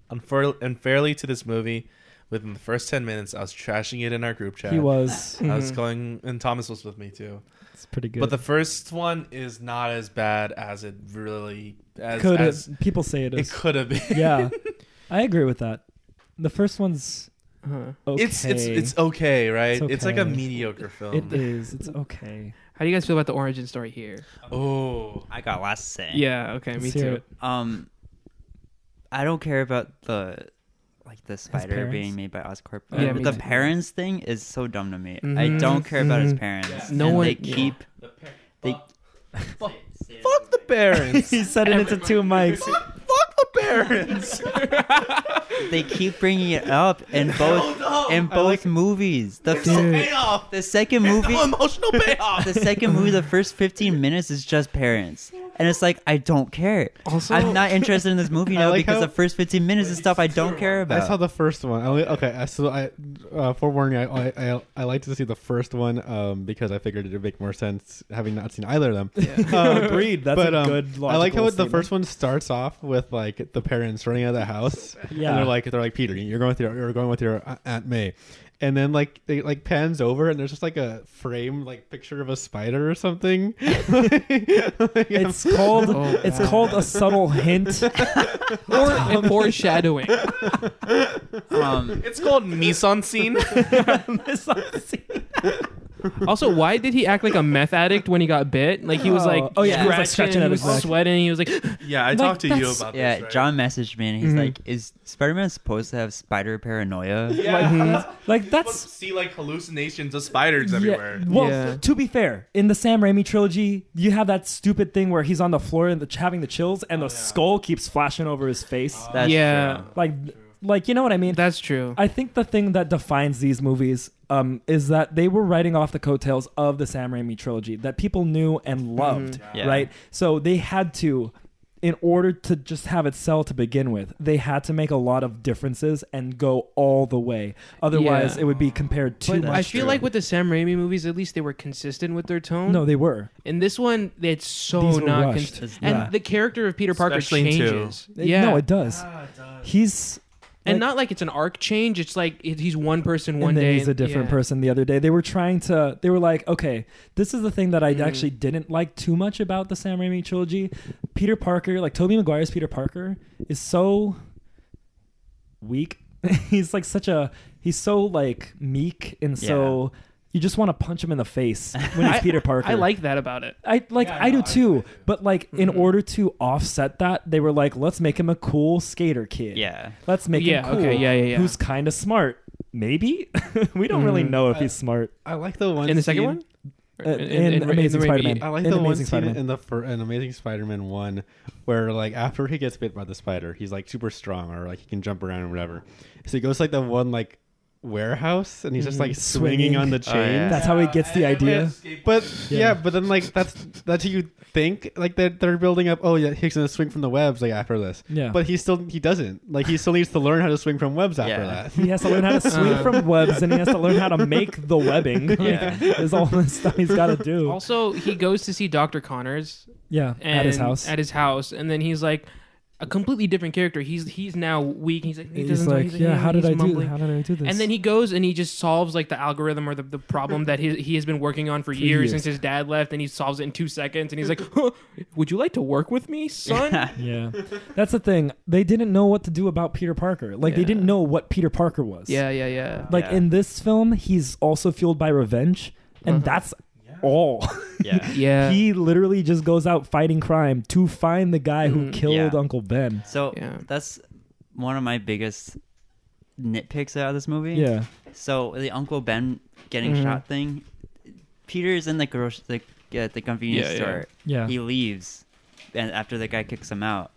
C: unfair, unfairly to this movie. Within the first ten minutes, I was trashing it in our group chat.
D: He was
C: I
B: Mm-hmm.
C: was going, and Thomas was with me too.
D: it's pretty good.
C: But the first one is not as bad as it really as,
D: could
C: as
D: have people say it
C: it
D: is.
C: could have been.
D: [LAUGHS] yeah. I agree with that. The first one's
F: Uh-huh.
D: okay.
C: [LAUGHS] It's it's it's um, okay, right? It's,
D: It's
C: like a
D: okay.
C: mediocre
D: it
C: film.
D: is. It's okay.
F: How do you guys feel about the origin story here?
C: oh,
B: I got last say.
F: Yeah. Okay. Me
D: Let's
F: too.
D: hear
F: [LAUGHS]
D: it.
B: Um, I don't care about the like the spider
D: parents?
B: being made by Oscorp.
D: Yeah,
B: Uh,
D: me
B: the
F: too.
B: parents thing is so dumb to me. I
F: Mhm,
B: don't care about his
F: mhm.
B: parents.
C: Yeah.
B: No
F: No one-
B: one. They
F: yeah.
B: keep. They, [LAUGHS]
C: fuck, fuck the parents.
D: [LAUGHS] he said it into two mics.
E: [LAUGHS]
C: fuck, fuck the parents.
B: [LAUGHS] they keep bringing it up
C: [LAUGHS]
B: in both
C: up.
B: in both movies. The
C: No
B: f-
C: payoff.
B: the second
C: There's
B: movie. [LAUGHS]
C: no emotional payoff.
B: The second movie, the first 15 minutes is just parents. And it's like I don't care.
E: Also-
B: I'm not interested in this movie
E: [LAUGHS] I
B: now
E: like
B: because
E: how-
B: the first 15 minutes is stuff I don't care about.
E: I saw the first one. I only, okay, I so I uh, forewarning. I I, I I liked to see the first one um, because I figured it would make more sense having not seen either of them.
D: [LAUGHS]
E: Uh,
D: Oh, Agreed. That's
E: but
D: a
E: um,
D: good.
E: I like how
D: logical
E: the
D: statement.
E: first one starts off with like the parents running out of the
F: [LAUGHS]
E: house,
D: Yeah.
E: and they're like they're like Peter, you're going with your you're going with your A- Aunt May, and then like they like pans over and there's just like a frame like picture of a spider or
F: [LAUGHS]
E: something. [LAUGHS]
D: It's called.
F: Oh,
D: it's
F: wow.
D: called a subtle
E: [LAUGHS]
D: hint. [LAUGHS]
F: Or
B: [LAUGHS]
F: foreshadowing.
E: [LAUGHS]
B: um,
A: It's called mise en
B: [LAUGHS]
A: scene.
F: Also, why did he act like a meth addict when he got bit? Like he was like,
D: Oh, yeah, he was, like,
F: scratching,
D: scratching at
F: he was
D: his neck.
F: sweating, he was like,
C: Yeah, I
F: Like,
C: talked to you
F: that's-
C: about
B: yeah,
C: this. right?
B: John messaged me and he's
F: Mhm.
E: Mm-hmm.
B: like, "Is Spider-Man supposed to have spider paranoia?"
C: Yeah.
B: Mm-hmm.
E: Mm-hmm.
D: Like
C: You
D: that's
C: must see like hallucinations of spiders
D: Yeah,
C: everywhere.
D: Well,
F: Yeah.
D: to be fair, in the Sam Raimi trilogy, you have that stupid thing where he's on the floor and the, having the chills, and the skull keeps flashing over his face.
B: That's
F: yeah,
B: true.
D: like, like you know what I mean?
F: that's true.
D: I think the thing that defines these movies um, is that they were writing off the coattails of the Sam Raimi trilogy that people knew and loved,
B: Yeah.
D: right? So they had to, in order to just have it sell to begin with, they had to make a lot of differences and go all the way. Otherwise,
F: Yeah.
D: it would be compared too
F: But
D: much.
F: I feel
D: to-
F: like with the Sam Raimi movies, at least they were consistent with their tone.
D: no, they were.
F: in this one, it's so
D: These were
F: not.
D: rushed.
F: cons-
B: It's
F: and
B: not.
F: the character of Peter Parker
A: Especially in two.
F: changes.
D: It-
F: Yeah,
D: No, it does. He's
F: and
D: like-
F: not like it's an arc change. It's like it, he's one person one
D: and then
F: day.
D: he's a different
F: yeah.
D: person the other day. They were trying to. They were like, okay, this is the thing that I
F: Mm-hmm.
D: actually didn't like too much about the Sam Raimi trilogy. Peter Parker, like Tobey Maguire's Peter Parker, is so weak. [LAUGHS] he's like such a. He's so like meek and so. You just want to punch him in the
F: [LAUGHS]
D: face when he's
F: I-
D: Peter Parker.
F: I like Mm-hmm. that about it.
D: I like I do too, but like in order to offset that, they were like, let's make him a cool skater kid.
B: Yeah.
D: Let's make
F: Yeah,
D: him cool.
F: okay, yeah, yeah, yeah.
D: Who's kind of smart? Maybe [LAUGHS] we don't really
F: Mhm.
D: know if he's smart.
E: I like the one
F: In the second
E: scene-
F: one,
D: Uh, in Amazing
F: Raimi-
D: Spider-Man.
E: I like
D: In
E: the one
D: Amazing
E: scene
D: Spider-Man.
E: in the fir- in Amazing Spider-Man one where like after he gets bit by the spider, he's like super strong or like he can jump around or whatever. So he goes to, like the one like warehouse and he's just like swinging,
D: Mm-hmm. Swinging.
E: on the
B: Oh,
E: chain.
B: yeah.
D: That's how he gets the idea.
E: But
D: Yeah.
E: yeah. but then like that's that's who you think like they're, they're building up. Oh yeah, he's gonna swing from the webs like after this.
D: Yeah.
E: But he still he doesn't like he still needs to learn how to swing from webs after
B: Yeah.
E: that.
D: He has to learn how
F: [LAUGHS]
D: to swing
F: Uh.
D: from webs, and he has to learn how to make the
F: [LAUGHS]
D: webbing.
B: Yeah.
D: [LAUGHS] Like, There's all this stuff he's got to do.
F: Also, he goes to see Doctor Connors
D: yeah,
F: and
D: at his house.
F: At his house, and then he's like a completely different character. He's he's now weak. He's like he
D: he's
F: doesn't know.
D: like,
F: he's
D: yeah, how did
F: he's
D: I do?
F: mumbling.
D: How did I do this?
F: And then he goes and he just solves like the algorithm or the, the problem that he, he has been working on for, years,
D: years.
F: since his dad left, and he solves it in two seconds. And he's like, huh, "Would you like to work with
D: [LAUGHS]
F: me, son?"
D: [LAUGHS] Yeah. That's the thing. They didn't know what to do about Peter Parker. Like they
F: Yeah.
D: didn't know what Peter Parker was.
F: yeah, yeah, yeah.
D: Like
B: Yeah.
D: in this film, he's also fueled by revenge, and
F: Uh-huh.
D: that's all.
B: Yeah.
F: yeah.
D: he literally just goes out fighting crime to find the guy who
F: Mhm.
D: killed
B: Mm, Yeah.
D: Uncle Ben.
B: So
F: Yeah.
B: that's one of my biggest nitpicks out of this movie.
D: Yeah.
B: So the Uncle Ben getting
D: Mm-hmm.
F: Mhm.
B: shot thing, Peter's in the grocery, the, at the convenience
F: Yeah, yeah.
B: store.
D: Yeah.
B: He leaves, and after the guy kicks him out,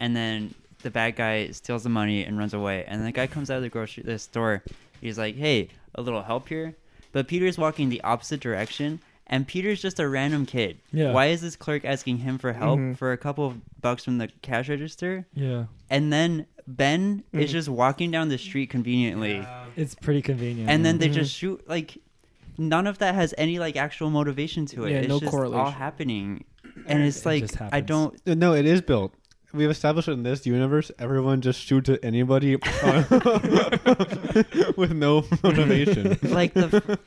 B: and then the bad guy steals the money and runs away. And the guy comes out of the grocery the store. He's like, "Hey, a little help here," but Peter's walking the opposite direction. And Peter's just a random kid.
D: Yeah. Mm-hmm.
B: Why is this clerk asking him for help
F: Mhm.
B: for a couple of bucks from the cash register?
D: Yeah.
B: And then Ben is
D: Mm.
B: just walking down the street conveniently
D: It's pretty convenient.
B: and then they just shoot like none of that has any like actual motivation to it.
F: Yeah,
B: it's
F: no
B: just all
F: correlation.
B: happening, and it's like
D: just
B: I
D: happens.
B: don't.
E: No, it is built. We've established in this universe, everyone just shoots at
B: [LAUGHS]
E: anybody [LAUGHS] uh, with no motivation.
D: [LAUGHS]
B: like the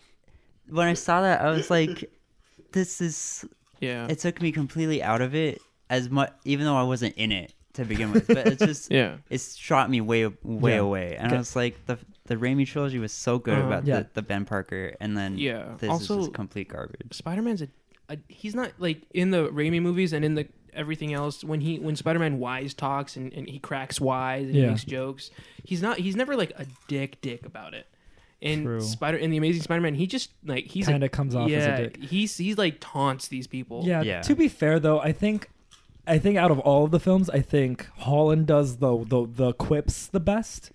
B: when I saw that I was like, this is.
F: yeah.
B: It took me completely out of it as much, even though I wasn't in it to begin with. But
D: [LAUGHS]
B: it's just
F: yeah.
B: it's shot me way way
D: Yeah.
B: away, and
D: Okay.
B: I was like the. The Raimi trilogy was so good
F: Uh-huh.
B: about
D: Yeah.
B: the, the Ben Parker, and then
F: Yeah.
B: this is
F: Also-
B: just complete garbage.
F: Spider-Man's a, a he's not like in the Raimi movies and in the everything else when he when Spider-Man wise talks and, and he cracks wise and
D: Yeah.
F: he makes jokes. He's not he's never like a dick dick about it. In
D: True.
F: Spider in the Amazing Spider-Man, he just like he's a-
D: Kinda comes off as a
F: yeah,
D: dick.
F: He's he's like taunts these people.
D: Yeah.
B: Yeah.
D: To be fair, though, I think, I think out of all of the films, I think Holland does the the, the quips the best.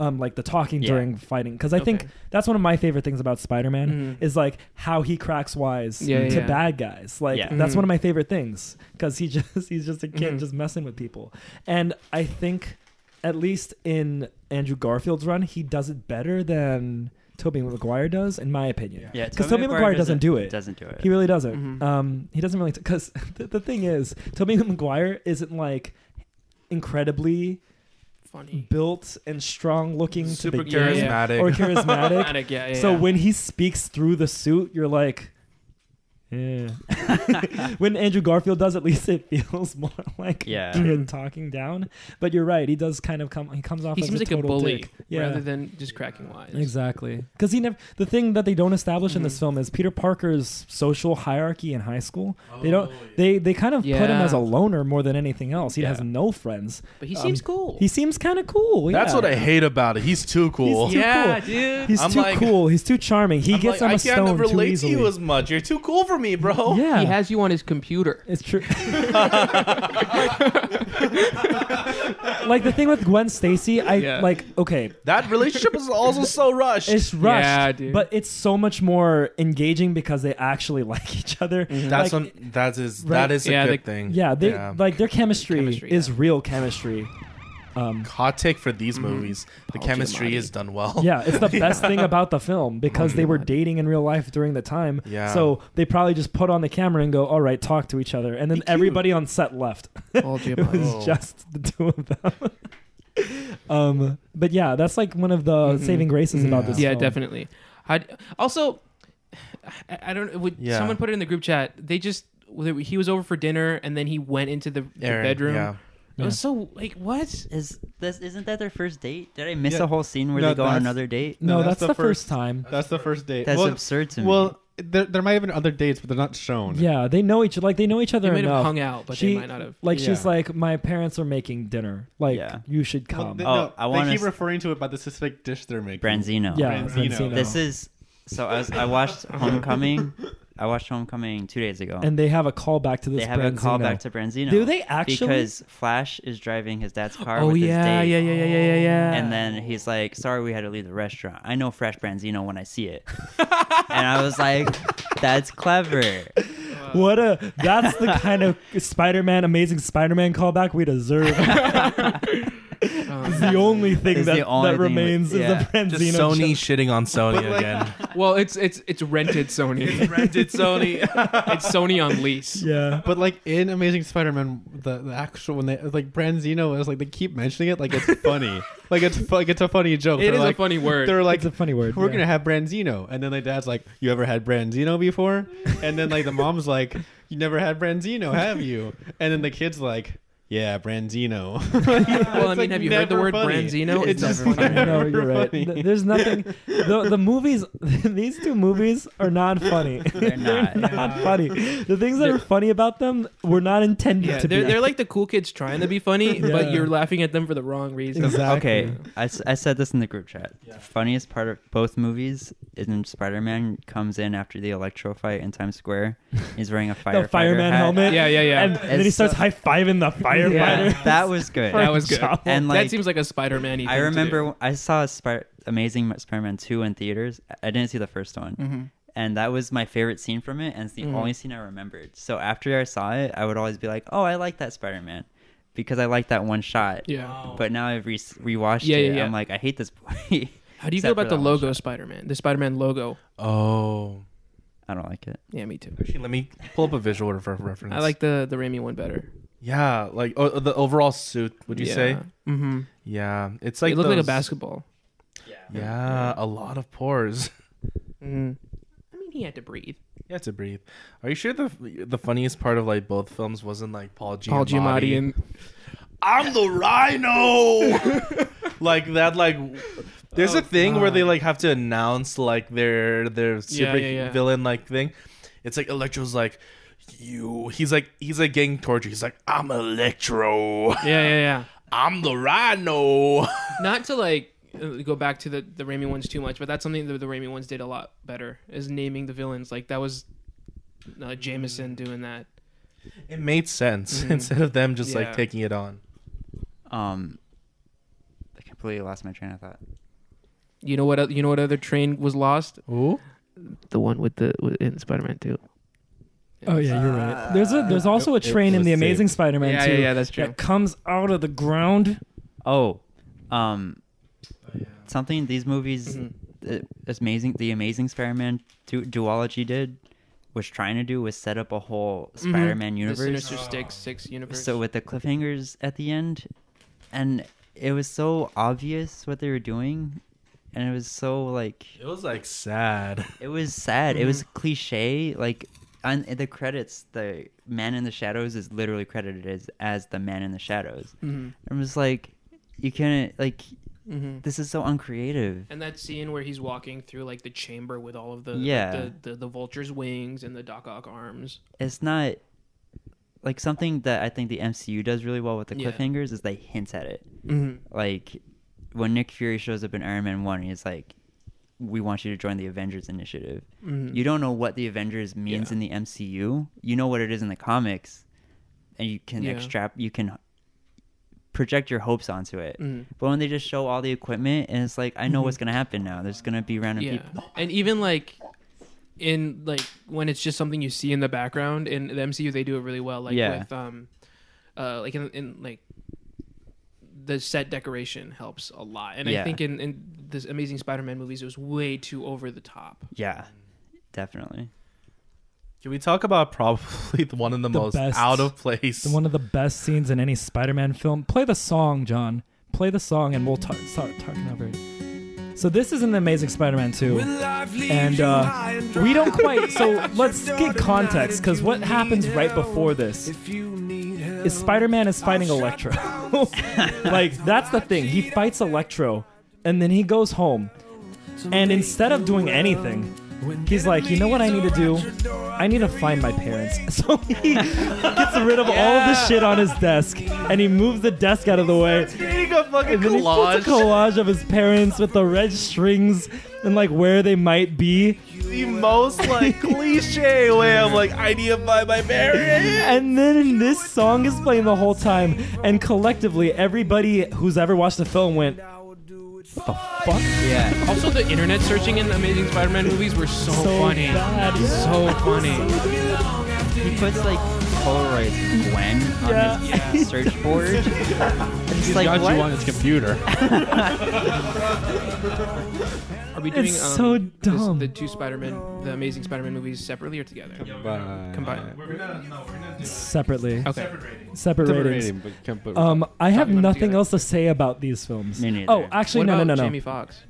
D: um, like the talking
B: Yeah.
D: during fighting because I think
F: Okay.
D: that's one of my favorite things about Spider-Man
F: Mhm.
D: is like how he cracks wise
F: Yeah,
D: to
F: yeah.
D: bad guys. Like
B: Yeah.
D: that's
F: Mhm.
D: one of my favorite things because he [LAUGHS] just he's just a kid
F: Mhm.
D: just messing with people, and I think at least in Andrew Garfield's run he does it better than Tobey Maguire does, in my opinion.
B: Yeah,
D: Because Tobey Maguire doesn't do it.
B: Doesn't do it.
D: He really doesn't.
F: Mhm.
D: Um, he doesn't really because [LAUGHS] the, the thing is, Tobey Maguire isn't like incredibly
F: Funny.
D: built and strong looking
C: Super
D: to the
F: Yeah,
D: game
C: charismatic.
D: or
F: [LAUGHS]
D: charismatic.
F: Attic, yeah, yeah,
D: so
F: yeah.
D: when he speaks through the suit, you're like,
F: [LAUGHS]
D: yeah. [LAUGHS] when Andrew Garfield does, at least it feels [LAUGHS] more like
B: Yeah.
D: kid talking down. But you're right; he does kind of come. He comes off
F: he
D: as
F: seems
D: a
F: like a
D: total
F: bully
D: dick. Yeah.
F: rather than just cracking wise.
D: Exactly, because he never. The thing that they don't establish in this
C: Mm-hmm.
F: Mhm.
D: film is Peter Parker's social hierarchy in high school. They don't.
C: Oh.
D: They they kind of put him
F: Yeah.
D: as a loner more than anything else. He
B: Yeah.
D: has no friends.
F: But he
D: Um,
F: seems cool.
D: He seems kind of cool.
C: That's
D: yeah.
C: what I hate about it. He's too cool.
D: He's too
F: yeah,
D: cool.
F: dude.
D: He's
C: I'm
D: too
C: like-
D: cool. He's too charming. He
C: I'm
D: gets
C: like,
D: on a
C: I can't
D: stone too
C: relate to
D: easily.
C: you as much. You're too cool for me, bro.
D: yeah,
F: He has you on his computer.
D: it's
C: [LAUGHS]
D: true. [LAUGHS] like the thing with Gwen Stacy, I
F: Yeah.
D: like. Okay,
C: That relationship is also so rushed.
D: it's rushed,
F: Yeah, dude.
D: but it's so much more engaging because they actually [LAUGHS] like each other.
C: that's
D: like,
C: what that is.
D: Right.
C: That is a
F: Yeah,
C: good
F: the-
C: thing.
D: Yeah, they
C: Yeah.
D: like their chemistry,
F: Chemistry,
D: is
F: yeah.
D: real chemistry.
C: [LAUGHS]
D: Um,
C: Hot take for these movies: the
F: Paul
C: chemistry
F: Giamatti.
C: is done well.
D: yeah, it's the best thing about the film because they were dating in real life during the time.
C: Yeah.
D: So they probably just put on the camera and go, "All right, talk to each other," and then
C: Be cute.
D: everybody on set left. [LAUGHS]
F: Paul
D: it was
F: Giamatti.
C: Oh.
D: just the two of them. [LAUGHS] um, but yeah, that's like one of the
F: Mhm.
D: saving graces about
C: Mhm.
D: this.
F: yeah,
D: film.
F: definitely. i also, I, I don't. Would
C: Yeah.
F: someone put it in the group chat? They just he was over for dinner and then he went into the,
C: [LAUGHS]
F: the
C: Aaron,
F: bedroom.
C: Yeah.
F: It was so like what?
B: Is this isn't that their first date? Did I miss
E: Yeah.
B: a whole scene where
E: No,
B: they go on
E: that's-
B: another date?
D: No,
E: No,
D: that's, the, first, time.
E: That's the first date.
B: That's
E: well,
B: absurd to me.
E: well, there, there might have been other dates, but they're not shown.
D: Yeah, they know each like they know each
F: They
D: other
F: might
D: enough.
F: have hung out, but
D: She-
F: they might not have.
D: like she's
E: Yeah.
D: like, my parents are making dinner. Like
B: Yeah.
D: you should
E: Well,
D: come.
E: Um, they,
B: Oh,
E: no,
B: I
E: they
B: wanna
E: keep
B: s-
E: referring to it by the specific dish they're making.
B: Branzino.
D: yeah,
E: Branzino.
D: Branzino.
B: This is so I, was, I watched Homecoming. I watched Homecoming two days ago.
D: and they have a callback to this.
B: they have
D: Branzino.
B: a callback to Branzino.
D: Do they actually?
B: Because Flash is driving his dad's car
F: oh
B: with
F: yeah,
B: his date.
F: yeah, yeah, yeah, yeah, yeah, yeah.
B: And then he's like, "Sorry, we had to leave the restaurant. I know fresh branzino when I see it." and I was like, "That's clever."
D: [LAUGHS] what a that's the kind
B: [LAUGHS]
D: of Spider-Man, Amazing Spider-Man callback we deserve.
F: Um,
D: It's the only thing
B: It's the
D: that,
B: only
D: that
B: thing we-
D: remains
B: yeah.
D: is the Branzino.
C: Just Sony
D: joke.
C: shitting on Sony
E: But, like-
C: again.
F: well, it's it's it's rented Sony.
C: Rented Sony.
F: [LAUGHS] it's Sony on lease.
D: [LAUGHS] Yeah.
B: [LAUGHS]
E: But like in Amazing Spider-Man, the, the actual when they like Branzino is like they keep mentioning it like it's
B: [LAUGHS]
E: funny, like it's fu- like it's a funny joke.
F: It
E: they're
F: is
E: like,
F: a funny word.
E: They're like
D: It's a funny word.
E: we're
D: yeah.
E: gonna have branzino and then the dad's like you ever had branzino before and then like the mom's like you never had branzino have you and then the kid's like yeah branzino [LAUGHS]
F: well, I mean, have you heard the word Branzino?
B: It's
F: just
B: never [LAUGHS] funny.
D: no, you're right.
E: funny.
D: Th- There's nothing. The, the movies, [LAUGHS] these two movies are not
B: [LAUGHS]
D: funny. [LAUGHS]
B: They're not.
D: not funny. The things that are funny about them were not intended
F: [LAUGHS] Yeah,
D: to
F: they're,
D: be.
F: they're like the cool kids trying to
D: [LAUGHS]
F: be funny,
D: Yeah.
F: but you're laughing at them for the wrong reason.
D: Exactly.
B: Okay, I, s- I said this in the group chat. The funniest part of both movies is when Spider-Man comes in after the Electro fight in Times
D: [LAUGHS]
B: Square. He's wearing a firefighter
D: the fireman
B: hat.
D: helmet.
F: Yeah, yeah, yeah.
D: And, then he
B: It's so-
D: starts high fiving the firefighter.
B: Yeah, that
D: [LAUGHS]
B: was good.
F: that was good.
D: Job.
B: and
F: that
B: like,
F: seems like a Spider-Man.
B: I remember I saw Spir- Amazing Spider-Man two in theaters. I didn't see the first one,
F: Mm-hmm.
B: and that was my favorite scene from it, and it's the
F: Mhm.
B: only scene I remembered. So after I saw it, I would always be like, "Oh, I like that Spider-Man," because I like that one shot.
F: Yeah.
B: But now I've re- rewatched
F: Yeah,
B: it.
F: yeah, yeah.
B: I'm like, I hate this movie.
F: How do you
B: Except
F: feel
B: for
F: about
B: that
F: the
B: one
F: logo Spider-Man? The Spider-Man logo.
C: [LAUGHS] Oh.
B: [LAUGHS] I don't like it.
F: Yeah, me too.
C: Actually, let me pull up a visual for reference.
F: I like the the Raimi one better.
C: Yeah, like oh, the overall suit. Would you
F: Yeah.
C: say?
F: Mm-hmm.
C: Yeah, it's
F: Like
C: like
F: it looked like a
C: those-
F: basketball.
C: Yeah, a lot of pores. [LAUGHS]
F: Mm. I mean, he had to breathe.
C: You have to breathe. Are you sure the the funniest part of like both films wasn't like Paul Giamatti?
F: Paul Giamatti and
C: I'm the Rhino. [LAUGHS] like that. Like there's a thing where they like have to announce like their their super
F: Oh, yeah, yeah.
C: villain like thing. It's like Electro's like you. He's like he's like getting tortured. He's like I'm Electro.
F: yeah, yeah, yeah.
C: [LAUGHS] I'm the Rhino. [LAUGHS]
F: Not to like uh, go back to the the Raimi ones too much, but that's something that the Raimi ones did a lot better is naming the villains. Like that was uh, Jameson doing that.
C: it made sense [LAUGHS]
D: Mm-hmm.
F: Mhm.
C: instead of them just like
F: Yeah.
C: taking it on.
B: Um, I can completely lost my train of thought.
F: You know what? oth- You know what other train was lost?
E: Ooh.
A: The one with the with, in Spider-Man 2.
D: Oh yeah, you're right. There's a
F: Uh,
D: there's also a
E: it
D: train in
E: was
D: the Amazing
E: saved.
D: Spider-Man
F: Yeah,
D: 2
F: yeah, yeah, that's true.
D: that comes out of the ground.
B: Oh, um,
F: Oh,
B: something these movies,
F: Mhm.
B: uh, amazing, the Amazing Spider-Man du- duology did was trying to do was set up a whole Spider-Man
F: Mm-hmm. The
B: universe.
F: Sinister Six, Six universe.
B: So with the cliffhangers at the end, and it was so obvious what they were doing, and it was so like
C: It was like sad. [LAUGHS]
B: it was sad. It was cliche. Like on in the credits, the man in the shadows is literally credited as as the man in the shadows.
F: Mhm.
B: I'm just like, you can't like.
F: Mhm.
B: This is so uncreative.
F: And that scene where he's walking through like the chamber with all of the like,
B: Yeah.
F: the, the the vulture's wings and the Doc Ock arms.
B: It's not like something that I think the MCU does really well with the
F: Yeah.
B: cliffhangers is they hint at it.
F: Mm-hmm.
B: Like when Nick Fury shows up in Iron Man One, he's like, "We want you to join the Avengers Initiative."
A: Mm-hmm.
B: You don't know what the Avengers means
F: Yeah.
B: in the MCU. You know what it is in the comics, and you can
F: Yeah.
B: extrap. You can project your hopes onto it.
F: Mhm.
B: But when they just show all the equipment, and it's like, I know what's gonna happen now. There's gonna be random
F: yeah.
B: people.
F: And even like in like when it's just something you see in the background in the MCU, they do it really well. Like
B: Yeah.
F: with um, uh, like in, in like the set decoration helps a lot. And I
B: Yeah.
F: think in in this Amazing Spider-Man movies, it was way too over the top.
B: Yeah, definitely.
C: Can we talk about probably the one of the,
D: The
C: most
D: best.
C: out of place?
D: It's one of the best scenes in any Spider-Man film. Play the song, John. Play the song, and we'll talk, start talking over it. So this is an Amazing Spider-Man 2, and uh, we don't quite. So let's get context, because what happens right before this is Spider-Man is fighting Electro. [LAUGHS] like that's the thing. He fights Electro, and then he goes home, and instead of doing anything. He's like, you know what I need to do? I need to find my parents. [LAUGHS] So he gets rid of all of the shit on his desk and he moves the desk out of the way. And then he puts a collage of his parents with the red strings and like where they might be.
C: the most
D: [LAUGHS]
C: like cliche way of like I need to buy my marriage. [LAUGHS]
D: And then this song is playing the whole time. And collectively, everybody who's ever watched the film went, What the fuck?
B: Yeah,
F: Also, the internet searching in Amazing Spider-Man movies were so,
D: So
F: funny,
D: bad. Yeah.
F: so funny.
B: he puts like Polaroids and Gwen
D: Yeah.
B: on his [LAUGHS] search board. It's like
E: got
B: what?
E: you on his computer.
F: Are we doing
D: It's
F: um,
D: so
F: this-
D: dumb.
F: the two Spider-Man, the Amazing Spider-Man movies, separately or together?
E: Combined.
F: Combined.
D: Separately,
F: Okay.
D: separate
E: Separate
D: ratings.
E: rating, but com- but-
D: Um, I have
F: Talking about it
D: nothing
F: together.
D: else to say about these films.
B: Me neither.
D: Oh, actually,
F: what
D: no,
F: about
D: no, no, no.
F: Jamie Foxx?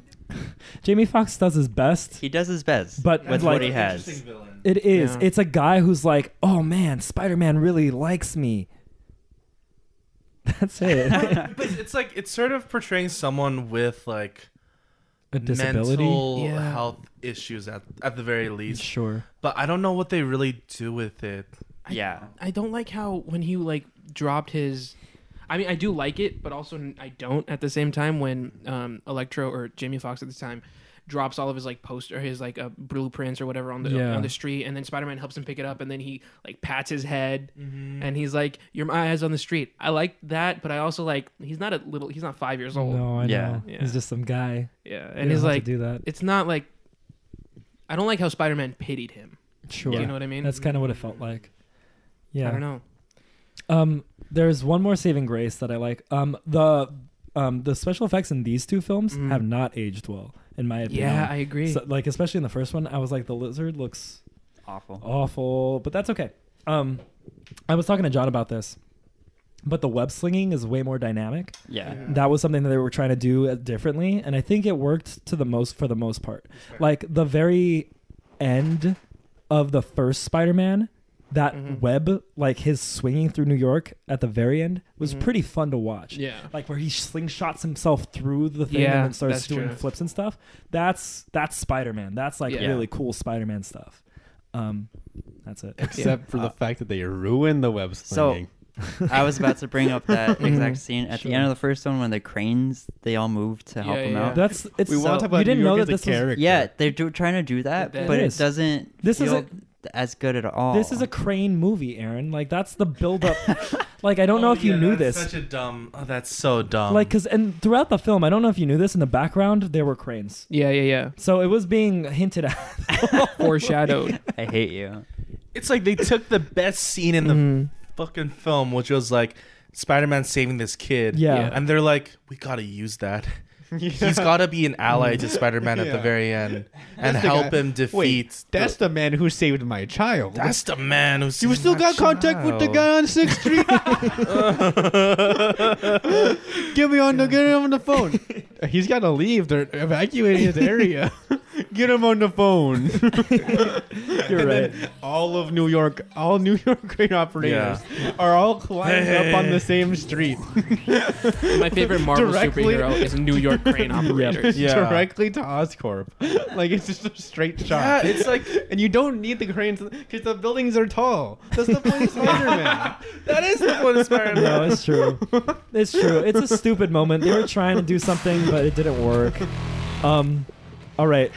D: Jamie Foxx does his best.
B: He does his best,
D: But,
B: with
D: like-
B: what he has,
D: It is.
F: Yeah.
D: It's a guy who's like, oh man, Spider Man really likes me. [LAUGHS] That's
F: [LAUGHS]
D: it.
C: but it's like it's sort of portraying someone with like
D: a disability?
C: mental
F: Yeah.
C: health issues at at the very least.
D: Sure.
C: But I don't know what they really do with it.
B: yeah,
F: I don't like how when he like dropped his. I mean, I do like it, but also n- I don't at the same time when um, Electro or Jamie Foxx at the time drops all of his like poster, his like uh, blueprints or whatever on the
D: Yeah.
F: on the street, and then Spider Man helps him pick it up, and then he like pats his head,
D: Mm-hmm.
F: and he's like, "You're my eyes on the street." I like that, but I also like he's not a little, he's not five years old.
D: No, I
B: Yeah.
D: know. He's just some guy.
F: Yeah,
D: You
F: and he's
D: don't have
F: like,
D: to do that.
F: it's not like I don't like how Spider Man pitied him.
D: Sure.
F: You know what I mean?
D: That's kind of what it felt like. Yeah.
F: I don't know.
D: Um, there's one more saving grace that I like. Um, the um, the special effects in these two films
F: Mm.
D: have not aged well, in my opinion.
F: Yeah, I agree.
D: So, like especially in the first one, I was like, the lizard looks
B: awful.
D: awful, but that's okay. Um, I was talking to John about this, but the web slinging is way more dynamic.
B: Yeah,
D: That was something that they were trying to do uh, differently, and I think it worked to the most for the most part. Like the very end of the first Spider-Man, that
F: Mhm.
D: web, like his swinging through New York at the very end, was
F: Mhm.
D: pretty fun to watch.
F: yeah.
D: Like where he slingshots himself through the thing
F: Yeah,
D: and then starts
F: that's
D: doing
F: true.
D: flips and stuff. That's that's Spider-Man. That's like
F: Yeah.
D: really cool Spider-Man stuff. Um, that's
E: [LAUGHS]
D: it.
E: Except for the fact that they ruined the web
B: So-
E: slinging.
B: I was about to bring up that exact scene at
D: Sure.
B: the end of the first one when the cranes they all move to help
F: Yeah,
B: him
F: yeah,
B: out.
F: yeah.
D: That's it's.
E: we
B: so-
E: want to talk about
D: you didn't
E: New York
D: know
E: as
D: that
E: a [LAUGHS]
D: this was-
E: character.
B: Yeah, they're do- trying to do that,
F: That
B: but it
D: is.
B: doesn't.
D: This
B: feel
D: isn't-
B: as good at all.
D: This is a crane movie, Aaron. Like that's the
E: [LAUGHS]
D: buildup. like I don't
F: Oh,
D: know if you knew this.
C: Oh, Such a dumb. Oh, that's so
E: Um,
C: dumb.
D: Like because and throughout the film, I don't know if you knew this. In the background, there were cranes,
F: Yeah, yeah, yeah.
D: so it was being hinted at. [LAUGHS]
F: [LAUGHS] Foreshadowed.
B: I hate you.
C: it's like they took the best scene in the
A: Mm.
C: fucking film, which was like Spider-Man saving this kid.
D: Yeah.
F: Yeah.
C: and they're like, we gotta use that. He's gotta be an ally to Spider-Man at the
E: Yeah.
C: very end and
E: the
C: help
E: guy-
C: him defeat.
E: Wait, that's the man who saved my child.
C: the, that's the man who's
E: you still got contact with the guy on Sixth Street. [LAUGHS] get me on the get him on the phone. He's got to leave. They're evacuating his area. [LAUGHS] get him on the phone. [LAUGHS]
D: You're right.
E: all of New York, all New York [LAUGHS] crane operators are all lined up on the same street,
F: My favorite Marvel
E: Directly-
F: superhero is New York crane operators.
C: Yeah.
E: directly to Oscorp. [LAUGHS] Like it's just a straight
C: Yeah,
E: shot.
C: it's like
E: [LAUGHS] and you don't need the cranes because the buildings are tall. That's the point of Spider-Man.
C: that is the
E: [LAUGHS]
C: one Spider-Man. [LAUGHS]
D: No, it's true. It's true. It's a stupid moment. They were trying to do something, but it didn't work. Um, all right.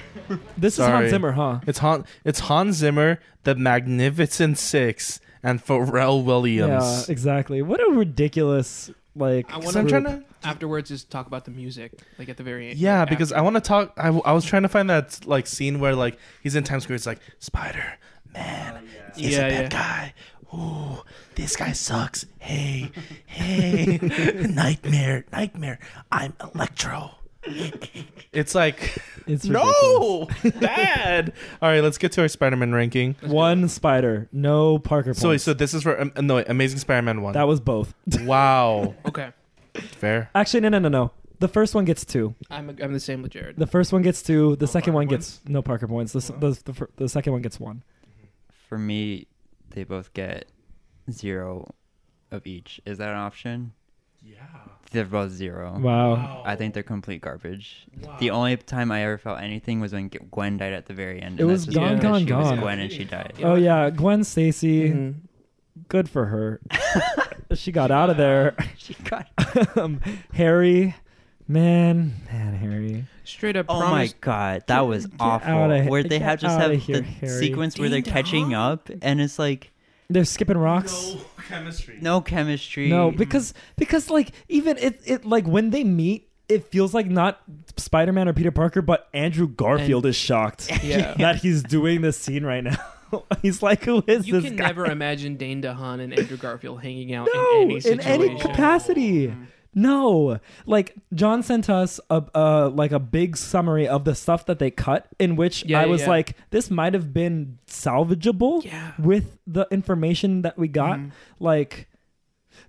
D: This is
C: Sorry.
D: Hans Zimmer, huh?
C: It's Han. It's Hans Zimmer, the Magnificent Six, and Pharrell
D: Yeah,
C: Williams.
D: exactly. What a ridiculous like.
F: I
C: 'Cause
F: wanna-
C: I'm trying
D: group.
C: to.
F: Afterwards, is talk about the music, like at the very end.
C: Yeah,
F: like,
C: because I
F: after.
C: want to talk. I, w- I was trying to find that like scene where like he's in Times Square. It's like Spider
D: Oh,
C: Man. He's
F: Yeah,
C: a
F: yeah.
C: bad guy. Ooh, this guy sucks. Hey, hey, [LAUGHS] nightmare, nightmare. I'm Electro. It's like
D: It's ridiculous. [LAUGHS]
C: no, bad. All right, let's get to our Spider Man ranking.
D: One spider, no Parker.
C: So wait,
D: points.
C: so this is for um, no wait, Amazing Spider Man one.
D: that was both. [LAUGHS]
C: wow,
F: Okay,
C: fair.
D: Actually, no, no, no, no. The first one gets two.
F: I'm I'm the same with Jared.
D: The first one gets two. The second one
C: Parker
D: gets no Parker points. The, s- the, the, fir- the second one gets one.
B: For me, they both get zero of each. Is that an option?
C: Yeah.
B: They're both zero.
D: Wow.
B: I think they're complete garbage. The only time I ever felt anything was when G- Gwen died at the very end.
D: It
B: and
D: was
B: that's just
F: gone,
B: because
D: gone,
B: she was
D: gone.
B: Gwen and she died.
D: Oh yeah, Gwen Stacy.
C: Mm-hmm.
A: Mhm.
D: Good for
C: [LAUGHS]
D: her. she got out of there.
B: [LAUGHS] She got.
D: um, Harry, man, man, Harry.
F: Straight up,
B: Oh [LAUGHS]
F: promise.
B: my god, that was awful.
D: outta he-
B: Where they
D: get
B: have just
D: outta
B: have
D: here,
B: the
D: Harry.
B: sequence where they're catching up, and it's like
D: They're skipping rocks.
C: chemistry.
B: no chemistry.
D: No, because because like even it it like when they meet, it feels like not Spider Man or Peter Parker, but Andrew Garfield is shocked
F: [LAUGHS] Yeah.
D: that he's doing this scene right now. [LAUGHS] he's like, who is
F: You
D: this
F: can
D: guy?
F: never imagine Dane DeHaan and Andrew Garfield hanging out
D: no,
F: in any
D: in
F: situation.
D: any capacity. No, like John sent us a uh, like a big summary of the stuff that they cut, in which
F: Yeah,
D: I
F: yeah,
D: was
F: yeah.
D: like, this might have been salvageable
F: Yeah.
D: with the information that we got. Like,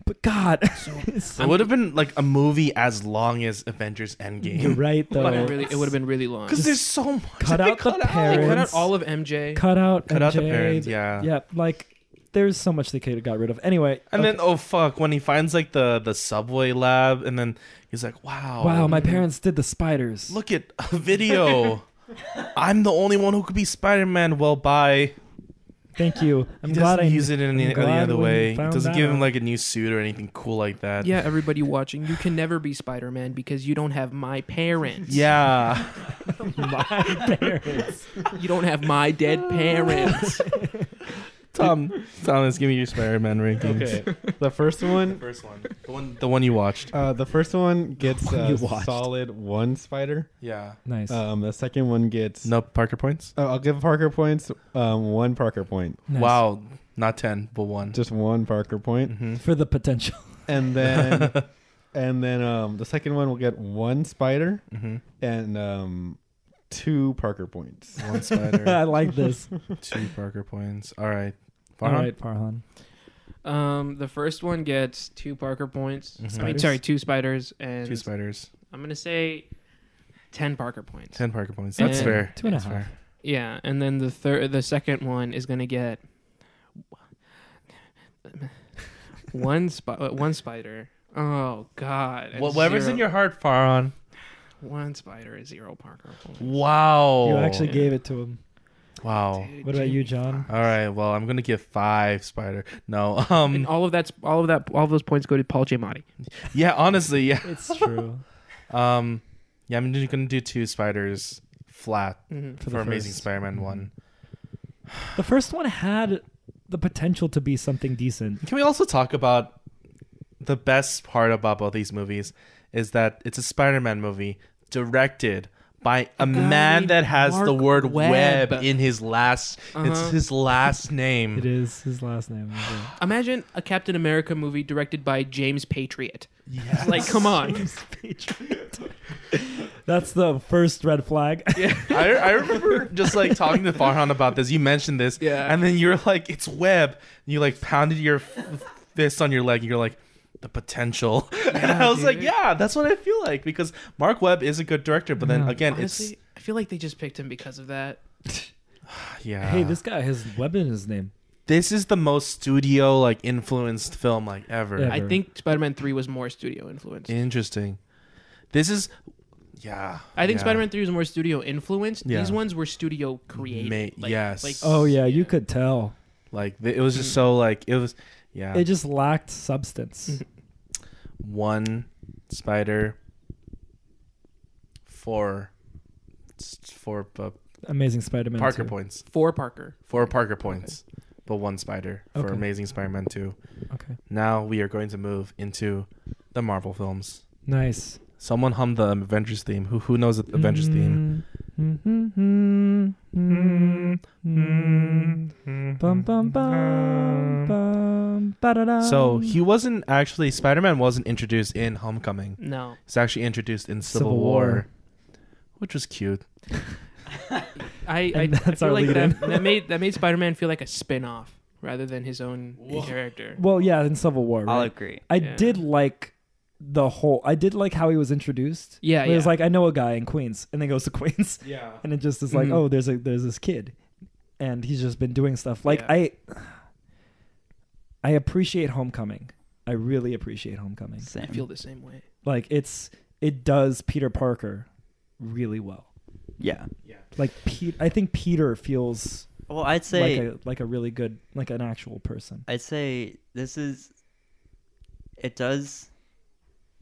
D: but God, [LAUGHS]
C: It would have been like a movie as long as Avengers Endgame.
D: you're right though.
F: But it really, it would have been really long.
C: Because there's so much.
D: cut
C: that they
D: out the
F: They
D: parents.
F: cut out all of MJ.
D: cut out
C: Cut out the
D: MJ.
C: parents, yeah.
D: Yep. Like there's so much they could have got rid of. Anyway.
C: And
D: okay.
C: then oh fuck, when he finds like the the subway lab, and then he's like, "Wow,
D: wow, my parents did the spiders.
C: oh, mm-hmm. look at a
D: [LAUGHS]
C: video. I'm the only one who could be Spider-Man." Well, bye.
D: Thank
C: [LAUGHS]
D: you. I'm
C: He
D: glad
C: doesn't
D: I
C: use it in
D: I'm
C: any, any
D: glad
C: other
D: we
C: way. It
D: found
C: doesn't
D: that
C: give
D: out.
C: him like a new suit or anything cool like that.
F: Yeah, everybody watching, you can never be Spider Man because you don't have my
D: [LAUGHS]
F: parents.
C: Yeah.
D: my
C: [LAUGHS]
D: parents.
F: You don't have my dead parents.
C: Tom, Thomas, give me your Spider-Man ranking.
E: Okay, [LAUGHS] the first one.
C: First one, the one, the one you watched.
E: Uh, the first one gets
D: One you
E: a
D: watched.
E: solid one spider.
C: Yeah.
D: Nice.
C: Uh,
E: Um, the second one gets.
C: No Parker points.
E: Oh, I'll give Parker points. Um, one Parker point.
D: Nice.
C: Wow, not ten, but one.
E: Just one Parker point.
C: hmm
D: For the potential.
E: And
C: [LAUGHS]
E: then, and then um, the second one will get one spider
C: hmm
E: and um, two Parker points.
D: [LAUGHS]
C: One
D: I
C: spider,
D: like
C: [LAUGHS]
D: this.
C: two Parker points. All right.
D: All
C: Farhan?
D: right, Parhan.
F: um, the first one gets two Parker points. I mean,
D: Spiders?
F: sorry, two spiders, and
C: Mm-hmm. Two spiders,
F: I'm gonna say ten Parker points.
C: ten Parker points.
F: And
C: That's fair.
D: two and a
C: That's
D: half.
C: fair.
F: Yeah, and then the third, the second one is gonna get one spot, one spider. Oh God! and
C: Wha- Whatever's
F: zero-
C: in your heart, Faron.
F: one spider is zero Parker. points.
C: Wow.
D: You actually
F: Yeah.
D: gave it to him.
C: Wow.
F: Dude,
D: What about you,
F: Jamie
D: John?
C: [LAUGHS] All right. Well, I'm gonna give five spider. No. [LAUGHS] Um.
F: And all of that's all of that all of those points go to Paul Giamatti.
C: Yeah. Honestly. Yeah.
D: It's true.
C: Um. Yeah. I'm just gonna do two spiders flat
F: Mm-hmm.
C: for,
D: the
C: Amazing
D: first.
C: Spider-Man one.
D: The first one had the potential to be something decent.
C: Can we also talk about the best part about both these movies is that it's a Spider-Man movie directed by a man that has the
F: Mark
C: word
F: Webb.
C: web in his last it's
F: Uh-huh.
C: his last name.
D: It is his last name.
F: Imagine a Captain America movie directed by James Patriot. Like, come on.
D: That's the first red flag.
C: I, I remember just like talking to Farhan about this. You mentioned this,
F: Yeah.
C: and then you're like, "It's web." And you like pounded your f- fist on your leg, and you're like, "The potential." [LAUGHS] and I was like,
F: dude.
C: "Yeah, that's what I feel like." Because Mark Webb is a good director, but then
D: Yeah.
C: again,
F: Honestly, I feel like they just picked him because of that.
C: it's [LAUGHS] yeah.
D: hey, this guy has web in his name.
C: this is the most studio like influenced film like ever.
D: Yeah.
F: I
D: Ever.
F: think Spider-Man 3 was more studio influenced.
C: Interesting. This is yeah.
F: I think
C: yeah.
F: Spider-Man 3 was more studio influenced.
C: Yeah.
F: These ones were studio created.
C: Ma- yes.
D: Oh yeah, you could tell.
C: like th- it was just so like it was yeah.
D: It just lacked
C: [LAUGHS]
D: substance.
C: one spider four s- four uh,
D: Amazing Spider-Man.
C: Parker
D: 2.
C: points.
F: For Parker.
C: Four Parker points. But one spider for
D: Okay.
C: Amazing Spider-Man 2.
D: Okay.
C: Now we are going to move into the Marvel films.
D: Nice.
C: Someone hummed the Avengers theme. Who who knows the Avengers theme?
D: theme. Mm, Bum, bum, bum, bum, ba-da-dum.
C: So he wasn't actually Spider-Man wasn't introduced in Homecoming.
F: No.
C: It's actually introduced in Civil,
D: Civil
C: War,
D: War.
C: which was cute.
F: I, I,
D: And
F: I
D: that's
F: feel
D: our
F: like that,
D: lead-in.
F: that
D: [LAUGHS]
F: made that made Spider-Man feel like a spin-off rather than his own character.
D: well, yeah, in Civil War,
B: I'll
D: right?
B: agree.
D: I
F: Yeah.
D: did like the whole. I did like how he was introduced.
F: Yeah,
D: Where It was
F: yeah.
D: like I know a guy in Queens, and then goes to [LAUGHS] Queens,
C: Yeah.
D: and it just is like,
F: Mhm.
D: oh, there's a there's this kid, and he's just been doing stuff. Like
F: Yeah.
D: I, I appreciate Homecoming. I really appreciate Homecoming.
F: I
B: Same.
F: feel the same way.
D: Like it's it does Peter Parker really well.
B: yeah.
D: Like Pete, I think Peter feels
B: Well, I'd
D: like
B: say
D: a like a really good like an actual person.
B: I'd say this is it does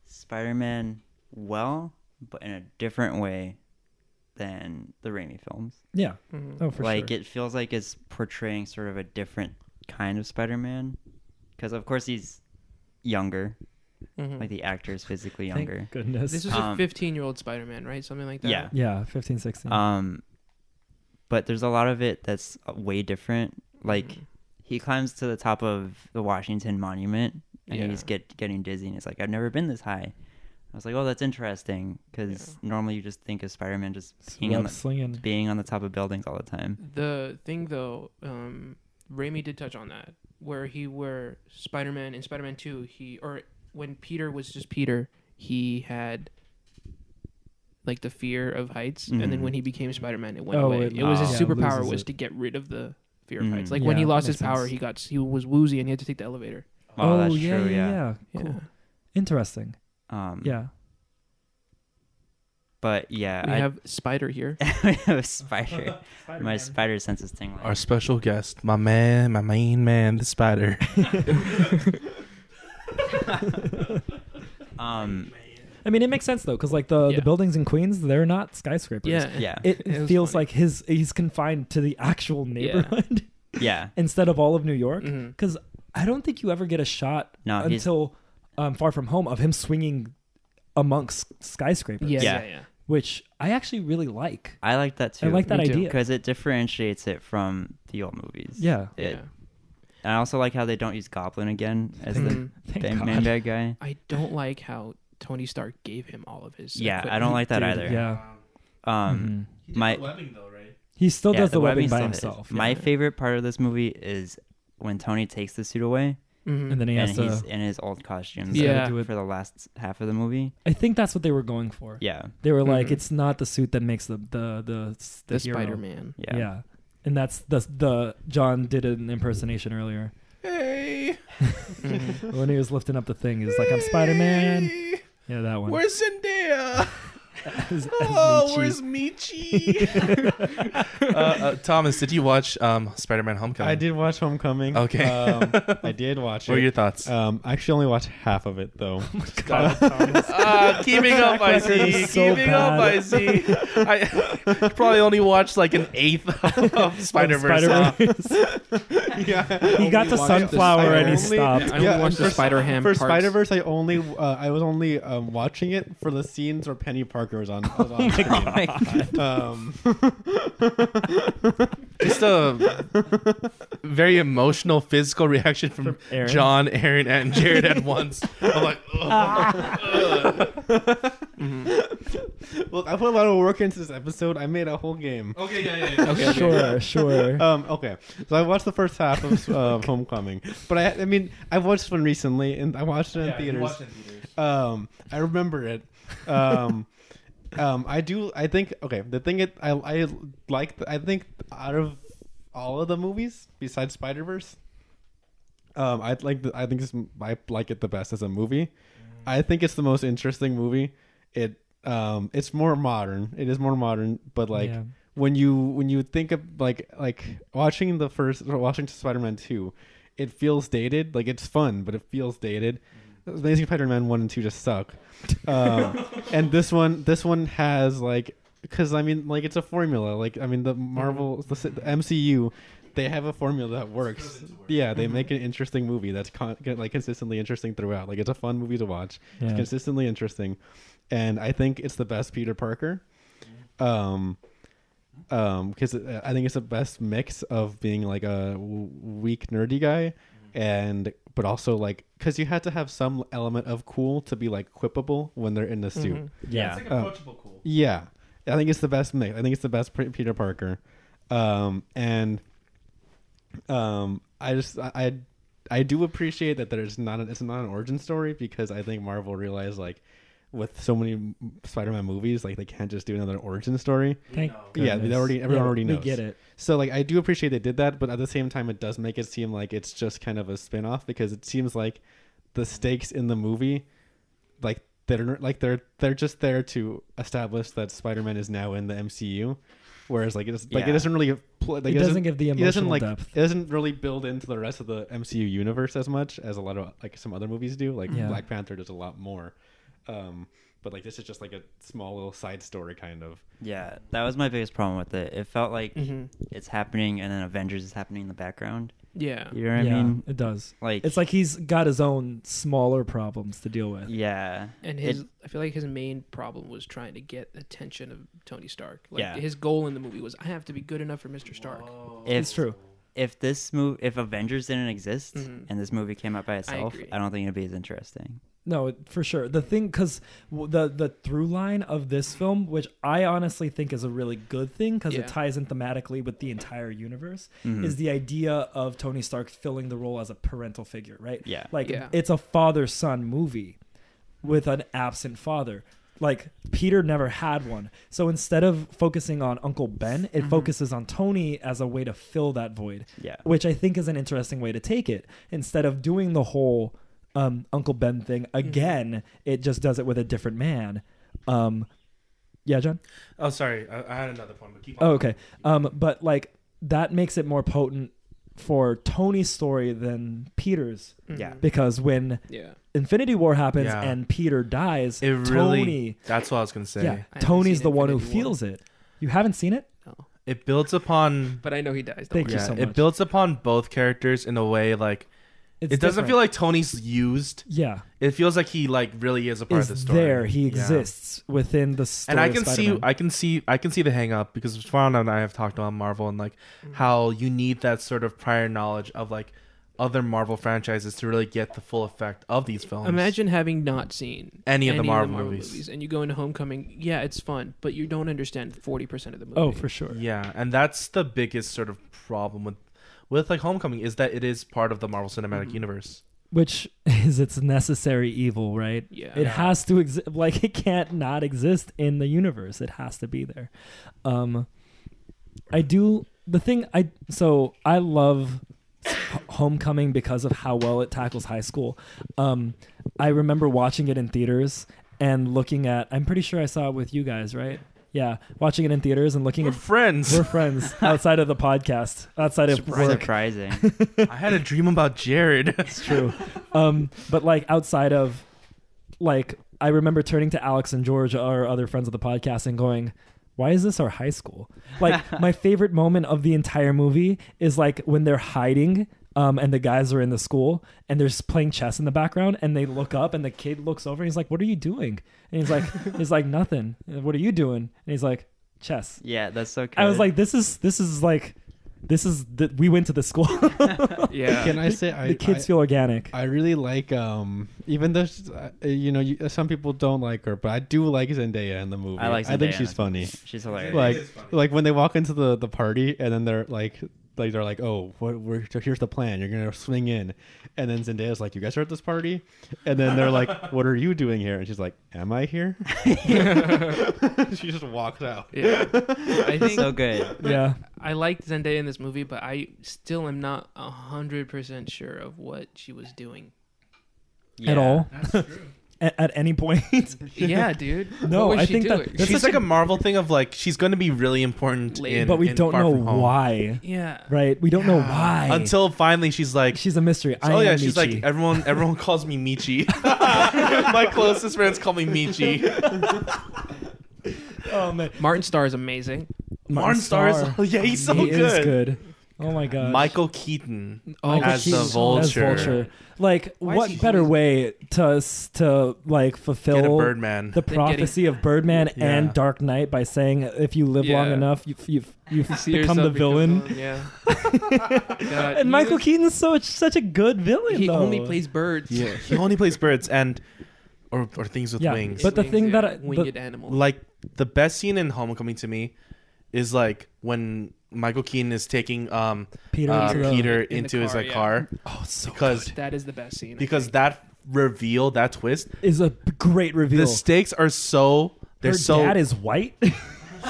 B: Spider-Man well, but in a different way than the Raimi films.
D: Yeah.
F: Mhm.
D: Oh, for
B: like
D: sure.
B: it feels like it's portraying sort of a different kind of Spider-Man cuz of course he's younger,
D: Hmm.
F: Mhm.
B: like the actor is physically
D: Thank
B: younger.
D: goodness.
F: This is
B: Um,
F: a 15-year-old Spider-Man, right? Something like that.
B: Yeah.
D: yeah, 15, 16.
B: Um but there's a lot of it that's uh, way different. Like
D: Mm-hmm.
F: Mhm.
B: he climbs to the top of the Washington Monument and
F: Yeah.
B: he's get getting dizzy and it's like I've never been this high. I was like, oh, that's interesting because normally you just think of Spider-Man just being on,
D: Web
B: the,
D: slinging.
B: [LAUGHS] being on the top of buildings all the time.
F: The thing though, um, Raimi did touch on that, where he where Spider Man in Spider Man Two, he or when Peter was just Peter, he had like the fear of heights, and then
B: Mhm.
F: when he became Spider Man, it went
D: Oh,
F: away.
D: it-
F: It, was his
B: yeah,
F: superpower
D: loses
F: was
D: it.
F: to get rid of the fear
B: Mhm.
F: of heights. Like when
D: Yeah,
F: he lost his
D: makes
F: power,
D: sense.
F: he got he was woozy and he had to take the elevator.
B: Oh, that's
D: yeah,
B: true.
D: yeah,
B: Yeah.
F: Yeah.
D: Cool. Interesting.
B: Um,
D: Yeah.
B: But yeah,
F: We
B: I
F: have Spider here.
B: [LAUGHS] we have
D: [LAUGHS]
B: a spider. My spider senses thing.
C: Our special guest, my man, my main man, the spider.
D: [LAUGHS]
B: Um,
D: I mean, it makes sense though, because like the,
F: Yeah.
D: the buildings in Queens, they're not skyscrapers.
F: yeah.
B: yeah,
D: It,
F: It was
D: feels
F: funny.
D: like his he's confined to the actual neighborhood [LAUGHS]
B: yeah.
D: instead of all of New York.
F: Mhm.
D: Because I don't think you ever get a shot
B: Mm-hmm. No, he's-
D: until um, Far From Home of him swinging amongst skyscrapers,
F: Yeah,
B: Yeah.
F: yeah, yeah.
D: which I actually really like.
B: I like that too.
D: I like that
F: Me too.
D: idea.
B: because it differentiates it from the old movies.
D: Yeah.
B: It-
F: Yeah.
B: And I also like how they don't use Goblin again as the
F: Mhm.
D: [LAUGHS] Thank
B: ba-
D: God.
B: main bad
D: [LAUGHS]
B: guy.
F: I don't like how Tony Stark gave him all of his.
B: Yeah, I
F: equipment.
B: don't like that
D: Dude,
B: either.
D: Yeah.
B: Um,
D: Mhm.
B: my
D: He still
B: yeah,
D: does the, webbing
B: webbing
D: by
B: still hits.
D: himself.
B: My
F: Yeah.
B: favorite part of this movie is when Tony takes the suit away
F: Mhm.
D: And then he has
B: and
D: to.
B: he's in his old costume.
D: he's gotta
F: Yeah.
D: do it.
B: for the last half of the movie.
D: I think that's what they were going for.
B: Yeah,
D: They were like,
F: Mhm.
D: it's not the suit that makes the the the the,
F: the
D: hero.
F: Spider Man.
B: yeah.
D: Yeah. and that's the the John did an impersonation earlier
C: Hey,
D: [LAUGHS] when he was lifting up the thing. He was like, I'm Spider Man. Yeah, that one.
C: Zendaya? [LAUGHS] oh, where's Michi? [LAUGHS] uh, uh, Thomas, did you watch um, Spider-Man: Homecoming?
E: I did watch Homecoming.
C: Okay.
E: um,
C: [LAUGHS]
E: I did watch
C: What were your
E: it.
C: thoughts?
E: Um, I actually only watched half of it though.
C: [LAUGHS] Ah, keeping up, I
D: Track record
C: see.
D: is so
C: keeping up,
D: bad.
C: I see. I [LAUGHS] probably only watched like an eighth of, of Spider Verse.
E: [LAUGHS] yeah.
D: he got
F: Only
D: to
F: watched the
D: sunflower and he
E: Spider-Man.
D: stopped.
F: I only
E: Yeah,
F: watched
E: and
F: the
E: for-
F: Spider Ham
E: For Spider Verse, I only uh, I was only um, watching it for the scenes where Penny Parker was on.
D: [LAUGHS]
E: Was
D: Oh
E: on screen. [LAUGHS] Um,
C: Uh, Just a very emotional physical
D: [LAUGHS]
C: reaction from,
D: Aaron.
C: John, Aaron, and
D: [LAUGHS]
C: Jared at once. I'm like,
D: Uh,
E: well, I put a lot of work into this episode. I made a whole game.
C: okay, yeah, yeah, yeah.
F: Okay, okay.
D: Sure,
E: [LAUGHS]
D: sure.
E: Um, okay, so I watched the first half
D: [LAUGHS]
E: of uh, Homecoming, but I, I mean, I watched one recently, and I watched it in theaters. um i remember it um um i do i think okay the thing it i i like i think out of all of the movies besides spider-verse um i like the, i think it's i like it the best as a movie i think it's the most interesting movie it um it's more modern it is more modern but like
D: Yeah.
E: when you when you think of like like watching the first or watching spider-man 2 it feels dated like it's fun but it feels dated amazing spider-man 1 and 2 just suck um, and this one this one has like because i mean like it's a formula like i mean the marvel the, s- the mcu they have a formula that works yeah they make an interesting movie that's con- like consistently interesting throughout like it's a fun movie to watch it's
D: Yeah.
E: consistently interesting and i think it's the best peter parker um um because i think it's the best mix of being like a w- weak nerdy guy and but also like because you had to have some element of cool to be like quippable when they're in the suit
D: yeah.
C: Oh.
E: approachable cool. Yeah, I think it's the best mix. I think it's the best P- Peter Parker, um, and um, I just I, I I do appreciate that there's not an, it's not an origin story because I think Marvel realized like with so many m- Spider-Man movies like they can't just do another origin story.
D: Thank
E: Yeah, they
D: goodness.
E: already everyone
D: Yeah,
E: already
D: we
E: knows.
D: get it.
E: So like I do appreciate they did that, but at the same time it does make it seem like it's just kind of a spin-off because it seems like the stakes in the movie like they're like they're they're just there to establish that Spider-Man is now in the MCU whereas like it's like it
B: Yeah.
E: doesn't really pl- like
D: It doesn't give the
E: it
D: emotional
E: like,
D: depth.
E: It doesn't really build into the rest of the MCU universe as much as a lot of like some other movies do. Like
D: Yeah.
E: Black Panther does a lot more. Um but like this is just like a small little side story kind of.
B: Yeah, that was my biggest problem with it. It felt like
D: Mm-hmm.
F: Mhm.
B: it's happening and then Avengers is happening in the background.
F: Yeah.
B: You know what
D: yeah,
B: I mean?
D: it does.
B: Like
D: It's like he's got his own smaller problems to deal with.
B: yeah,
F: And his,
B: It-
F: I feel like his main problem was trying to get attention of Tony Stark. Like
B: Yeah.
F: his goal in the movie was, I have to be good enough for Mr. Stark.
B: if,
D: It's true.
B: If this move, if Avengers didn't exist
F: Mhm.
B: and this movie came out by itself,
F: agree.
B: I, don't think it'd be as interesting.
D: No, it- for sure. The thing, because the the through line of this film, which I honestly think is a really good thing, because
F: Yeah. Hmm.
D: it ties in thematically with the entire universe,
B: Mhm.
D: is the idea of Tony Stark filling the role as a parental figure, right?
B: Yeah.
D: Like
F: Yeah.
D: it's a father son movie with an absent father. Like Peter never had one, so instead of focusing on Uncle Ben,
F: Mm-hmm.
D: it focuses on Tony as a way to fill that void
B: Yeah.
D: which I think is an interesting way to take it. Instead of doing the whole um, Uncle Ben thing
C: Mm-hmm.
D: again, it just does it with a different man. Um, yeah, John.
C: Oh, sorry, I, I had another point, but keep on.
D: Oh, okay. Um, but like that makes it more potent for Tony's story than Peter's
B: Yeah.
D: because when
F: Mm-hmm. Yeah.
D: Infinity War happens
C: Yeah.
D: and Peter dies,
C: It really.
D: Tony,
C: That's what I was gonna say.
D: yeah,
F: haven't
D: Tony's
F: seen
D: the one who
F: Infinity War.
D: feels it. You haven't seen it?
F: No.
C: It builds upon.
F: But I know he dies.
D: Thank you
C: yeah,
D: so
C: it
D: much.
C: builds upon both characters in a way like
D: It's
C: it doesn't
D: different.
C: feel like Tony's used.
D: yeah.
C: It feels like he like really is a part
D: is
C: of the story.
D: there? He
C: Yeah.
D: exists within the story.
C: and I
D: of
C: can see,
D: Spider-Man.
C: I can see, I can see the hang up because Farhan and I have talked about Marvel and like how you need that sort of prior knowledge of like other Marvel franchises to really get the full effect of these films.
F: Imagine having not seen
C: Any of the Marvel movies.
F: and you go into Homecoming. Yeah, it's fun, but you don't understand forty percent of the movie.
D: Oh, for sure.
C: yeah, and that's the biggest sort of problem with with like Homecoming is that it is part of the Marvel Cinematic Universe.
D: which [LAUGHS] is its necessary evil, right?
F: Yeah.
D: It has to exist. [LAUGHS] Like it can't not exist in the universe. It has to be there. Um, I do the thing. I so I love Homecoming because of how well it tackles high school. Um, I remember watching it in theaters and looking at. I'm pretty sure I saw it with you guys, right? Yeah, watching it in theaters and looking
C: We're
D: at.
C: friends.
D: We're friends outside of the podcast, outside of work.
B: Surprising.
C: [LAUGHS]
D: [LAUGHS]
C: I had a dream about Jared.
D: It's true. um, but like outside of, like I remember turning to Alex and George, our other friends of the podcast, and going, "Why is this our high school?" Like my favorite moment of the entire movie is like when they're hiding. Um, and the guys are in the school and they're just playing chess in the background and they look up and the kid looks over and he's like, What are you doing? And he's like he's like, Nothing. "Uh, What are you doing? And he's like, Chess.
B: yeah, that's so good.
D: I was like, This is this is like this is that we went to the school. [LAUGHS]
F: Yeah.
E: Can I say I,
D: the kids
E: I,
D: feel organic.
E: I really like um even though she's, uh, you know you, some people don't like her, but I do like Zendaya in the movie.
B: I like
E: I think
B: Zendaya.
E: she's funny.
B: she's hilarious.
E: Like like when they walk into the the party and then they're like. Like they're like, oh, what, we're, here's the plan. You're gonna swing in, and then Zendaya's like, you guys are at this party, and then
B: [LAUGHS]
E: they're like, what are you doing here? And she's like, am I here? [LAUGHS] she just walks out.
B: [LAUGHS]
F: yeah.
D: [LAUGHS]
F: I think
B: so good.
D: yeah.
F: I liked Zendaya in this movie, but I still am not hundred percent sure of what she was doing.
D: at
B: Yeah.
D: all. [LAUGHS] at, at any point.
F: Yeah, dude.
D: No,
F: what was
D: I
F: she
D: think that-
F: doing?
D: that's
C: [LAUGHS] she's
D: such
C: like a, Marvel thing of like she's going to be really important,
F: Late.
D: [LAUGHS]
C: in,
D: but we
C: in
D: don't
C: Far
D: know
C: From Home.
D: why.
F: yeah,
D: Right? We don't know
F: Yeah.
D: why.
C: Until finally she's like,
D: she's a mystery. I
C: oh
D: am
C: yeah, she's
D: Michi.
C: like everyone. Everyone calls me
D: [LAUGHS]
C: Michi. [LAUGHS] My closest friends call me Michi.
D: oh man,
F: Martin Starr is amazing.
C: Martin Starr is, oh, [LAUGHS] yeah, he's so
D: he
C: good.
D: is good. Oh my god,
C: Michael Keaton
F: Oh,
D: Michael
C: as
D: Keaton
C: the
F: he's-
D: as
C: vulture.
D: Vulture. Like,
F: Why is
D: what
F: he
D: better
F: human?
D: way to s- to like fulfill
C: Get a Birdman.
D: the
F: Than getting-
D: prophecy of Birdman
C: Yeah.
D: and Dark Knight by saying if you live long
F: Yeah.
D: enough, you've
C: [LAUGHS]
D: you've, you've
F: You see
D: become the
F: yourself
D: villain.
F: yeah.
D: [LAUGHS]
F: God,
D: and
F: he
D: Michael
F: was-
D: Keaton's so such a good villain.
F: He
D: though.
F: only plays birds.
C: yeah, he only plays birds and or, or things with
D: Yeah,
C: wings.
D: but the thing that I-
F: winged
D: but-
F: animals.
C: like the best scene in Homecoming to me is like when Michael Keaton is taking um
D: Peter
C: uh,
D: into the-
C: Peter
F: in the
C: into his
F: car,
C: like
F: yeah.
C: car
D: Oh, so
C: because
F: That is the best scene. I
C: because
F: think.
C: that reveal that twist
D: is a b- great reveal.
C: the stakes are so they're
D: Her
C: so
D: dad is white.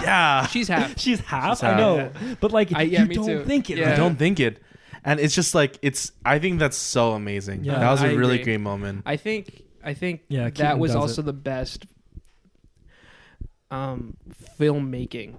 C: yeah
F: she's
D: [LAUGHS]
F: half.
D: She's half.
C: She's
D: I
C: half.
D: know, but like
F: I- yeah,
D: you
F: me
D: don't
F: too.
D: think it.
F: Yeah.
C: I don't think it and it's just like it's I think that's so amazing
D: Yeah.
C: that was a
F: I
C: really
F: agree.
C: great moment
F: I think I think
D: Yeah, Keaton
F: that was
D: does
F: also the best um, filmmaking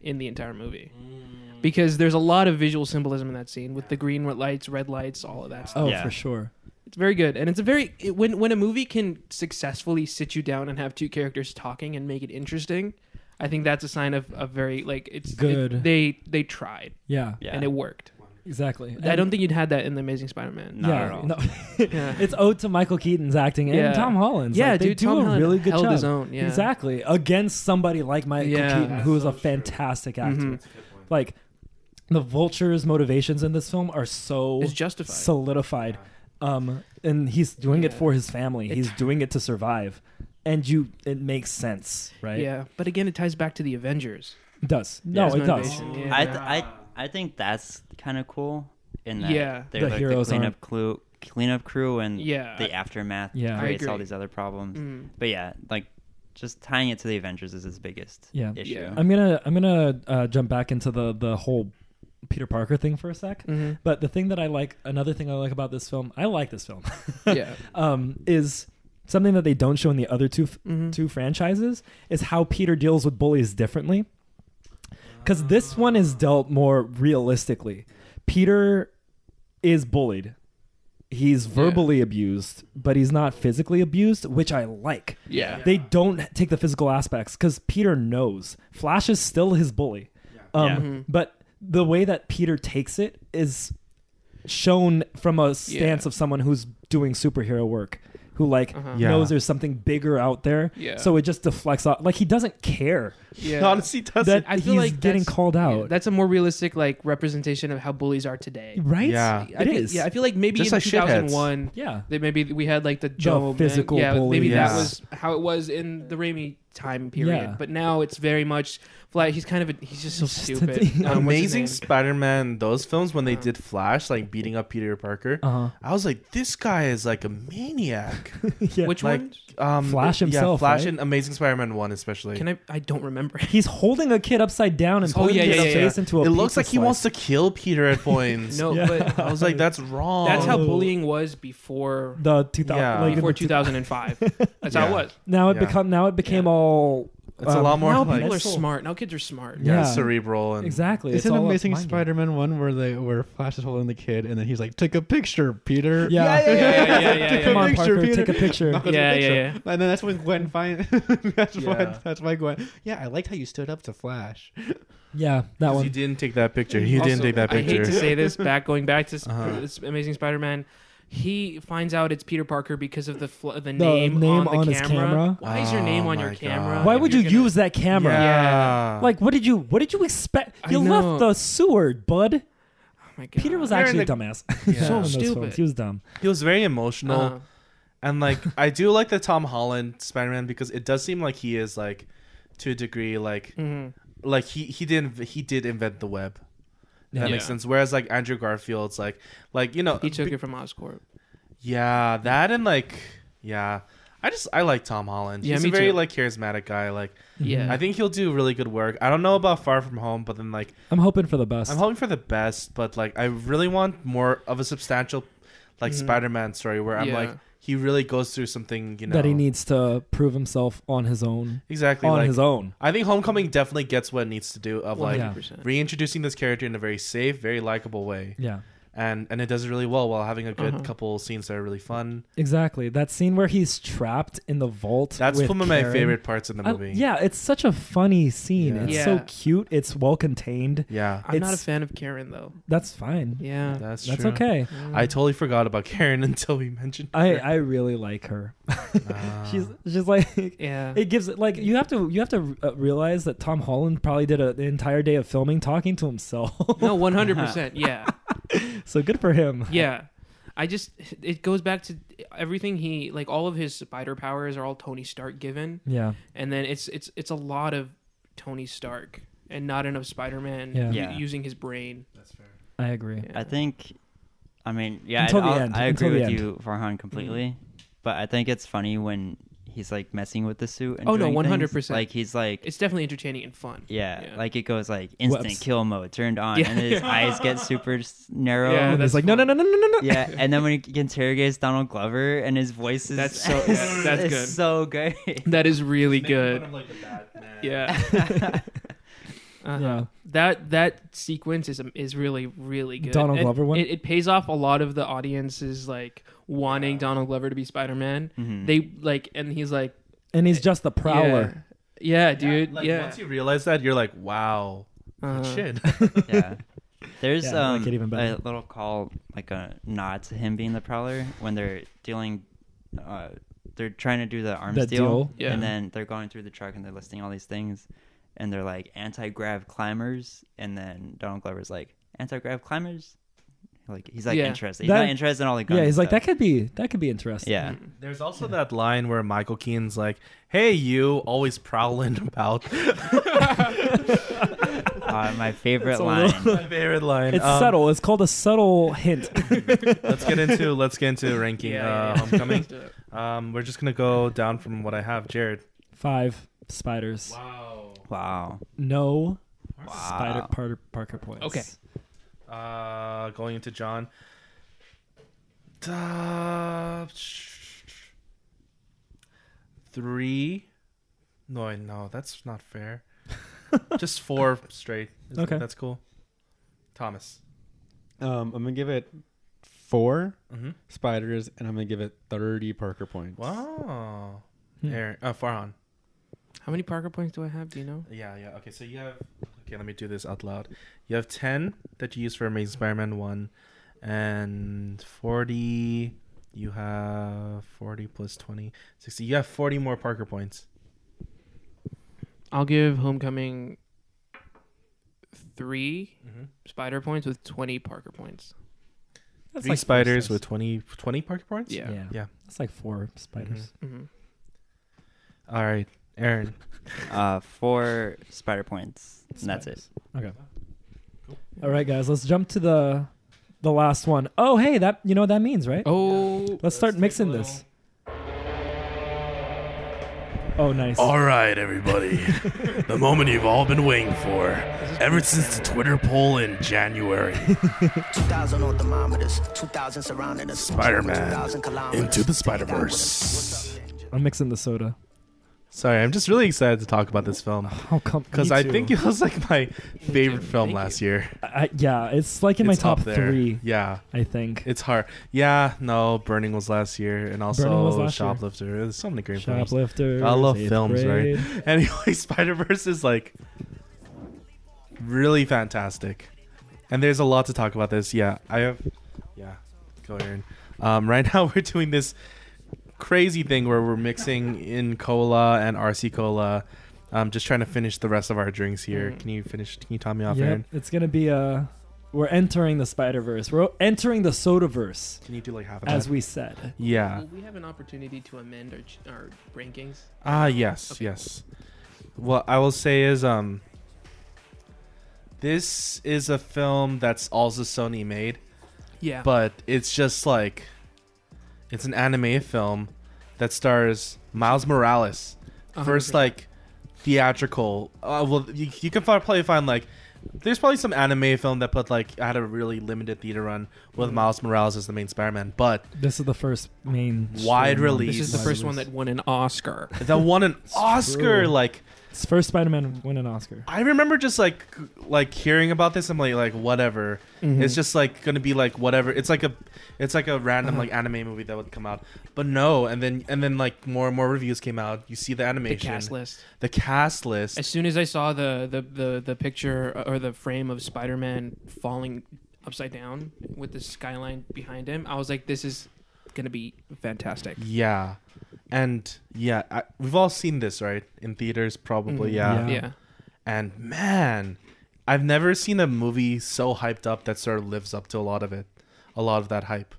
F: in the entire movie.
D: Mm.
F: Because there's a lot of visual symbolism in that scene with the green lights, red lights, all of that stuff.
D: Oh,
B: Yeah.
D: for sure.
F: It's very good, and it's a very it, when when a movie can successfully sit you down and have two characters talking and make it interesting. I think that's a sign of a very like it's it-
D: Good.
F: they they tried
D: Yeah,
B: Yeah.
F: and it worked.
D: exactly.
F: I
D: And-
F: don't think you'd had that in the Amazing Spider-Man.
B: Not
D: yeah,
B: at all.
D: no. [LAUGHS]
C: [LAUGHS]
F: Yeah.
D: it's owed to Michael Keaton's acting and
F: Yeah.
D: Tom Holland's.
F: Yeah,
D: Like, they
F: dude,
D: do
F: Tom
D: a
F: Holland
D: really good
F: held
D: job.
F: his own, yeah.
D: Exactly against somebody like Michael
F: Yeah.
D: Keaton, who is a fantastic actor.
F: Mhm.
D: Like the Vulture's motivations in this film are so
F: It's justified.
D: solidified, um, and he's doing it
F: Yeah.
D: for his family.
F: It-
D: he's doing it to survive, and you it makes sense, right?
F: Yeah, but again, it ties back to the Avengers.
D: [LAUGHS] It does. No,
F: His
D: it does.
F: motivation,
B: I,
F: yeah.
B: th- I I think that's kind of cool. In that
F: Yeah.
B: they're
D: The
B: like
D: heroes
B: the
D: aren't-
B: cleanup clue, cleanup crew, and
F: Yeah.
B: the aftermath
D: Yeah. I
B: creates all
F: agree.
B: these other problems.
F: Mm.
B: But yeah, like just tying it to the Avengers is his biggest
D: Yeah.
B: issue.
F: Yeah.
D: I'm gonna I'm gonna uh, jump back into the the whole Peter Parker thing for a sec.
F: Mhm.
D: But the thing that I like, another thing I like about this film, I like this film,
F: [LAUGHS] yeah.
D: um, is something that they don't show in the other two f-
F: Mhm.
D: two franchises is how Peter deals with bullies differently. Because this one is dealt more realistically. Peter is bullied. He's verbally abused, but he's not physically abused, which I like.
C: [LAUGHS]
F: Yeah.
D: They don't take the physical aspects because Peter knows Flash is still his bully. Um,
B: Yeah.
F: Mhm.
D: But the way that Peter takes it is shown from a stance of someone who's doing superhero work, who like
F: Uh-huh.
C: Yeah.
D: knows there's something bigger out there.
F: Yeah.
D: So it just deflects off. Like he doesn't care
F: Yeah.
C: honestly doesn't
D: that
F: I
D: he's
F: feel like
D: getting
F: that's-
D: called
F: Yeah,
D: out.
F: that's a more realistic like representation of how bullies are today.
D: right?
C: Yeah.
F: I
D: it
F: feel-
D: is.
F: Yeah, I feel like maybe
C: Just
F: in
C: like shitheads.
F: 2001
D: Yeah.
F: that maybe we had like the Joe Man-
D: physical
F: yeah, maybe
D: bullies.
F: that
C: Yeah.
F: was how it was in the Raimi time period.
D: Yeah.
F: But now it's very much flat. He's kind of a, he's just so
D: He's just a [LAUGHS]
F: stupid.
D: d-
F: Um, what's his
C: Amazing
F: name?
C: Spider-Man. Those films when they
F: Uh.
C: did Flash, like beating up Peter Parker,
D: Uh-huh.
C: I was like, this guy is like a maniac.
D: [LAUGHS] Yeah.
F: Which
C: Like-
F: one?
C: Um,
D: Flash
C: yeah,
D: himself,
C: Flash
D: right?
C: and Amazing Spider-Man one especially.
F: Can I? I don't remember. [LAUGHS]
D: He's holding a kid upside down and
F: Oh,
D: putting
F: yeah,
D: his
F: yeah, yeah,
D: face
C: yeah.
D: into a
C: it looks
D: pizza
C: like he
D: slice.
C: wants to kill Peter at points.
F: No,
D: Yeah.
C: [LAUGHS]
F: but
C: I was like, that's wrong.
F: that's how
D: Oh.
F: bullying was before
D: the 2000
C: Yeah.
D: like
F: before
D: the two- [LAUGHS]
F: 2005. That's how
C: Yeah.
F: it was.
D: now it
C: Yeah.
D: become now it became all
C: It's a
D: um,
C: lot more
D: now
C: like
F: People are
D: That's so-
F: smart now. Kids are smart.
C: yeah,
D: Yeah.
C: cerebral and
D: exactly
E: It's
D: it's
E: an
D: all a
E: amazing
D: mind game.
E: Spider-Man one where they where Flash is holding the kid and then he's like, "Take a picture, Peter."
D: Yeah. Yeah,
F: yeah,
E: [LAUGHS]
F: yeah, yeah, yeah,
E: Take
D: come
E: a
D: on
E: picture,
D: Parker
E: Peter.
D: take a picture
E: Knock on the
F: Yeah,
E: picture.
F: yeah, yeah.
E: And then that's when Gwen finds. [LAUGHS] that's
C: Yeah.
E: why. That's why Gwen. Yeah, I liked how you stood up to Flash.
D: yeah that
C: 'Cause
D: one
C: You didn't take that picture. You
F: Also,
C: didn't take that
F: I hate to
C: picture.
F: say this. Back going back to s-
C: Uh-huh.
F: this Amazing Spider-Man, he finds out it's Peter Parker because of the fl- the,
D: name
F: name, on,
D: on
F: the
D: his
F: camera.
D: camera.
F: Why is your
C: Oh
F: name on
C: my
F: your camera?
C: God.
D: why
F: if
D: would you
F: you're gonna-
D: use that camera
C: Yeah.
D: Like what did you what did you expect?
F: I
D: You
F: know.
D: left the Seward, bud.
F: Oh my God.
D: Peter was
C: They're in
D: actually a
C: the-
D: dumbass.
C: Yeah.
D: In those
F: Stupid.
D: films, He was dumb.
C: he was very emotional.
F: Uh,
C: And like I do like the Tom Holland Spider Man because it does seem like he is like to a degree like
F: mhm.
C: like he he didn't he did invent the web. If That
F: Yeah.
C: makes sense. Whereas like Andrew Garfield's like like you know
F: He took
C: be-
F: it from Oscorp.
C: yeah that and like yeah I just I like Tom Holland.
F: Yeah,
C: He's
F: me
C: a very
F: too.
C: like charismatic guy. Like
F: Yeah.
C: I think he'll do really good work. I don't know about Far From Home, but then like
D: I'm hoping for the best.
C: I'm hoping for the best, but like I really want more of a substantial like
F: Mhm.
C: Spider-Man story where I'm
F: Yeah.
C: like he really goes through something, you know.
D: that he needs to prove himself on his own.
C: Exactly.
D: On
C: like,
D: his own.
C: I think Homecoming definitely gets what it needs to do of like
D: Yeah.
F: 100%.
C: reintroducing this character in a very safe, very likable way.
D: Yeah.
C: And and it does it really well while having a good
F: Uh-huh.
C: couple scenes that are really fun.
D: Exactly. That scene where he's trapped in the vault.
C: That's
D: with
C: one of my
D: Karen.
C: favorite parts in the
D: I-
C: movie.
D: yeah, it's such a funny scene.
C: Yeah.
D: It's
F: Yeah.
D: so cute. It's well contained.
C: Yeah.
F: I'm not a
D: It's-
F: fan of Karen though.
D: That's fine.
F: Yeah.
C: That's
D: That's
C: true.
D: okay.
C: I totally forgot about Karen [LAUGHS] until we mentioned
D: I,
C: her.
D: I really like her.
C: Ah.
D: She's she's like [LAUGHS]
F: yeah.
D: it gives it like you have to you have to uh, realize that Tom Holland probably did a, an entire day of filming talking to himself. [LAUGHS]
F: no, 100. percent Yeah.
D: so good for him.
F: Yeah. I just it goes back to everything he like all of his spider powers are all Tony Stark given.
D: Yeah,
F: and then it's it's it's a lot of Tony Stark and not enough Spider Man
D: Yeah.
B: Yeah.
F: using his brain.
D: I agree.
F: Yeah.
B: I think, I mean, yeah,
D: Until the
B: I'll-
D: end,
B: I
D: until
B: agree
D: the
B: with
D: end.
B: you, Farhan, completely.
F: Mm-hmm.
B: But I think it's funny when he's like messing with the suit. And
F: Oh, no,
B: doing things.
F: 100%.
B: Like he's like,
F: It's definitely entertaining and fun.
B: yeah,
F: yeah.
B: like it goes like instant
D: Whoops.
B: kill mode turned on,
F: Yeah.
B: and his eyes
F: [LAUGHS]
B: get super s- narrow.
F: Yeah,
D: and
F: that's
D: it's like no, no, no, no, no, no, no.
F: [LAUGHS]
B: Yeah, and then when he interrogates Donald Glover, and his voice is [LAUGHS]
F: That's so-
B: is-
F: that's- that's
B: is
F: good.
B: so good. [LAUGHS]
F: That is really
C: Making fun
F: [LAUGHS] good.
C: of, like, the Batman.
F: Yeah. Uh-huh.
D: Yeah.
F: That that sequence is is really really good.
D: Donald
F: And
D: Glover one?
F: It, it pays off a lot of the audience's like wanting Donald Glover to be Spider Man.
C: Mm.
B: Mhm.
F: They like and he's like
D: And he's just the prowler.
F: Yeah, yeah dude. Yeah.
C: Like, Once you realize that, you're like, wow,
F: Uh-huh. [LAUGHS]
C: shit. [LAUGHS]
B: yeah. [LAUGHS] There's
D: Yeah, I
B: um,
D: like it even
B: a
D: better.
B: little call, like a nod to him being the prowler when they're dealing. Uh, they're trying to do the arms
D: That
B: deal,
D: deal.
F: Yeah.
B: and then they're going through the truck and they're listing all these things, and they're like anti-grav climbers, and then Donald Glover's like anti-grav climbers, like he's like
F: Yeah.
B: interested. He's
D: That-
B: not interested in all the guns.
D: Yeah, he's
B: and
D: like
B: stuff.
D: that could be that could be interesting.
B: Yeah,
C: There's also that line where Michael Keane's like, "Hey, you always prowling [LAUGHS] about."
B: [LAUGHS] uh,
D: [LAUGHS]
B: my favorite
D: It's a
B: line.
D: little-
C: My favorite line.
D: It's
C: Um,
D: subtle. It's called a subtle hint.
C: Let's get
F: [LAUGHS]
C: into let's get into ranking
F: Yeah,
C: uh,
F: yeah, yeah.
C: Homecoming.
F: Let's do it.
C: Um, we're just gonna go down from what I have, Jared.
D: Five spiders.
C: Wow.
B: wow.
D: No
B: Wow.
D: spider Parker, Parker points.
F: Okay.
C: Uh, going into John. Uh, three. No, I- no, that's
D: [LAUGHS]
C: not fair. just four straight. Isn't
D: Okay.
C: it? that's cool. Thomas.
E: Um, I'm gonna give it four
D: Mm-hmm.
C: Mhm.
E: spiders, and I'm gonna give it 30 Parker points.
C: Wow.
D: Hmm.
C: Aaron, uh, Farhan.
F: [LAUGHS] How many Parker points do I have? Do you know?
C: Yeah, yeah. Okay, so you have. Okay, let me do this out loud. You have 10 that you use for Amazing Spider Man 1, and 40. You have 40 plus 20, 60. You have 40 more Parker points.
F: I'll give Homecoming 3
C: Mm-hmm.
F: spider points with 20 Parker points.
D: That's
C: Three
D: like four
C: spiders
D: stars.
C: with 20, 20 Parker points?
F: Yeah. Mm-hmm.
D: Yeah.
C: Yeah.
D: That's like four spiders.
F: Mhm.
C: All right.
A: Aaron.
B: Uh, four spider points. And that's it.
D: Okay. All right, guys, let's jump to the the last one. Oh, hey, that you know what that means, right?
F: Oh,
D: let's start mixing this. Oh, nice.
G: All right, [LAUGHS] everybody. the moment you've all been waiting for. Ever since the Twitter poll in January,
H: 2,000 on thermometers, 2,000 surrounding us.
G: Spider Man
H: 2,000 kilometers.
G: into the Spider Verse.
D: I'm mixing the soda.
C: [LAUGHS]
D: [LAUGHS]
C: Sorry, I'm just really excited to talk about this film
D: Oh, come
C: because
D: me
C: I
D: too.
C: think it was
D: [LAUGHS]
C: like my favorite film
F: Thank
C: last
F: you.
C: year.
D: I, yeah, it's like in
C: it's
D: my top
C: up there.
D: three.
C: Yeah,
D: I think.
C: it's hard. Yeah, no, Burning was last year, and
D: Burning was
C: also
D: last year.
C: Shoplifter. There's so many great films.
D: Shoplifter.
C: I love films, right? Anyway, [LAUGHS] Spider Verse is like really fantastic, and there's a lot to talk about. This, yeah, I have, yeah, go Aaron. Um, right [LAUGHS] now we're doing this crazy thing where we're mixing in cola and RC cola. I'm just trying to finish the rest of our drinks here.
F: Mm.
C: Can you finish? Can you top me off,
D: Yep,
C: Aaron?
D: it's gonna be uh We're entering the Spider Verse. We're entering the Soda Verse,
C: Can you do like half of
D: as
C: that?
D: we said.
C: yeah.
F: Will we have an opportunity to amend our, ch- our rankings?
C: Ah, yes,
F: Okay.
C: yes. What I will say is, um, this is a film that's also Sony made,
F: Yeah.
C: but it's just like it's an anime film that stars Miles Morales. First,
F: 100%.
C: like theatrical. Uh, well, you, you can fi- probably find like there's probably some anime film that put like had a really limited theater run with Miles Morales as the main Spider-Man, but
D: This is the first main
C: Wide
D: stream.
C: release.
F: this is the
C: Why
F: first one that won an
C: [LAUGHS]
F: Oscar.
C: that won an Oscar.
D: true.
C: Like
D: It's first Spider Man win an Oscar.
C: I remember just like like hearing about this. I'm like like whatever.
F: Mm-hmm.
C: It's just like gonna be like whatever. It's like a it's like a random
F: Uh-huh.
C: like anime movie that would come out. But no, and then and then like more and more reviews came out. You see the
F: the
C: animation,
F: cast list.
C: the cast list.
F: As soon as I saw the the the, the picture uh, or the frame of Spider-Man falling upside down with the skyline behind him, I was like, this is gonna be fantastic.
C: yeah, and yeah, I, we've all seen this right in theaters probably.
F: Mhm.
C: Mm-hmm. Yeah.
D: Yeah.
F: Yeah.
C: and man, I've never seen a movie so hyped up that sort of lives up to a lot of it, a lot of that hype,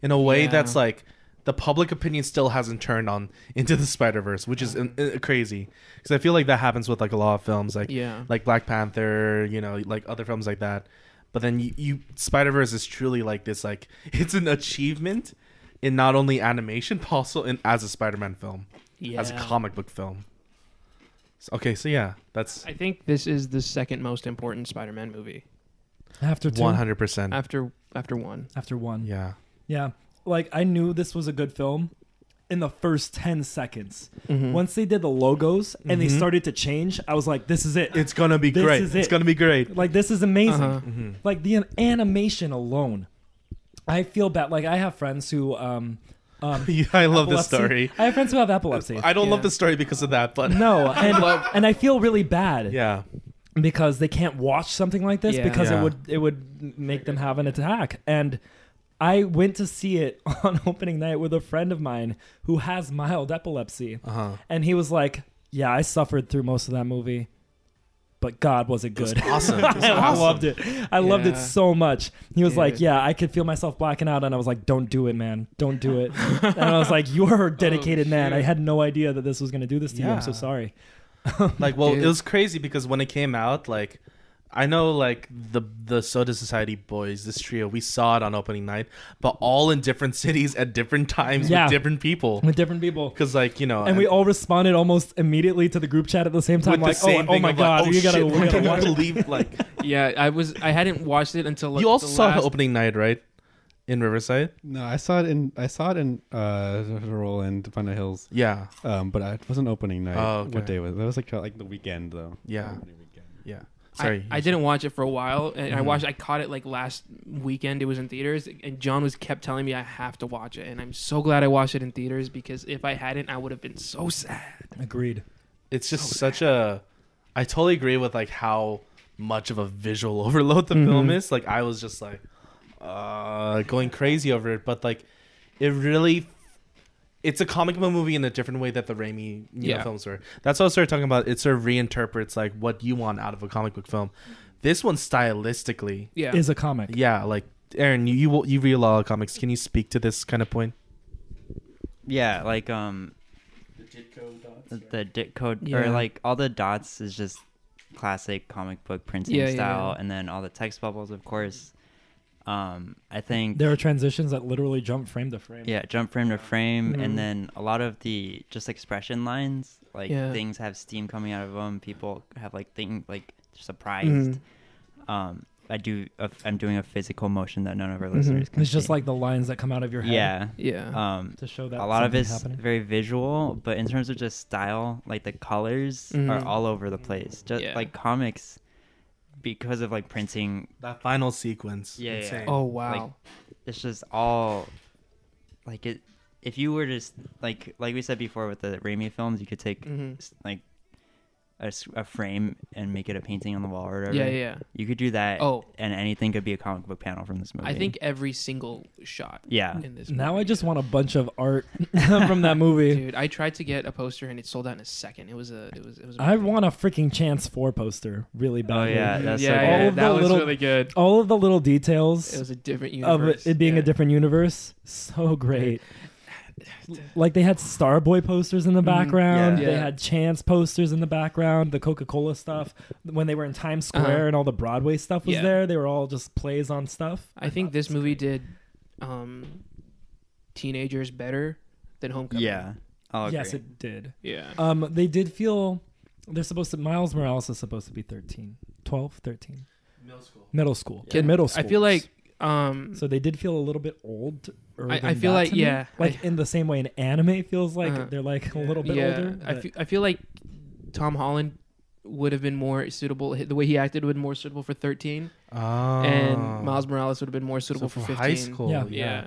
C: in a way
F: Yeah.
C: that's like the public opinion still hasn't turned on into the Spider Verse, which is uh, crazy because I feel like that happens with like a lot of films, like
F: Yeah.
C: like Black Panther, you know, like other films like that. But then you, you Spider Verse is truly like this, like [LAUGHS] it's an achievement in not only animation, but also in as a Spider Man film,
F: yeah.
C: as a comic book film. So- okay, so yeah, that's
F: I think this is the second most important Spider-Man movie
D: After two.
C: One hundred percent.
F: after after one.
D: After one.
C: Yeah.
D: Yeah. Like I knew this was a good film in the first 10 seconds.
C: Mm-hmm.
F: Mhm.
D: Once they did the logos and they
C: Mhm.
D: started to change, I was like this is it.
C: [LAUGHS] It's gonna be
D: This
C: great.
D: is
C: It's
D: it.
C: gonna
D: [LAUGHS]
C: be great. [LAUGHS]
D: like this is amazing.
F: Uh-huh.
D: Like the animation alone. I feel bad like I have friends who um um
C: [LAUGHS] Yeah, I love this
D: epilepsy-
C: story.
D: I have friends who have epilepsy.
C: [LAUGHS] I don't love
F: Yeah.
C: the story because of
D: [LAUGHS]
C: that, but [LAUGHS]
D: no, and and I feel really bad
C: yeah,
D: because they can't watch something like this
F: Yeah.
D: because
C: Yeah.
D: it would it would make them have an attack. And I went to see it [LAUGHS] on opening night with a friend of mine who has mild epilepsy,
C: uh huh.
D: and he was like, "Yeah, I suffered through most of that movie, but God, was it
C: It was
D: good." [LAUGHS]
C: awesome. [LAUGHS] It was
D: I
C: awesome.
D: loved it. I loved it
F: Yeah.
D: so much. He was like,
F: Dude.
D: "Yeah, I could feel myself blacking out," and I was like, "Don't do it, man. Don't do
C: [LAUGHS]
D: it." and I was like, "You're a dedicated man. I
F: shoot.
D: had no idea that this was going to do this to you.
C: Oh, Yeah.
D: I'm so sorry."
C: Like, well,
F: Dude.
C: it was crazy because when it came out, like, I know, like the the Soda Society boys, this trio, we saw it on opening night, but all in different [LAUGHS] cities at different times
D: Yeah.
C: with different people.
D: With different people.
C: Because, like, you know,
D: and we all responded almost immediately to the group chat at the same
C: with
D: time.
C: the
D: Like, oh,
C: same
D: oh
C: thing
D: my
C: of,
D: god,
C: like, oh,
D: you gotta,
C: shit,
D: we gotta
C: I
D: watch
C: can't
D: it.
C: believe [LAUGHS] like
F: Yeah, I was I hadn't watched it until like
C: you also
F: the
C: saw
F: last,
C: the opening night, right? In Riverside,
E: No, I saw it in I saw it in uh Roland Panda Hills.
C: yeah,
E: Um, but I, it wasn't opening night.
C: Oh, okay.
E: What day was it? That was like like the weekend though. [LAUGHS]
C: yeah,
E: Opening weekend.
C: yeah.
F: I-
C: Sorry,
F: I, didn't watch it for a while, and I
B: Mm-hmm.
C: Mhm.
F: watched. I caught it like last weekend. It was in theaters, and John was kept telling me I have to watch it, and I'm so glad I watched it in theaters because if I hadn't, I would have been so sad.
D: Agreed.
C: it's just
F: Oh,
C: such a i totally agree with like how much of a visual [LAUGHS] overload the
F: Mm-hmm.
C: film is like i was just like uh going crazy over it but like it really it's a comic book movie in a different way that the Raimi you know,
F: Yeah.
C: films were. That's what I started talking about. It sort of reinterprets like what you want out of a comic book film. This one stylistically,
F: Yeah,
D: Is a comic.
C: yeah, like Aaron, you you, you read a lot of comics. Can you speak to this kind of point?
B: Yeah, like um, The, the dot code
A: Yeah.
B: or like all the dots is just classic comic book printing
F: Yeah, yeah,
B: style,
F: yeah.
B: and then all the text bubbles, of course. Um, I think
D: There are transitions that literally jump frame to frame.
B: yeah, jump frame to frame,
F: Mhm.
D: Mm-hmm.
B: and then a lot of the just expression lines, like
F: Yeah.
B: things have steam coming out of them. People have like thing like surprised.
D: Mm-hmm.
B: Um, I do. i I'm doing a physical motion that none of our listeners can.
D: Mm-hmm. It's just
B: see.
D: like the lines that come out of your head.
B: yeah.
F: Yeah.
B: Um,
D: To show that
B: a lot of
D: something's
B: it's
D: happening.
B: very visual, but in terms of just style, like the colors
F: Mhm.
B: are all over the place. Just
F: Yeah.
B: like comics, because of like printing,
C: That final sequence.
B: Yeah, yeah.
C: Insane.
F: oh wow.
B: it's just all like it. If you were just like like we said before with the Raimi films, you could take
F: Mhm.
B: s- like a, s- a frame and make it a painting on the wall or whatever.
F: yeah, yeah, yeah.
B: You could do that.
F: Oh.
B: and anything could be a comic book panel from this movie.
F: I think every single shot.
B: Yeah.
F: In this.
D: Now I
F: movie.
D: just want a bunch of art [LAUGHS] from that movie.
F: [LAUGHS] Dude, I tried to get a poster and it sold out in a second. It was a. It was. It was.
D: I want a freaking chance for poster really
B: Oh
D: badly.
B: yeah, that's
F: yeah,
B: so
F: yeah,
D: All
B: good.
D: of
F: that
D: the
F: was
D: little-
F: really good.
D: All of the little
F: It
D: details
F: was a different
D: of
F: universe.
D: it, it being
F: yeah.
D: a different universe, so [SIGHS] great. like they had Starboy posters in the
F: Mhm.
D: background.
F: Yeah.
D: They
F: Yeah.
D: had Chance posters in the background. The Coca Cola stuff when they were in Times Square
F: Uh-huh.
D: and all the Broadway stuff was
F: Yeah.
D: there. They were all just plays on stuff.
F: I think this movie did um, teenagers better than Homecoming. Uh,
B: Yeah,
F: Oh,
B: I'll agree.
D: Yes, it did.
F: Yeah.
D: Um, they did feel they're supposed to. Miles Morales is supposed to be 13, 12, 13. Middle school. Middle school.
F: Kid-
D: middle school.
F: I feel like um
D: So they did feel a little bit old.
F: I- I feel like- yeah,
D: like in the same way an anime feels like
F: Uh-huh.
D: they're like a little bit
F: yeah,
D: older.
F: I
D: but-
F: feel, I feel like Tom Holland would have been more suitable the way he acted would have been more suitable for 13
C: Oh.
F: and Miles Morales would have been more
C: So
F: suitable
C: for
F: for 15.
C: high school.
D: Yeah.
F: Yeah.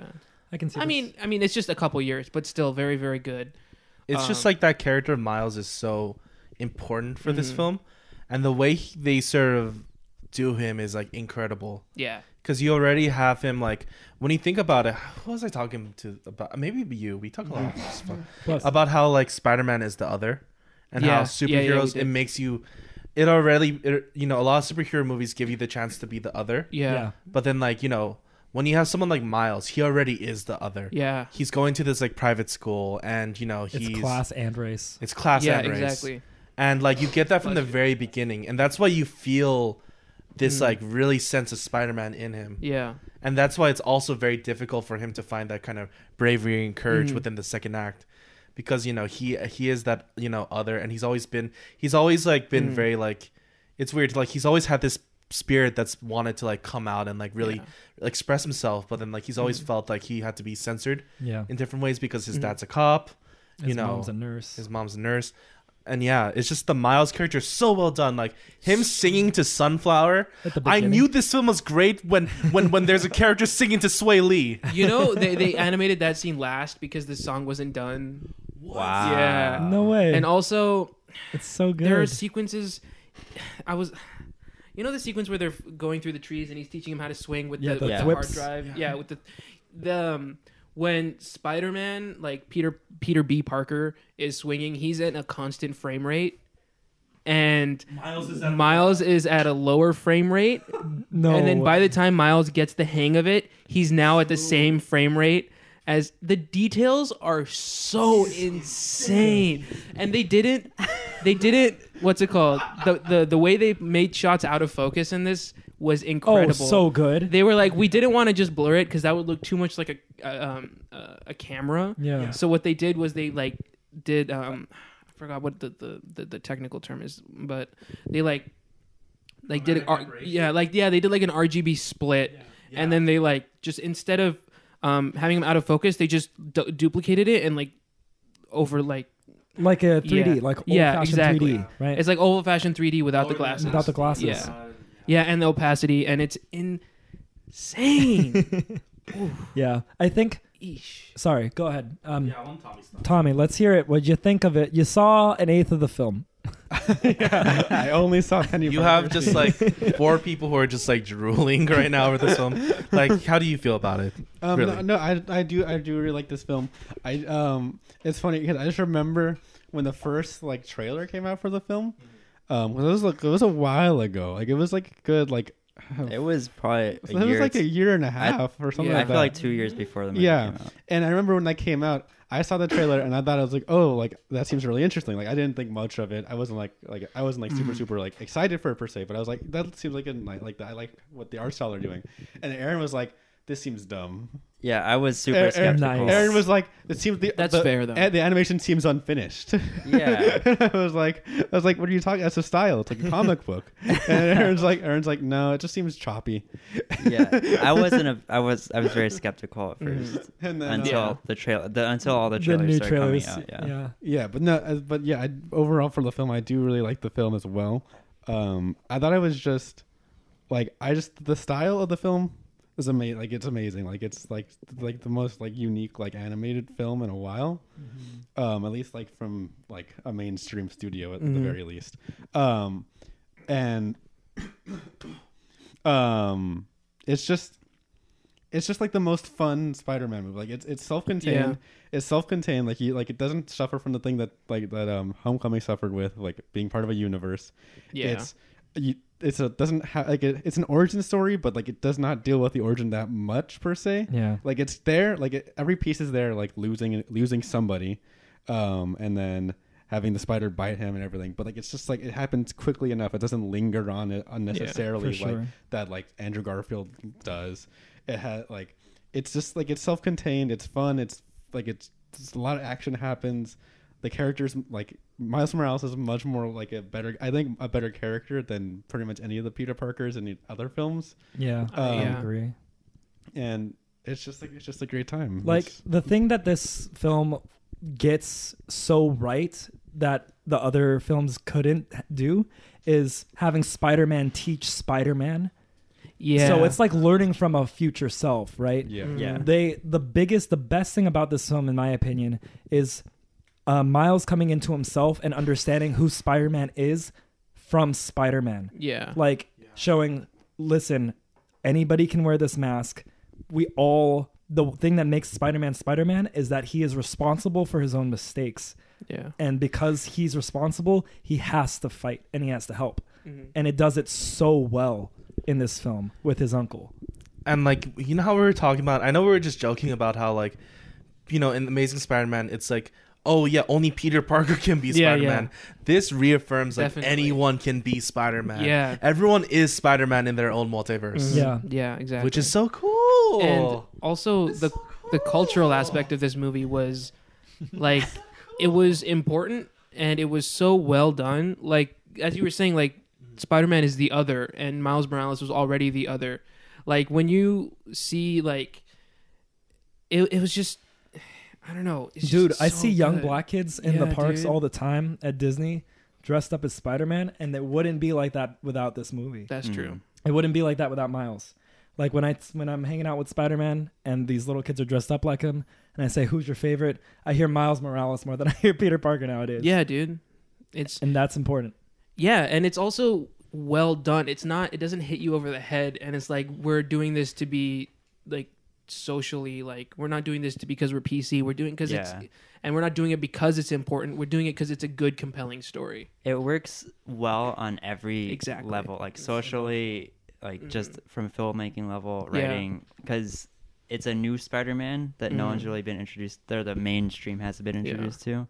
D: I can see.
F: I
D: this.
F: mean, I mean it's just a couple years, but still very very good.
C: It's just
F: Um,
C: like that character of Miles is so important for this
F: Mhm.
C: film, and the way he, they sort of do him is like incredible.
F: Yeah.
C: Because you already have him like when you think about it. Who was I talking to about? Maybe you. We talk a lot about this fuck.
D: [LAUGHS] Plus-
C: about how like Spider-Man is the other, and
F: Yeah,
C: how
F: yeah, yeah, we
C: superheroes
F: did.
C: it makes you. It already it, you know a lot of superhero movies give you the chance to be the other,
F: Yeah.
C: but then like you know when you have someone like Miles, he already is the other.
F: Yeah.
C: He's going to this like private school, and you know he's
D: it's class and race.
C: It's class
F: Yeah,
C: and race.
F: exactly.
C: And like you get that from the very beginning, and that's why you feel this
F: Mm.
C: like really sense of Spider-Man in him,
F: Yeah.
C: and that's why it's also very difficult for him to find that kind of bravery and courage
D: Mm.
F: Mhm.
C: within the second act, because you know he he is that you know other, and he's always been he's always like been
F: Mm.
C: very like it's weird like he's always had this spirit that's wanted to like come out and like really
F: Yeah.
C: express himself, but then like he's
D: Mm.
C: always felt like he had to be censored
D: Yeah,
C: in different ways because his
F: Mhm.
C: dad's a cop,
D: Mm. his
C: you know,
D: mom's a nurse.
C: his mom's a nurse. And yeah, it's just the Miles character is so well done. Like him singing to Sunflower.
D: At the
C: I
D: beginning.
C: knew this film was great when when when there's a character singing to Sway Lee.
F: You know, they, they animated that scene last because the song wasn't done.
B: Wow.
F: Yeah.
D: no way.
F: And also,
D: it's so good.
F: there are sequences. I was, you know, the sequence where they're going through the trees and he's teaching him how to swing with
D: Yeah,
F: the,
D: the
F: with the hard
D: whips.
F: drive. Yeah. with the the um, when Spider Man like Peter Peter B Parker is swinging, he's at a constant frame rate. And Miles is at, a lower frame rate,
D: no,
F: and then by the time Miles gets the hang of it, he's now at the same frame rate as the details are so insane. And they didn't they didn't what's it called? The the the way they made shots out of focus in this was
D: oh,
F: incredible.
D: so good.
F: They were like, we didn't want to just blur it because that would look too much like a a, um, a a camera.
D: Yeah.
F: So what they did was they like did um, I forgot what the the, the, the technical term is, but they like like did it yeah like yeah they did like an RGB split, and then they like just instead of um having them out of focus, they just du- duplicated it and like over like
D: like a 3D,
F: Yeah.
D: like old
F: Yeah,
D: fashioned
F: exactly.
D: 3D, right?
F: it's like old fashioned 3D without the glasses.
D: without the glasses.
F: Yeah. Yeah, and the opacity, and it's
D: [LAUGHS]
F: insane.
D: Yeah. I think.
F: Eesh.
D: Sorry, go ahead. Um, yeah, I want Tommy's Tommy, let's hear it. What'd you think of it? You saw an eighth of the film.
E: [LAUGHS] I only saw Henry.
C: You
E: Parker
C: have just
E: scene.
C: like four people who are just like drooling right now over this film. Like, how do you feel about it?
E: Um,
C: Really?
E: No, no, I, I do I do really like this film. I um, it's funny because I just remember when the first like
B: Mm-hmm.
E: trailer came out for the film. Um, it was like it was a while ago. Like it was like a good like
B: It was probably a
E: So it
B: year.
E: was like a year and a
B: I-
E: half or something
B: I
F: yeah,
E: like that.
B: feel like two years before the movie
E: yeah.
B: came out.
E: And I remember when that came out, I saw the trailer and I thought I was like, oh, like that seems really interesting. Like I didn't think much of it. I wasn't like like I wasn't like
B: Mm-hmm.
E: super super like excited for it per se, but I was like that seems like a night like that. I like what the art style are doing. And Aaron was like, this seems dumb.
B: Yeah, I was super
E: Aaron, Aaron-
B: skeptical.
D: Nice.
E: Aaron was like, it seems the
F: That's
E: the-
F: fair, though.
E: a- The animation seems unfinished. [LAUGHS]
B: Yeah.
E: And I was like, I was like, what are you talking? That's a style. It's like a comic book.
F: [LAUGHS]
E: And Aaron's like, Aaron's like, no, it just seems choppy.
B: yeah, I wasn't. A, I was. I was very skeptical at first
E: And then uh,
B: until the trailer. The, until all the
D: the
B: trailers
D: new
B: started
D: trailers.
B: coming out. Yeah.
D: yeah.
E: Yeah, but no, uh, but yeah, I, overall for the film, I do really like the film as well. Um, I thought it was just like I just the style of the film is amazing. Like it's amazing. Like it's like like the most like unique like animated film in a while. Um, at least like from like a mainstream studio at the very least. Um, and [COUGHS] um, it's just it's just like the most fun Spider-Man movie. Like it's it's self-contained. It's self-contained. Like you like it doesn't suffer from the thing that like that um Homecoming suffered with like being part of a universe.
F: Yeah.
E: It's you, it's a doesn't have like it, it's an origin story, but like it does not deal with the origin that much per se.
D: Yeah.
E: Like it's there. Like it, every piece is there. Like losing losing somebody, um, and then having the spider bite him and everything. But like it's just like it happens quickly enough. It doesn't linger on it unnecessarily
D: for
E: like
D: sure.
E: that like Andrew Garfield does. It had like it's just like it's self-contained. It's fun. It's like it's, it's a lot of action happens. The characters like Miles Morales is much more like a better I think a better character than pretty much any of the Peter Parkers in the other films.
D: Yeah,
E: Um,
F: Uh,
D: I
F: yeah.
D: agree.
E: And it's just like it's just a great time.
D: Like
E: It's-
D: the thing that this film gets so right that the other films couldn't do is having Spider-Man teach Spider-Man.
F: Yeah.
D: So it's like learning from a future self, right?
E: yeah.
B: Yeah.
D: They the biggest the best thing about this film in my opinion is uh, Miles coming into himself and understanding who Spider-Man is from Spider-Man.
F: yeah.
D: like showing listen anybody can wear this mask we all the thing that makes spider-man spider-man is that he is responsible for his own mistakes
F: yeah.
D: and because he's responsible he has to fight and he has to help and it does it so well in this film with his uncle
C: and like you know how we were talking about i know we were just joking about how like you know in amazing spider-man it's like oh yeah only peter parker can be
F: [LAUGHS] Yeah,
C: spider-man this reaffirms like
F: Definitely.
C: anyone can be spider-man
F: Yeah. Mm-hmm.
C: everyone is spider-man in their own multiverse
D: yeah
F: Yeah, exactly.
C: which is so cool
D: Oh.
F: and also the the cultural aspect of this movie was like it was important and it was so well done. Like as you were saying, like Spider-Man is the other, and Miles Morales was already the other. Like when you see like it, it was just I don't know, it's just
D: dude i
F: so
D: see young
F: good.
D: black kids in the
F: Yeah,
D: parks
F: dude.
D: all the time at disney dressed up as spider-man and it wouldn't be like that without this movie
F: That's true.
D: it wouldn't be like that without Miles. Like when I when I'm hanging out with Spider Man and these little kids are dressed up like him, and I say, "Who's your favorite?" I hear Miles Morales more than I hear Peter Parker nowadays.
F: Yeah, dude. It's
D: and that's important.
F: Yeah, and it's also well done. It's not it doesn't hit you over the head and it's like we're doing this to be like socially like we're not doing this to because we're PC. We're doing cuz
B: Yeah.
F: it's and we're not doing it because it's important. We're doing it cuz it's a good compelling story.
B: It works well on every
F: Exactly.
B: level, like socially, like just from filmmaking level, writing, because it's a new Spider-Man that no one's really been introduced. They're the mainstream hasn't been
F: Yeah.
B: introduced to,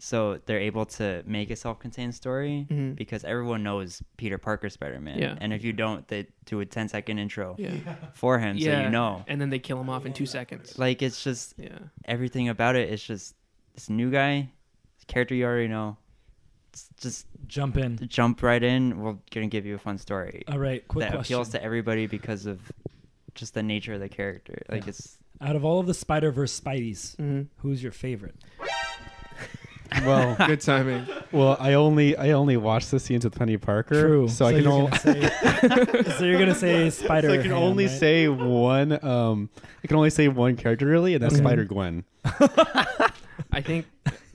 B: so they're able to make a self-contained story because everyone knows Peter Parker Spider-Man,
F: Yeah.
B: and if you don't, they do a 10-second intro
F: Yeah.
B: for him,
F: yeah.
B: so you know.
F: And then they kill him off in 2 seconds.
B: Like it's just
F: yeah.
B: everything about it. It's just this new guy, character you already know. It's just
D: Jump in.
B: jump right in. We're gonna give you a fun story
D: All right, quick
B: that
D: question.
B: appeals to everybody because of just the nature of the character. Like
D: Yeah.
B: it's
D: Out of all of the Spider Verse Spideys,
F: Mhm.
D: who's your favorite?
F: [LAUGHS]
E: Well,
F: Good timing.
E: well, I only I only watched the scenes with Penny Parker, so, I can
D: you're
E: only
D: gonna say- [LAUGHS] so you're gonna say Spider.
E: [LAUGHS] So I can only
D: right?
E: say one. Um, I can only say one character really, and that's
D: Okay.
E: Spider Gwen.
F: I think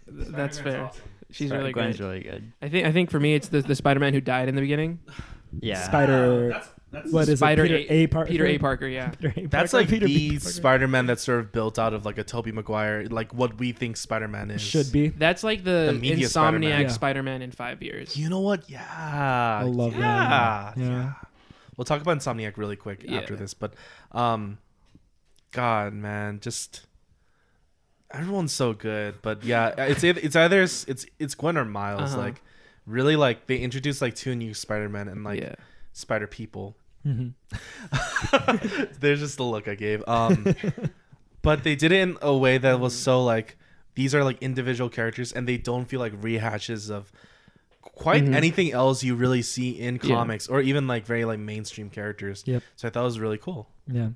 F: that's fair. She's
B: Spider-
F: really
B: Gwen's
F: good.
B: really good.
F: I think I think for me it's the, the Spider-Man who died in the beginning.
B: Yeah,
D: Spider. what is
F: Spider
D: it? Peter A. Parker.
F: Peter A. Parker, yeah.
D: Peter A.
C: that's
D: Parker?
C: like
D: Peter B.
C: the
D: Parker?
C: spider-man that's sort of built out of like a toby maguire like what we think spider-man is
D: should be.
F: That's like the,
C: The media
F: insomniac
C: Spider-Man.
F: Spider-Man.
D: Yeah.
F: in 5 years.
C: you know what yeah
D: I love
C: yeah.
D: that. Yeah.
C: We'll talk about Insomniac really quick
F: Yeah.
C: after this, but um, God, man, just everyone's so good. But yeah, it's either, it's either it's it's Gwen or Miles.
F: Uh-huh.
C: Like really, like they introduced like two new Spider Men and like
F: yeah.
C: Spider people.
F: Mm-hmm.
D: Mhm.
C: [LAUGHS] There's just the look I gave. Um, [LAUGHS] but they did it in a way that was so like these are like individual characters and they don't feel like rehashes of quite
A: Mhm.
C: anything else you really see in
F: Mm-hmm. Yeah.
C: comics or even like very like mainstream characters.
D: Yep.
C: So I thought it was really
F: [LAUGHS]
C: cool.
D: Yeah.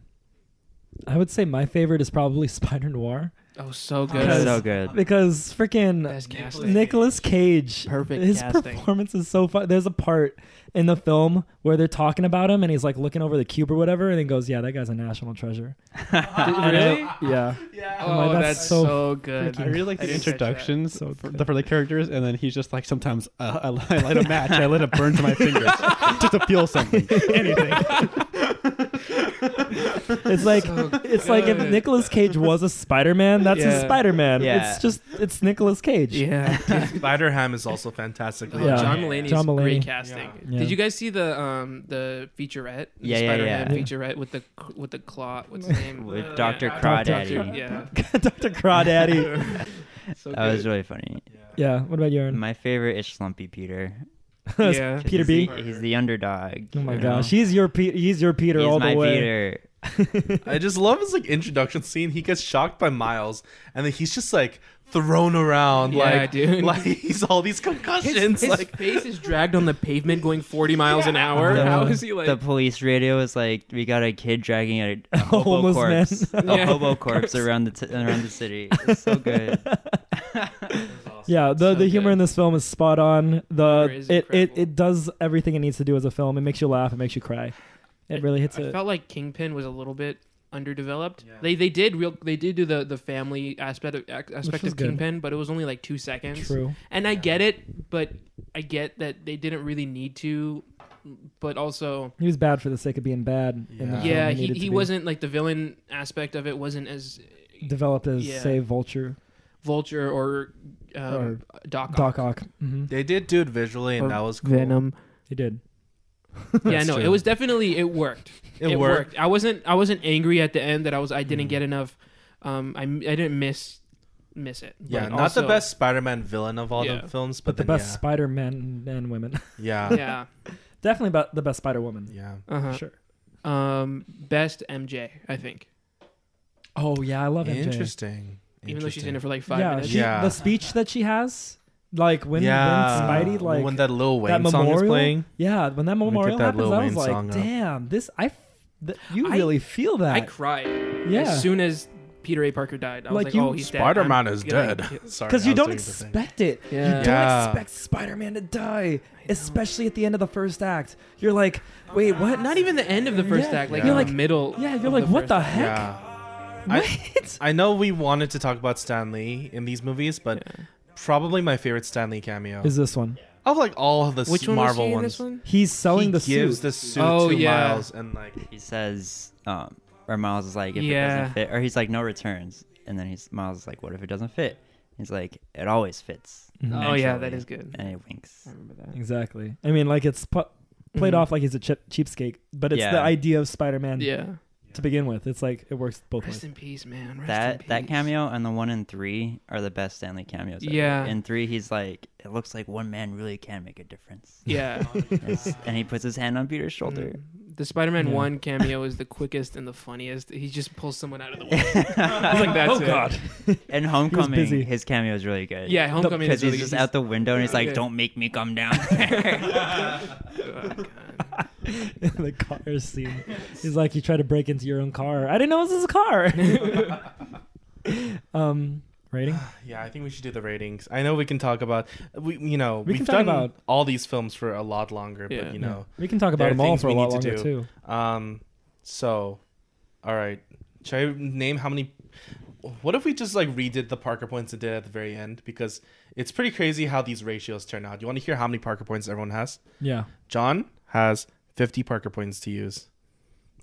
D: I would say my favorite is probably [LAUGHS] Spider Noir
F: Oh, so
D: Because-
F: good.
B: so good.
D: because freaking
F: Best casting.
D: Nicolas Cage,
F: Perfect
D: his
F: casting.
D: performance is so fun. There's a part in the film where they're talking about him and he's like looking over the cube or whatever and he goes, "Yeah, that guy's a national treasure." And I-
F: [LAUGHS] Really? [LAUGHS]
D: yeah.
F: Oh,
D: my, that's
F: that's,
D: so
F: so, good.
E: I really like
F: I
E: the
F: didn't catch that.
E: introductions
D: So
E: for,
D: good.
E: for the characters, and then he's just like, sometimes uh, I, li- I light a match, I let it burn to my [LAUGHS] fingers just to feel something,
D: [LAUGHS]
E: anything.
D: It's like
F: [LAUGHS]
B: [LAUGHS]
F: So
D: it's like if
F: good.
D: Nicolas Cage was a Spider Man, that's his
F: Yeah.
D: Spider Man.
B: Yeah.
D: It's just it's Nicolas Cage. [LAUGHS]
F: [LAUGHS] Yeah.
C: Spider Ham is also fantastically
F: Oh,
D: Yeah.
F: John Mulaney's
D: John Mulaney.
F: great casting.
D: Yeah.
F: Did you guys see the um the featurette? The
B: Yeah, yeah,
F: Spider-Man
B: yeah.
F: featurette with the with the claw. What's his
B: [LAUGHS]
F: name?
B: With
F: Uh,
B: Dr.
F: yeah.
B: Crawdaddy.
F: [LAUGHS] Yeah.
D: Dr. Crawdaddy.
F: [LAUGHS] So
B: That was
F: good.
B: really funny.
D: yeah. What about you, [LAUGHS] Aaron?
B: My favorite is Slumpy Peter.
F: yeah.
B: 'Cause
D: Peter
B: he's
D: B?
B: the- He's the underdog.
D: Oh my
B: you know?
D: gosh, he's your Pe- he's your Peter
B: He's
D: all the
B: my
D: way.
B: Peter.
C: [LAUGHS] I just love his like introduction scene. He gets shocked by Miles and then he's just like thrown around
F: Yeah,
C: like [LAUGHS]
F: dude.
C: like he's all these
F: [LAUGHS]
C: concussions.
F: His, his
C: like
F: face is dragged on the pavement going 40 miles an hour.
D: Yeah.
F: How is he like?
B: the police radio is like, we got a kid dragging a, a hobo
D: Homeless
B: corpse,
D: man.
B: a
F: Yeah.
B: hobo corpse around the t- around the city. It's so good.
D: Yeah, the,
F: So
D: the humor
F: good.
D: in this film is spot on. The
F: Humor is
D: it, it
F: incredible.
D: it does everything it needs to do as a film. It makes you laugh. It makes you cry. It really hits
F: I
D: it.
F: felt like Kingpin was a little bit underdeveloped. They they did real they did do the the family aspect of ac- aspect
D: was
F: of
D: good.
F: Kingpin, but it was only like two seconds.
D: True.
F: And I get it, but I get that they didn't really need to. But also,
D: He was bad for the sake of being bad. in the
C: Yeah.
D: film.
F: yeah,
D: He
F: he,
D: Uh, needed
F: he,
D: to be
F: wasn't like the villain aspect of it wasn't as
D: developed as
F: Yeah.
D: say Vulture,
F: vulture or, um, Doc.
D: Doc Ock. hmm
C: they did do it visually and
F: Or
C: that was cool.
D: [LAUGHS]
A: Venom.
D: He did.
F: yeah, no, it was definitely it worked.
C: It, worked.
F: I wasn't I wasn't angry at the end that I was I didn't
D: Mm.
F: get enough. Um, I, I didn't miss miss it.
C: Yeah,
F: But
C: not
F: also-
C: the best Spider-Man villain of all
F: Yeah.
C: the films,
D: But
C: but,
D: the
C: then,
D: best Spider Men and women. [LAUGHS]
C: Yeah, yeah, [LAUGHS]
F: [LAUGHS] [LAUGHS] Yeah.
D: Definitely about the best Spider Woman.
C: yeah.
F: Uh-huh.
D: Sure.
F: Um, best MJ, I think.
D: Oh yeah, I love MJ.
C: Interesting.
F: Even though she's in it
C: Interesting.
F: for like five
D: yeah,
F: minutes.
D: she,
C: Yeah.
D: the speech that she has, like when,
C: Yeah.
D: when Spidey like
C: when that Lil Wayne
D: that
C: song is
D: memorial-
C: playing.
D: yeah when that
C: me get
D: memorial
C: that
D: happens,
C: Lil
D: I
C: Wayne
D: was
C: song
D: like,
C: up.
D: damn, this I, f- th- you
F: I-
D: really feel that.
F: I cried
D: yeah,
F: as soon as Peter A. Parker died. I was
D: Like
F: like,
D: you-
F: oh, he's dead.
C: Spider-Man
F: I'm
C: is [LAUGHS]
F: gonna
C: dead.
F: kill-
C: Sorry,
D: because
C: I
D: you
C: was
D: don't
C: doing the thing.
D: expect it. You
F: Yeah.
D: don't
C: Yeah.
D: expect Spider-Man to die, especially at the end of the first act. You're like, wait, what?
F: Not [LAUGHS] even the end of the first
D: Yeah.
F: act. Like
C: You're
F: in
D: like-
F: the middle.
D: Yeah,
F: of
D: you're like, what
F: first
D: the
F: act.
D: heck?
C: Yeah,
D: [LAUGHS] What?
C: I know we wanted to talk about Stan Lee in these movies, but probably my favorite Stan Lee cameo
D: Is this one?
C: of like all of the
F: Which
C: s-
F: one
C: Marvel
F: was she in
C: ones.
F: this one?
D: He's selling the
C: he gives
D: suit.
C: the suit
F: Oh,
C: to
F: yeah.
C: Miles, and like
B: He says, um, or Miles is like, if it
F: Yeah.
B: doesn't fit, or he's like, no returns. And then he's Miles is like, what if it doesn't fit? He's like, it always fits.
F: Oh yeah,
B: Naturally.
F: that is good.
B: And he winks.
D: exactly. I mean, like it's pu- played
F: Mhm.
D: off like he's a chip- cheapskate, but it's
B: Yeah.
D: the idea of Spider-Man
F: Yeah.
D: to begin with. It's like it works both
F: Rest
D: ways.
F: in peace, man. Rest in
B: That that
F: peace.
B: cameo and the one in three are the best Stanley cameos. ever.
F: Yeah.
B: In three, he's like, it looks like one man really can make a difference. [LAUGHS]
F: Yeah.
B: It's- and he puts his hand on Peter's shoulder.
F: Mm. The Spider-Man
D: Yeah.
B: [LAUGHS]
F: One cameo is the quickest and the funniest. He just pulls someone
B: [LAUGHS]
F: out of the way. [LAUGHS] I was Mm. like, that's
D: oh
F: it.
D: God!
B: And
D: busy.
B: Homecoming, his cameo is really good.
F: Yeah, Homecoming
B: Because
F: is really
B: he's just
F: good.
B: out the window and he's like,
F: Yeah.
B: "Don't make me come down."
F: Oh,
B: [LAUGHS]
F: God.
D: [LAUGHS] the car scene. He's like, you try to break into your own car. I didn't know this was a car. um, rating.
C: yeah, I think we should do the ratings. I know we can talk about we you know
D: We
C: have
D: can talk
C: done
D: about-
C: all these films for a lot longer,
F: Yeah.
C: but you know,
D: we can talk
C: there
D: about
C: are
D: them all
C: things
D: for a
C: we
D: lot
C: need to
D: longer
C: do.
D: too.
C: Um, so, all right. Should I name how many? What if we just like redid the Parker points it did at the very end? Because it's pretty crazy how these ratios turn out. You want to hear how many Parker points everyone has?
D: Yeah.
C: John has 50 Parker points to use.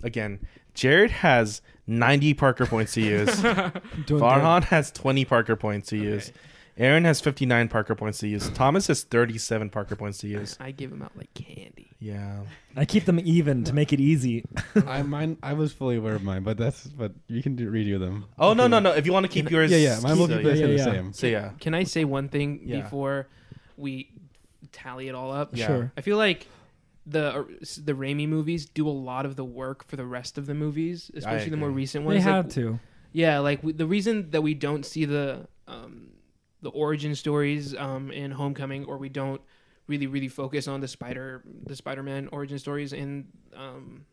C: Again, Jared has 90 Parker points to use.
D: Doing
C: Farhan has 20 Parker points to use. Aaron has 59 Parker points to use. Thomas has 37 Parker points to use.
F: I give them out like candy.
C: Yeah.
D: I keep them even to make it easy.
E: I mine. I was fully aware of mine, but that's but you can do, redo them.
C: Oh no no no! If you want to keep yours,
E: Yeah, yeah. Mine will
C: so,
E: be basically
D: yeah,
E: the
D: yeah.
E: same.
C: So yeah,
F: Can I say one thing
C: Yeah.
F: before we tally it all up?
C: Yeah.
D: Sure.
F: I feel like the uh, the Raimi movies do a lot of the work for the rest of the movies, especially the more
C: agree.
F: recent
D: They
F: ones.
D: have
F: like,
D: to.
F: Yeah, like we, the reason that we don't see the um, the origin stories um, in Homecoming, or we don't really really focus on the spider the Spider Man origin stories in um,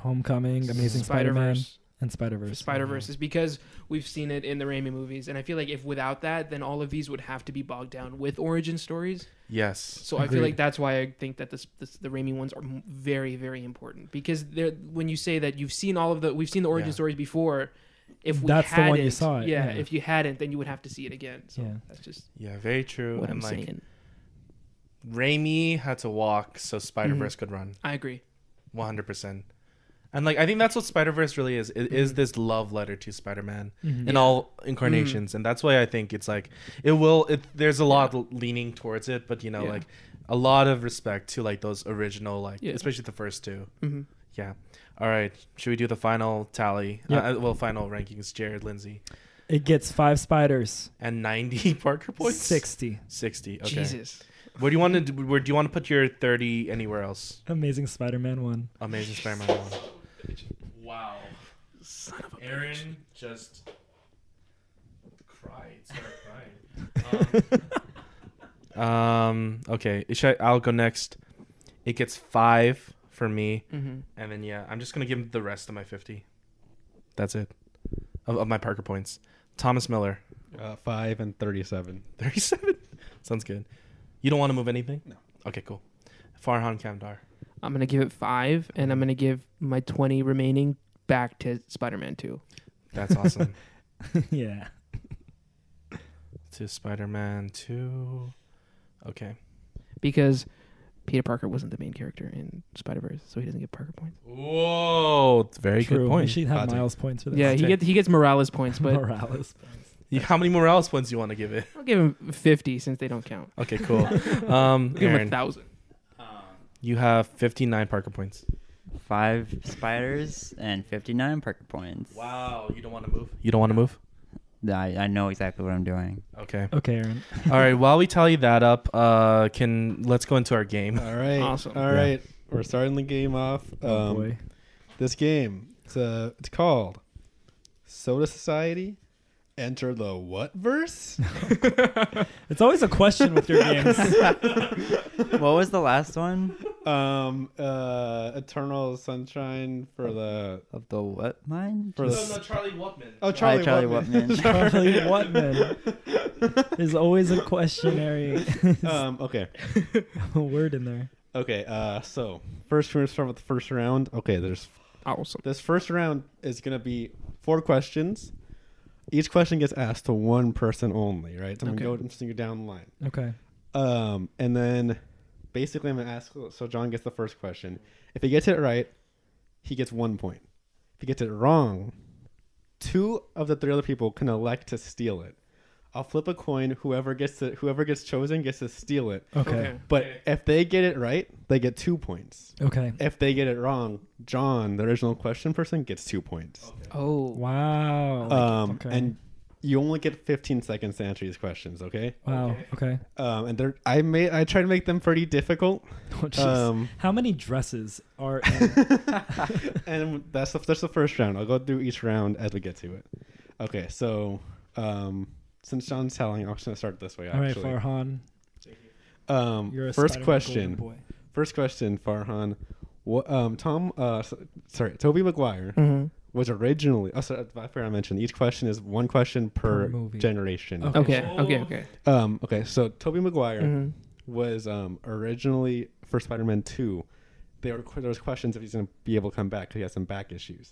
D: Homecoming, Amazing Spider-Man,
F: Spider-Verse-
D: and Spider-Verse.
F: Spider Verse is because we've seen it in the Raimi movies, and I feel like if without that, then all of these would have to be bogged down with origin stories.
C: yes,
F: So I feel
D: Agreed.
F: like that's why I think that this, this the Raimi ones are m- very very important because they're when you say that you've seen all of the we've seen the origin
C: Yeah.
F: stories before. If we
D: That's the
F: hadn't,
D: one you saw it,
F: Yeah,
D: yeah.
F: if you hadn't, then you would have to see it again. So
D: Yeah.
F: that's just
C: yeah, very true.
A: What
C: and
A: I'm
C: like
A: saying.
C: Raimi had to walk so Spider
E: Mm-hmm.
C: Verse could run,
F: I agree.
C: one hundred percent. And like I think that's what Spider Verse really is. It is
F: Mm-hmm.
C: this love letter to Spider Man in all incarnations,
F: Mm-hmm.
C: and that's why I think it's like it will. It there's a lot leaning towards it, but you know
F: Yeah.
C: like a lot of respect to like those original like
F: Yeah.
C: especially the first two.
F: Mhm.
C: Yeah. All right. Should we do the final tally?
D: Yeah.
C: Uh, well, final rankings. Jared Lindsay
D: It gets five spiders.
C: and ninety [LAUGHS] Parker points.
D: Sixty.
C: 60. Okay.
F: Jesus,
C: Where do you want to do, where do you want to put your 30 anywhere else?
D: Amazing Spider-Man one. [LAUGHS]
C: Amazing Spider-Man 1. Wow.
F: son of a
C: Aaron just cried. Started crying. Um, [LAUGHS] um, okay. Should I, I'll go next. It gets 5 for me
F: hmm
C: and then yeah, I'm just going to give him the rest of my 50. That's it. Of, of my Parker points. Thomas Miller, [LAUGHS]
E: Uh, five and [LAUGHS] thirty-seven.
C: 37. Sounds good. You don't want to move anything?
E: No.
C: Okay, cool. Farhan Kamdar.
F: I'm gonna give it five, and I'm gonna give my twenty remaining back to Spider Man Two.
C: That's awesome.
D: yeah.
C: to Spider-Man 2. Okay.
F: because Peter Parker wasn't the main character in Spider Verse, so he doesn't get Parker points.
C: Whoa, very
D: True.
C: good
D: We
C: point.
D: should have
C: Hot take.
D: Miles points for that.
F: Yeah,
C: I'll
F: he
C: take-
F: gets he gets Morales
D: [LAUGHS]
F: points, but
D: Morales.
C: [LAUGHS] You- How many Morales points do you want to give it?
F: I'll give him fifty since they don't count.
C: [LAUGHS] Okay, [LAUGHS] cool. um,
F: I'll give him a
C: Aaron,
F: thousand.
C: you have 59 Parker points.
B: Five spiders and 59 Parker points.
C: Wow, you don't want to move? You don't want to move?
B: I, I know exactly what I'm doing.
C: Okay. [LAUGHS]
D: Okay, Aaron.
C: All right, while we tally that up, uh, can let's go into our game.
E: [LAUGHS] All right.
F: Awesome.
E: All
C: Yeah.
E: right. We're starting the game off. Um,
D: Oh, boy.
E: This game. It's uh, it's called Soda Society. Enter the what verse?
B: [LAUGHS]
D: It's always a question
C: [LAUGHS]
D: with your games.
B: what was the last one?
E: um, uh, Eternal Sunshine for the
B: Of the what mind?
E: for the.
C: Charlie Walkman.
E: [LAUGHS] Oh, Charlie,
B: Hi, Charlie
E: Watman. [LAUGHS]
B: Watman.
D: Charlie Whatman is always a questionary [LAUGHS]
E: um, okay.
D: word in there.
E: Okay. Uh, so first we're gonna start with the first round. Okay. There's
F: Awesome.
E: This first round is going to be four questions. Each question gets asked to one person only, right? So I'm
F: Okay.
E: going to go just go down the line.
D: Okay.
E: Um, and then basically, I'm going to ask. So John gets the first question. If he gets it right, he gets one point. If he gets it wrong, two of the three other people can elect to steal it. I'll flip a coin. Whoever gets it, whoever gets chosen gets to steal it.
D: Okay.
E: But if they get it right, they get two points.
D: Okay.
E: If they get it wrong, John, the original question person, gets two points.
F: Oh,
D: Wow.
E: Um,
D: Okay.
E: and you only get 15 seconds to answer these questions, okay?
D: wow. Okay. [LAUGHS]
E: Um, and they're I made I try to make them pretty difficult,
D: Oh, jeez.
E: Um,
D: How many dresses are? In,
E: [LAUGHS] and that's the that's the first round. I'll go through each round as we get to it. Okay, so um, since John's telling, I'm just gonna start this way.
D: all right,
E: Actually,
D: Farhan,
E: um,
D: you're a
E: first
D: Spider-Man
E: question.
D: golden Boy.
E: First question, Farhan. What um Tom uh s- sorry Toby Maguire
F: Mm-hmm.
E: was originally oh sorry I forgot to mention each question is one question per,
D: Per movie.
E: generation
D: Okay.
F: okay, okay, okay.
E: Um, okay, so Toby Maguire
F: Mhm.
E: was um, originally for Spider-Man Two. They were, there was questions if he's going to be able to come back because he has some back issues.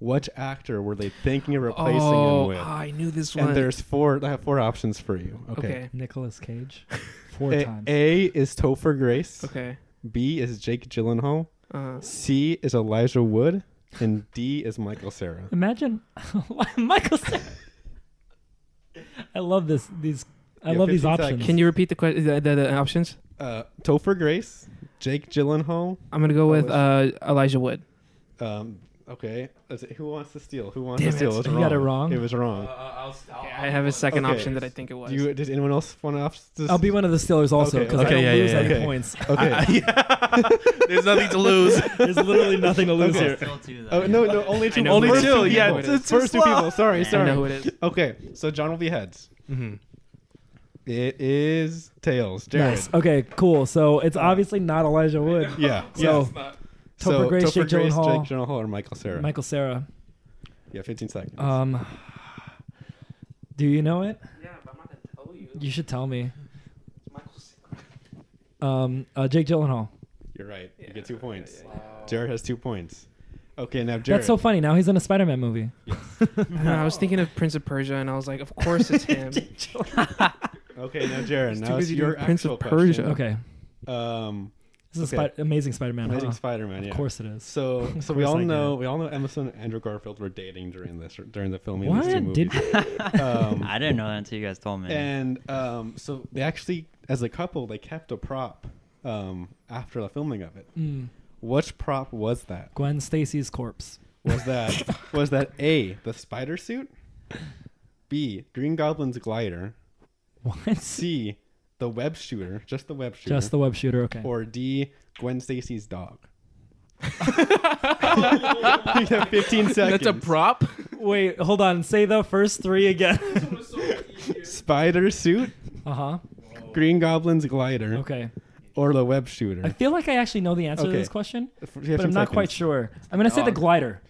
E: Which actor were they thinking of replacing him
F: Oh,
E: with?
F: I knew this one.
E: and there's four. I have four options for you. Okay.
F: okay,
D: Nicholas
E: [LAUGHS]
D: Cage, four
E: A,
D: times.
E: A is Topher Grace.
F: okay.
E: B is Jake Gyllenhaal.
F: Uh,
E: C is Elijah Wood,
D: [LAUGHS]
E: and D is Michael Sarah. [LAUGHS]
D: Imagine Michael. Cera. I love this. These I
E: Yeah,
D: love these
E: 15 seconds.
D: options.
E: Can
F: Can you repeat the, que- the, the, the options?
E: Uh, Topher Grace, Jake Gyllenhaal.
F: I'm gonna go
E: That
F: with
E: was-
F: uh, Elijah Wood.
E: Um, okay, Let's see, who wants to steal? Who wants
F: Damn
E: to steal? It was
F: it.
D: You got it wrong.
E: It was
B: Uh,
E: wrong.
F: I have a second
E: Okay.
F: option that I think it was.
E: Do you, did anyone else want to? Opt-
D: I'll be one of the Steelers also
E: Okay,
D: because
E: okay,
D: I don't
C: yeah,
D: lose
C: yeah,
D: any
E: okay.
D: points.
F: [LAUGHS]
E: Okay.
C: There's nothing to lose.
D: There's literally nothing to lose
E: Okay.
D: here.
B: Still two, though.
E: oh no, no, only two.
F: know
E: only
F: who it
E: two.
F: is. I know
E: yeah,
F: who it
E: it's
F: is.
E: first two people. Sorry,
F: I
E: sorry.
F: know who
E: [LAUGHS]
F: it is.
E: Okay, so John will be heads.
C: mm-hmm.
E: It is tails. Jared.
D: Nice. Okay, cool. So it's obviously not Elijah
E: [LAUGHS]
D: Wood.
E: Yeah.
D: So
E: yes.
D: Topher Grace, Jake Gyllenhaal.
E: Jake Gyllenhaal, or Michael Sarah.
D: Michael Sarah.
E: Yeah, 15 seconds.
D: Um, [SIGHS] do you know it?
F: Yeah, but I'm not gonna tell you.
D: You should tell me. Um, uh, Jake Gyllenhaal.
E: You're right. You
F: yeah,
E: get two points.
F: yeah,
E: Jared has two points. Okay, now Jared.
D: That's so funny. Now he's in a Spider-Man movie.
E: Uh,
F: [LAUGHS] I was thinking of Prince of Persia, and I was like, of course
E: [LAUGHS]
F: it's him.
E: okay, now Jared.
F: He's
E: now
F: too
E: it's
F: busy doing
E: your
F: Prince of
E: actual question.
D: Okay,
F: Persia.
E: Um,
D: this is
E: Okay.
D: Spi- amazing Spider-Man.
E: Amazing
D: huh?
E: Spider-Man.
D: Uh-huh. [LAUGHS]
E: Yeah.
D: Of course it is.
E: So, so we
D: course
E: all
D: I
E: know we all know Emerson and Andrew Garfield were dating during this during the filming of these two
D: What
E: movies.
D: did? [LAUGHS]
E: um,
B: I didn't know that until you guys told me.
E: and um, so they actually, as a couple, they kept a prop um, after the filming of it.
D: Mm,
E: Which prop was that?
D: Gwen Stacy's corpse. [LAUGHS]
E: Was that was that A the spider suit? B Green Goblin's glider.
D: What?
E: C the web shooter, just the web shooter.
D: Just the web shooter. Okay.
E: or D Gwen
D: [LAUGHS]
E: Stacy's dog. [LAUGHS] you have 15 seconds.
F: That's a prop.
D: Wait, hold on. Say the first three again. [LAUGHS]
E: Spider suit,
D: uh huh.
E: Uh-huh. Green Goblin's glider,
D: Okay.
E: or the web
D: I
E: shooter.
D: feel like I actually know the answer to
E: Okay.
D: this question,
E: F- you have
D: [LAUGHS] but I'm
E: 15
D: not quite
E: seconds. Uh,
D: sure. I'm gonna say the
F: Dog.
D: glider.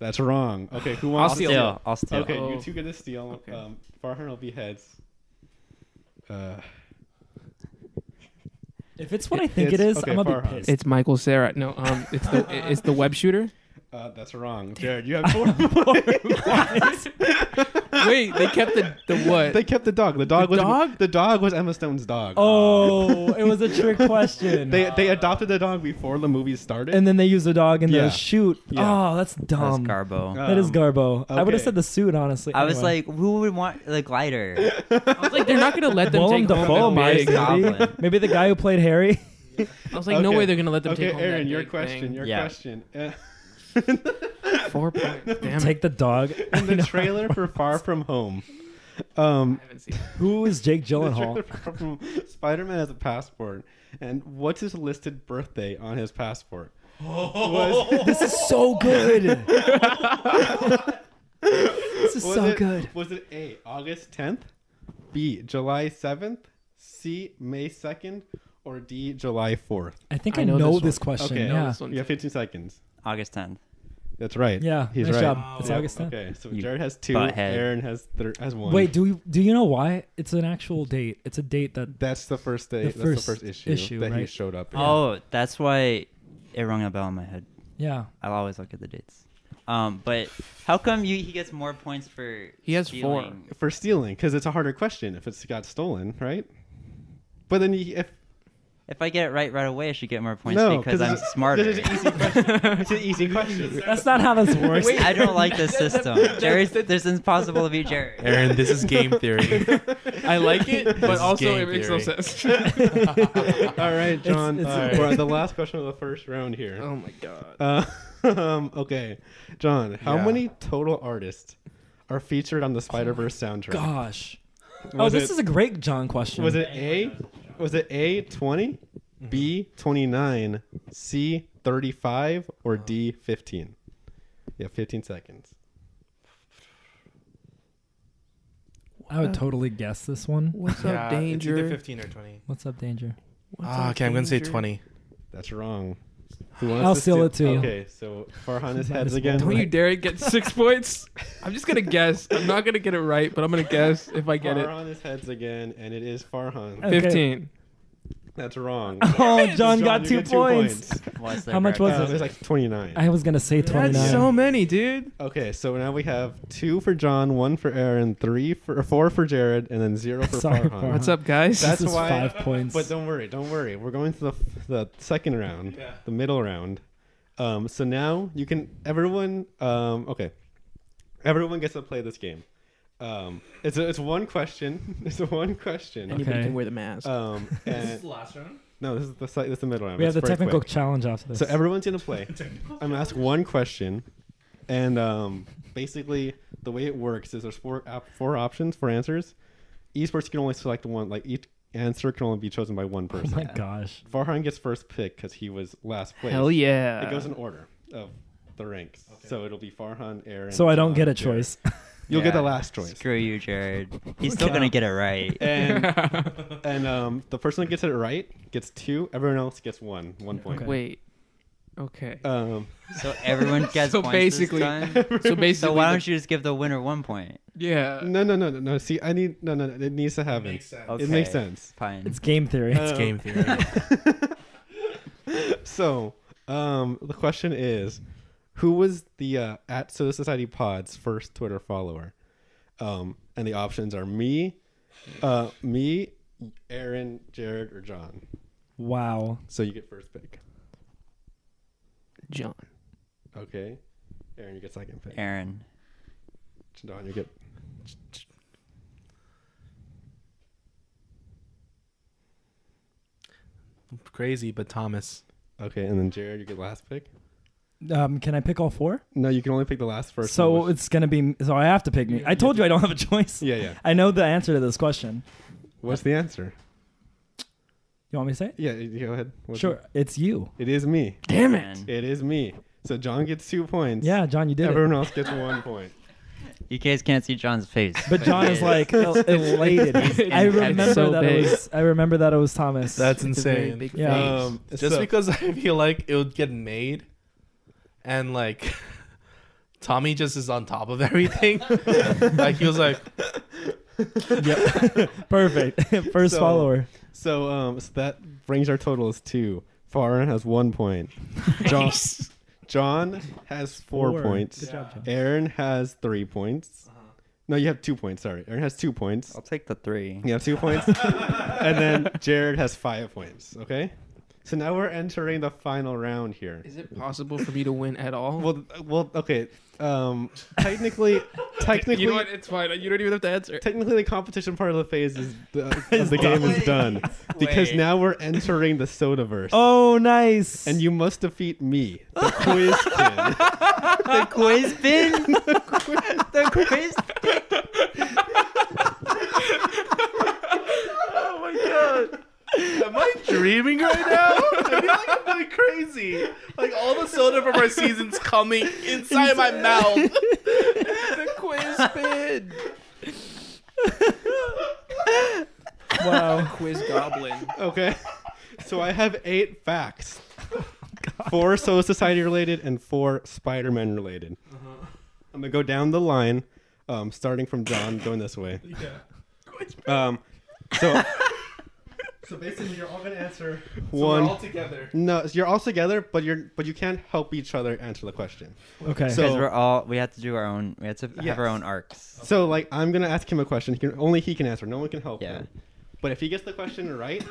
E: That's wrong. Okay, who
B: I'll
E: wants
B: steal. I'll steal.
E: Okay,
F: Oh.
E: you two get a steal.
F: Okay.
E: Um, Farhan will be heads. Uh,
D: If it's what I think it
E: It's-
D: is,
E: okay,
D: I'm gonna be
E: Farhan.
D: pissed.
F: It's Michael Sarah. No, um, it's the [LAUGHS] it's the web shooter.
E: uh, that's wrong. Jared, you have [LAUGHS] four.
F: Wait, they kept the the what?
E: they kept the dog. The dog
F: The
E: was
F: dog?
E: the dog was Emma Stone's dog.
D: [LAUGHS] Oh, it was a
E: [LAUGHS]
D: trick question.
E: They they adopted the dog before the movie started.
D: and then they use the dog in
E: Yeah.
D: the shoot.
E: Yeah.
D: Oh, that's
B: That's
D: dumb.
B: Garbo.
E: Uh,
D: That is
E: Um,
D: Garbo. I would have
E: okay.
D: said the suit, honestly.
B: I was
D: Anyway.
B: like, who would want the glider?
F: I was like, they're not gonna let them
D: Willem
F: take home
D: Dafoe,
F: that
D: my
F: big-
D: dude.
B: Goblin.
D: maybe the guy who played
E: [LAUGHS]
D: Harry.
F: I was like, no
E: Okay.
F: way they're gonna let them
E: okay,
F: take home that
E: Aaron, your
F: big
E: question,
F: thing.
E: your
B: Yeah.
E: [LAUGHS] question. Uh,
F: Four points. Damn it.
D: Take the dog.
E: [LAUGHS] in the trailer for [LAUGHS] Far From Home. Um,
F: I haven't seen it.
D: [LAUGHS] Who is Jake
E: the
D: Gyllenhaal?
E: trailer for Far From Spider Man has a passport, and what's his listed birthday on his passport? Was,
D: this is so
E: [LAUGHS]
D: good. [LAUGHS] this is
E: was
D: so
E: it,
D: good.
E: Was it A, August 10th, B, July 7th, C, May 2nd, or D, July 4th?
D: I think I,
F: I
D: know,
F: know
D: this,
F: this one.
D: question.
E: Okay,
D: yeah.
F: this one.
E: You have 15 seconds.
B: August 10th.
E: That's right.
D: Yeah,
E: he's
D: nice
E: right.
D: job. It's August 10th.
E: Okay, so
B: You
E: Jared has two,
B: butthead.
E: Aaron has, thir- has one.
D: Wait, do we, do you know why it's an actual date? It's a date that
E: that's the first
D: The
E: day. that's
D: first
E: the first issue,
D: issue,
E: that he
D: right?
E: showed up. in.
B: Oh, that's why it rung a bell in my head.
D: yeah.
B: I'll always look at the dates. Um, but how come you he gets more points for
F: He has
B: stealing?
E: for stealing because it's a harder question if it's got stolen, right? But then you, if
B: If I get it right right away, I should get more points
E: no,
B: because I'm
E: it's-
B: smarter.
E: [LAUGHS] This is an easy question. it's an easy question.
D: That's not how this works.
B: [LAUGHS] I don't like this system. Jared, this is impossible to beat Jared.
C: [LAUGHS] Aaron, this is game theory.
F: I like it,
C: This
F: but
C: is
F: also
C: game
F: it makes no
C: theory.
D: [LAUGHS]
F: sense.
E: All right, John.
D: it's-
E: all right, We're on the last question of the first round here.
F: [LAUGHS] oh my god.
E: Uh, [LAUGHS] um, okay, John. How
C: Yeah.
E: many total artists are featured on the Spider Verse soundtrack?
D: Gosh. oh,
E: Was
D: this
E: it-
D: is a great John question.
E: Was it A? Was it A twenty,
D: Mm-hmm.
E: B twenty nine, C thirty five, or D fifteen? Yeah, fifteen seconds.
D: I would totally guess this one.
F: What's up, danger?
C: fifteen or twenty.
D: What's up,
E: [LAUGHS]
D: danger?
F: What's
C: Ah,
F: up,
C: okay, I'm gonna say
F: danger?
C: twenty.
E: That's wrong. Who wants
D: I'll
E: to
D: seal it too.
E: Okay, so Farhan is
D: Might as
E: heads
D: well.
E: again.
F: Don't you
D: Right.
F: dare get six points. I'm just gonna guess. I'm not gonna get it right, but I'm gonna guess if I get it.
E: Farhan is heads again, and it is Farhan.
D: Okay.
F: Fifteen.
E: That's wrong.
D: Oh, Uh, John
E: you
D: got two
E: get
D: points.
B: What's the
D: How much was
E: Uh,
B: correct-
D: it?
E: there's like 29.
D: I was gonna say twenty nine.
F: That's so many, dude.
E: Okay, so now we have two for John, one for Aaron, three for or four for Jared, and then zero for
D: [LAUGHS] Sorry,
E: Farhan.
D: Farhan.
F: What's up, guys? [LAUGHS]
E: That's
D: this is
E: why-
D: five points.
E: But don't worry, don't worry. We're going to the the second round, the middle round. Um, so now you can everyone. Um, okay, everyone gets to play this game. Um, it's a, it's one question. [LAUGHS] It's a one question.
F: Anybody
D: Okay.
F: can wear the
D: [LAUGHS]
F: mask.
E: Um, and-
G: last round.
E: no, this is the si- this is the middle round.
D: We have
E: It's
D: the
E: very
D: technical
E: quick.
D: challenge after this.
E: So everyone's gonna play. I'm gonna ask one question, and um, basically the way it works is there's four op- four options for answers. Each person can only select one. Like each answer can only be chosen by one
D: oh
E: person.
D: my gosh.
E: Farhan gets first pick because he was last place.
A: Hell yeah.
E: It goes in
F: [LAUGHS]
E: order of the ranks, so it'll be Farhan, Aaron.
D: So I don't
E: John,
D: get a
E: Jared.
D: choice. [LAUGHS]
E: You'll get
B: Yeah.
E: the last choice.
B: Screw you, Jared. He's still gonna get it right.
E: And
D: [LAUGHS]
E: and um, the person that gets it right gets two. Everyone else gets one. One point.
D: Okay.
F: Wait. Okay.
E: Um,
B: So everyone gets
F: So
B: points
F: basically-
B: this time.
F: so basically,
B: So why don't you just give the winner one point?
F: yeah.
E: no, no, no, no, no. See, I need no, no. no it needs to happen.
G: Uh, Makes sense.
B: Okay.
E: It makes sense.
B: Fine.
D: It's game theory.
E: [LAUGHS] Uh,
C: game theory.
E: So, um, the question is, who was the uh, at Soda Society Pod's first Twitter follower? Um, and the options are me, uh, me, Aaron, Jared, or John.
D: wow.
E: So you get first pick.
A: John.
E: Okay. Aaron, you get second pick.
B: Aaron.
E: John, you get.
C: Crazy, but Thomas.
E: Okay, and then Jared, you get last pick.
D: Um, can I pick all four?
E: No, you can only pick the last first.
D: so
E: one.
D: it's gonna be. So I have to pick me. I told you I don't have a choice.
E: yeah, yeah.
D: I know the answer to this question.
E: What's the answer?
D: You want me to say it?
E: Yeah, you go ahead. What's
D: Sure. It's you.
E: It? it is me.
B: Damn it.
E: It is me. So John gets two points.
D: Yeah, John, you did
E: Everyone
D: it.
E: else gets
D: [LAUGHS]
E: one point.
B: You guys can't see John's face.
D: But John is like el- elated. I remember
A: so
D: that
A: big.
D: it was. I remember that it was Thomas.
C: That's
F: It's a very
C: insane.
F: big
D: Yeah.
F: face.
C: Um,
E: Thanks.
C: just
E: So-
C: because [LAUGHS] I feel like it would get made, and like [LAUGHS] Tommy just is on top of [LAUGHS] everything. like he was like,
D: perfect. First
E: So-
D: follower.
E: So um, so that brings our totals to Farhan has one point. John, John has four, points.
D: Good job, John.
E: Aaron has three points.
F: Uh-huh.
E: No, you have two points. Sorry, Aaron has two points.
B: I'll
F: Oh.
B: take the three.
E: You have two
F: [LAUGHS]
E: points, and then Jared has five points. Okay, so now we're entering the final round here.
F: Is it possible for me to win at all?
E: Well, well, okay. Um,
F: [LAUGHS]
E: technically, technically,
F: you know what? It's fine. You don't even have to answer.
E: technically the competition part of the phase is [LAUGHS] the, of the game is done because
B: Wait.
E: now we're entering the soda verse.
D: Oh, nice.
E: And you must defeat [LAUGHS] me, the quiz kid.
B: The quiz bin? the quiz
C: "Am I dreaming right now? I feel like I'm going crazy. Like all the soda from our season's coming inside my mouth."
F: the quiz bin.
D: wow.
F: quiz goblin.
E: Okay. So I have eight [LAUGHS] facts. Four Soul Society related and four Spider Man related. I'm going to go down the line, um, starting from John, going this way. Yeah. Um, [LAUGHS] so. [LAUGHS] So basically, you're all gonna answer one.
C: together.
E: no, you're all together, but you're but you can't help each other answer the question.
D: Okay.
E: So-
B: Because we're all, we have to do our own, we have to have our
E: Yes.
B: own arcs.
E: So like I'm gonna ask him a question. He can, only he can answer. No one can help
B: Yeah.
E: him. But if he gets the question right,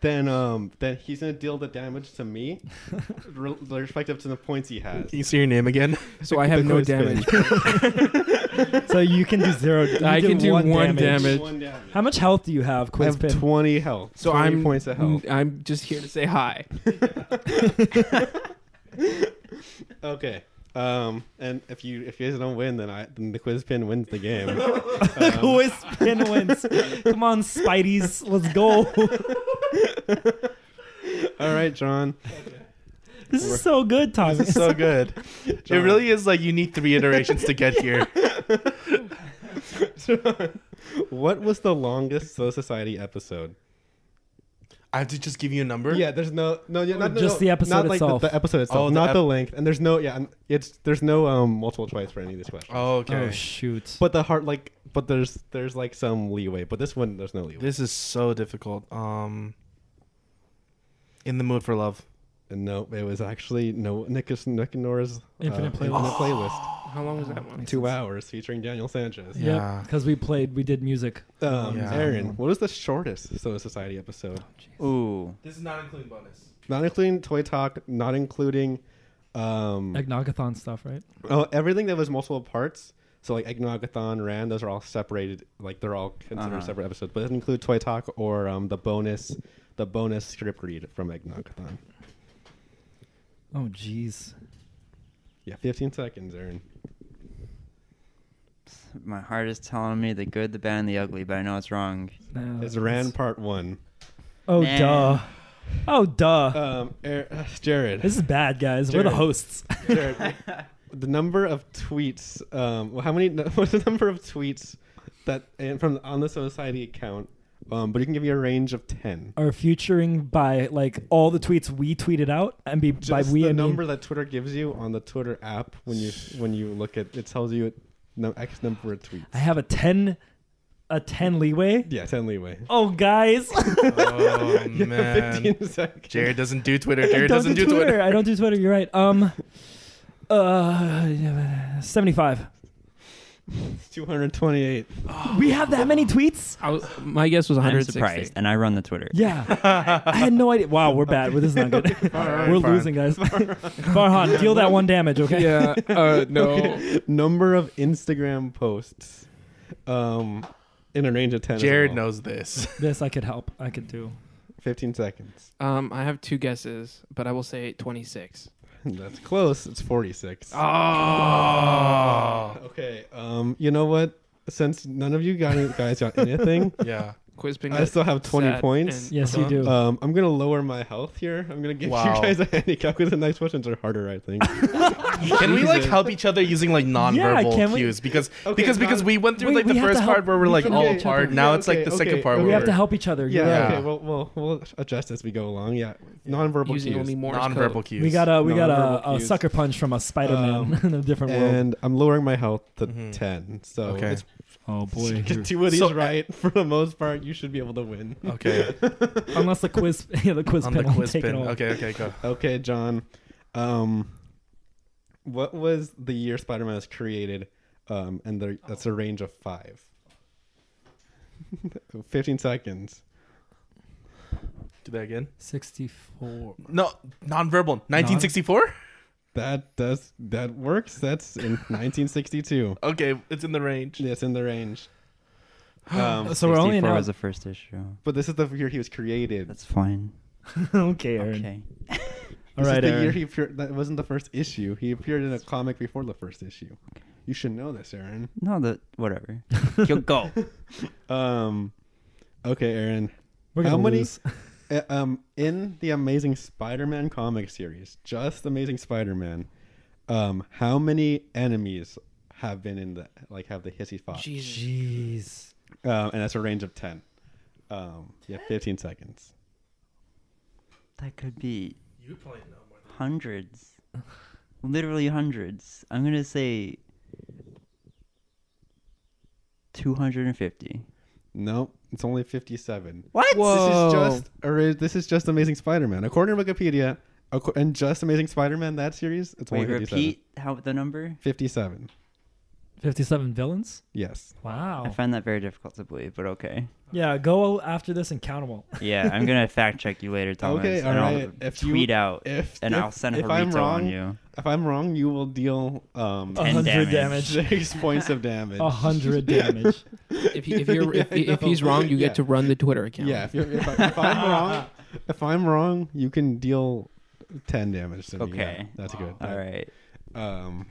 E: then um then he's gonna deal the damage to me, re- respective to the points he has.
C: Can you see your name again?
F: So I have no
E: quiz bin.
F: damage. [LAUGHS]
D: so you can do zero. you
F: I can do one damage.
E: One damage.
D: How much health do you have,
E: I
D: Quizpin? [LAUGHS]
E: have 20 health.
F: So
E: 20
F: I'm
E: points of
F: [LAUGHS]
E: health. [LAUGHS]
F: I'm just here to say hi.
E: Okay. Um, and if you if you guys don't win, then I then the quiz pin wins the game. Um,
D: Quizpin wins. Come on, Spideys, let's go. [LAUGHS]
E: all right, John.
D: This is so good, Thomas.
C: [LAUGHS] [LAUGHS] So good. It really is like you need three iterations to [LAUGHS] get here.
E: What was the longest Soul Society episode?
C: I have to just give you a number.
E: Yeah, there's no no yeah, not, no,
D: Just
E: no,
D: the episode
E: not
D: itself.
E: Like the, the episode itself,
C: Oh, the
E: not
C: ep-
E: the length, and there's no yeah, and it's there's no um multiple choice for any of these questions.
C: Oh, okay.
D: [LAUGHS] Oh shoot.
E: But the heart like, but there's there's like some leeway, but this one there's no leeway.
C: This is so difficult. Um, in the mood for love.
E: And no, it was actually no Nick Nick and Nora's uh,
D: Infinite playlist. Oh.
E: Infinite playlist.
F: How long was that one?
E: two hours featuring Daniel Sanchez.
D: yeah,
C: Yeah.
D: because we played, we did music.
E: Um,
C: Yeah.
E: Aaron, what was the shortest Soda Society episode?
B: Ooh.
G: This is not including bonus.
E: Not including Toy Talk, not including um
D: Like Nagathon stuff, right?
E: oh, everything that was multiple parts. So like Eggnogathon, Ran, those are all separated. Like they're all considered
B: Uh-huh.
E: separate episodes, but it doesn't include Toy Talk or um, the bonus, the bonus script read from Eggnogathon.
D: Oh, jeez.
E: Yeah, 15 seconds, Aaron.
B: My heart is telling me the good, the bad, and the ugly, but I know it's wrong.
D: No,
E: It's Ran part one.
D: Oh,
B: Man.
D: duh. Oh, duh.
E: Um, Aar- uh, Jared.
D: this is bad, guys. We're
E: Jared.
D: the hosts.
E: Jared, the number of tweets. Um, well, how many? [LAUGHS] What's the number of tweets that and from on the society account? Um, but you can give me a range of ten.
D: Are featuring by like all the tweets we tweeted out, and be by
E: Just
D: we I
E: the
D: mean-
E: number that Twitter gives you on the Twitter app when you when you look at it tells you no X number of tweets.
D: I have a ten, a ten leeway.
E: Yeah, ten leeway.
D: Oh, guys,
C: [LAUGHS]
G: [LAUGHS]
C: Oh
E: You have
C: man.
E: Fifteen [LAUGHS] seconds.
C: Jared doesn't do Twitter.
D: [LAUGHS]
C: Jared
D: don't
C: doesn't do Twitter.
D: I don't do Twitter. You're right. Um, uh, seventy-five.
E: Two hundred twenty-eight.
D: We have that many tweets?
F: I was, my guess was
B: I'm
F: 160.
B: surprised, and I run the Twitter.
D: Yeah,
C: [LAUGHS]
D: I had no idea. Wow, we're bad. This is not good. we're
C: fine.
D: losing,
C: [LAUGHS]
D: guys. Farhan, deal that one damage, okay?
F: Yeah. [LAUGHS] Uh, no.
E: Number of Instagram posts. Um, in a range of ten. as
C: Jared
E: well.
C: knows
G: [LAUGHS]
C: this. [LAUGHS]
D: This I could help. I could do.
E: Fifteen seconds. [LAUGHS]
F: Um, I have two guesses, but I will say 26.
E: That's close. It's forty-six.
C: Ah. Oh.
E: Okay. Um. You know what? Since none of you guys, guys got anything,
G: [LAUGHS]
C: Yeah.
F: Quiz bingo.
E: I still have twenty
F: Sad
E: points.
F: and-
D: Yes,
C: Uh-huh.
D: you do.
E: Um. I'm gonna lower my health here. I'm gonna give
C: Wow.
E: you guys a [LAUGHS] handicap because the next questions are harder. I think.
C: Can we like help each other using like nonverbal
D: can we-
C: cues? Because
E: Okay,
C: because because
E: non-
C: we went through
D: Wait,
C: like
D: we
C: the
D: have to
C: first
D: help-
C: part where we're
D: we
C: like
D: can
C: all
D: help each
C: apart.
E: other.
C: Now
E: Yeah,
C: it's like the
E: okay,
C: second
E: okay,
C: part.
E: okay.
D: we
C: where
D: have to help each other.
E: yeah.
D: You're right.
C: Yeah.
E: Okay. Well, we'll we'll adjust as we go along. Yeah. Nonverbal
F: using
E: cues.
F: only Morse
C: nonverbal
F: code.
C: cues.
D: We [LAUGHS] got a we got a,
E: Nonverbal
D: a
E: cues.
D: sucker punch from a Spider-Man
E: Um,
D: [LAUGHS] in a different world.
E: And I'm lowering my health to
C: Mhm.
E: ten. So
C: Okay.
E: it's
D: Oh [LAUGHS]
E: [LAUGHS]
D: boy!
E: two of these
C: So-
E: right [LAUGHS] for the most part. You should be able to win.
C: okay
D: Unless the quiz, [LAUGHS] yeah, the quiz
C: on
D: pin
C: the
D: will
C: quiz
D: take
C: pin.
D: it all.
C: Okay, okay, go.
E: Okay, John. Um, what was the year Spider-Man was created? Um, and there, that's a range of five. [LAUGHS] Fifteen seconds.
C: Do that again.
D: Sixty-four.
C: No, nonverbal. 1964.
E: That does that works. That's in [LAUGHS] 1962.
C: Okay, it's in the range.
E: That's in the range. Um,
D: So we're only
B: 64
D: now. [LAUGHS]
B: was the first issue.
E: but this is the year he was created.
B: That's fine.
D: okay, Aaron.
B: Okay.
D: All
E: this
D: right,
E: is the year
D: Aaron.
E: he appeared. That wasn't the first issue. He appeared in a comic before the first issue. You should know this, Aaron.
B: No, the whatever. You'll go.
E: Um, okay, Aaron.
D: We're
E: How
D: gonna
E: many- [LAUGHS]
D: lose.
E: Uh, um, in the Amazing Spider-Man comic series, just Amazing Spider-Man, um, how many enemies have been in the like have the hissy fox?
F: Jesus.
D: Jeez.
E: Um, and that's a range of ten. Um, yeah, fifteen seconds.
B: That could be
C: You probably know more than
B: hundreds. Literally hundreds. I'm going to say 250.
E: No, it's only fifty-seven.
B: What?
F: Whoa.
E: This is just ori- this is just Amazing Spider-Man. According to Wikipedia, ac- and just Amazing Spider-Man that series, it's only
B: Wait,
E: 57.
B: repeat how the number?
E: Fifty-seven.
D: Fifty-seven villains.
E: Yes.
B: I
D: Wow.
B: find that very difficult to believe, but okay.
D: Yeah, go after this and count them all.
B: Yeah, I'm
E: [LAUGHS]
B: gonna fact check you later, Thomas.
E: Okay,
B: and I'll
E: alright, if you-
B: tweet out
E: If
B: and
E: if-
B: I'll send a
E: if I'm
B: Harito
E: wrong,
B: on you. Oh.
E: If I'm wrong, you will deal um,
D: A
B: 10
D: hundred
B: damage.
D: damage.
E: [LAUGHS] six points of
D: [LAUGHS]
E: damage.
B: Oh,
D: A hundred
E: [LAUGHS]
D: damage.
F: If, he, if, you're, if,
E: Yeah, I
F: if he's
E: know.
F: wrong, you
E: Yeah.
F: get to run the Twitter account.
E: Yeah, if, you're, if, I,
B: [LAUGHS]
E: if I'm wrong, if I'm wrong, you can deal ten damage. To me.
B: Okay.
E: Yeah, that's good.
B: All right.
E: Um,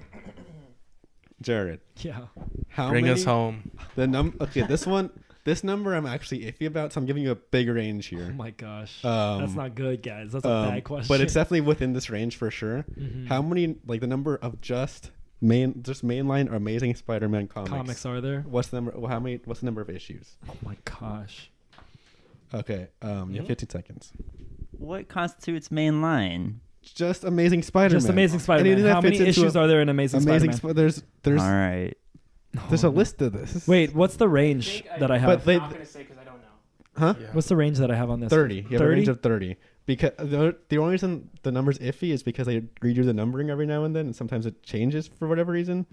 E: Jared,
D: Yeah. Oh
E: how
C: Bring
E: many-
C: us home.
E: The num. Okay, this one, this number, I'm actually iffy about, so I'm giving you a big range
D: Oh
E: here.
D: my gosh.
E: [LAUGHS] Um,
D: That's not good, guys. That's a
E: Um,
D: bad question.
E: But it's definitely within this range for sure.
D: Mhm.
E: How many, like the number of just main, just mainline or Amazing Spider-Man comics?
D: comics are there?
E: What's the number? How many? What's the number of issues?
D: Oh my gosh.
E: Okay, um, you have 15 seconds.
B: What constitutes main line?
E: Just Amazing Spider-Man.
D: Just Amazing Spider-Man.
E: Anything that
D: How many
E: fits into
D: issues
E: a-
D: are there in Amazing,
E: Amazing
D: Spider-Man?
E: Sp- there's there's
B: All
E: [LAUGHS]
B: right.
E: there's a list of this.
D: Wait, what's the range that I
E: But
D: have?
E: they
F: to say because I don't know.
E: huh?
D: What's the range that I have on this?
E: Thirty. You have a
D: 30?
E: range of thirty. Because the, the only reason the number's iffy is because they redo the numbering every now and then, and sometimes it changes for whatever reason.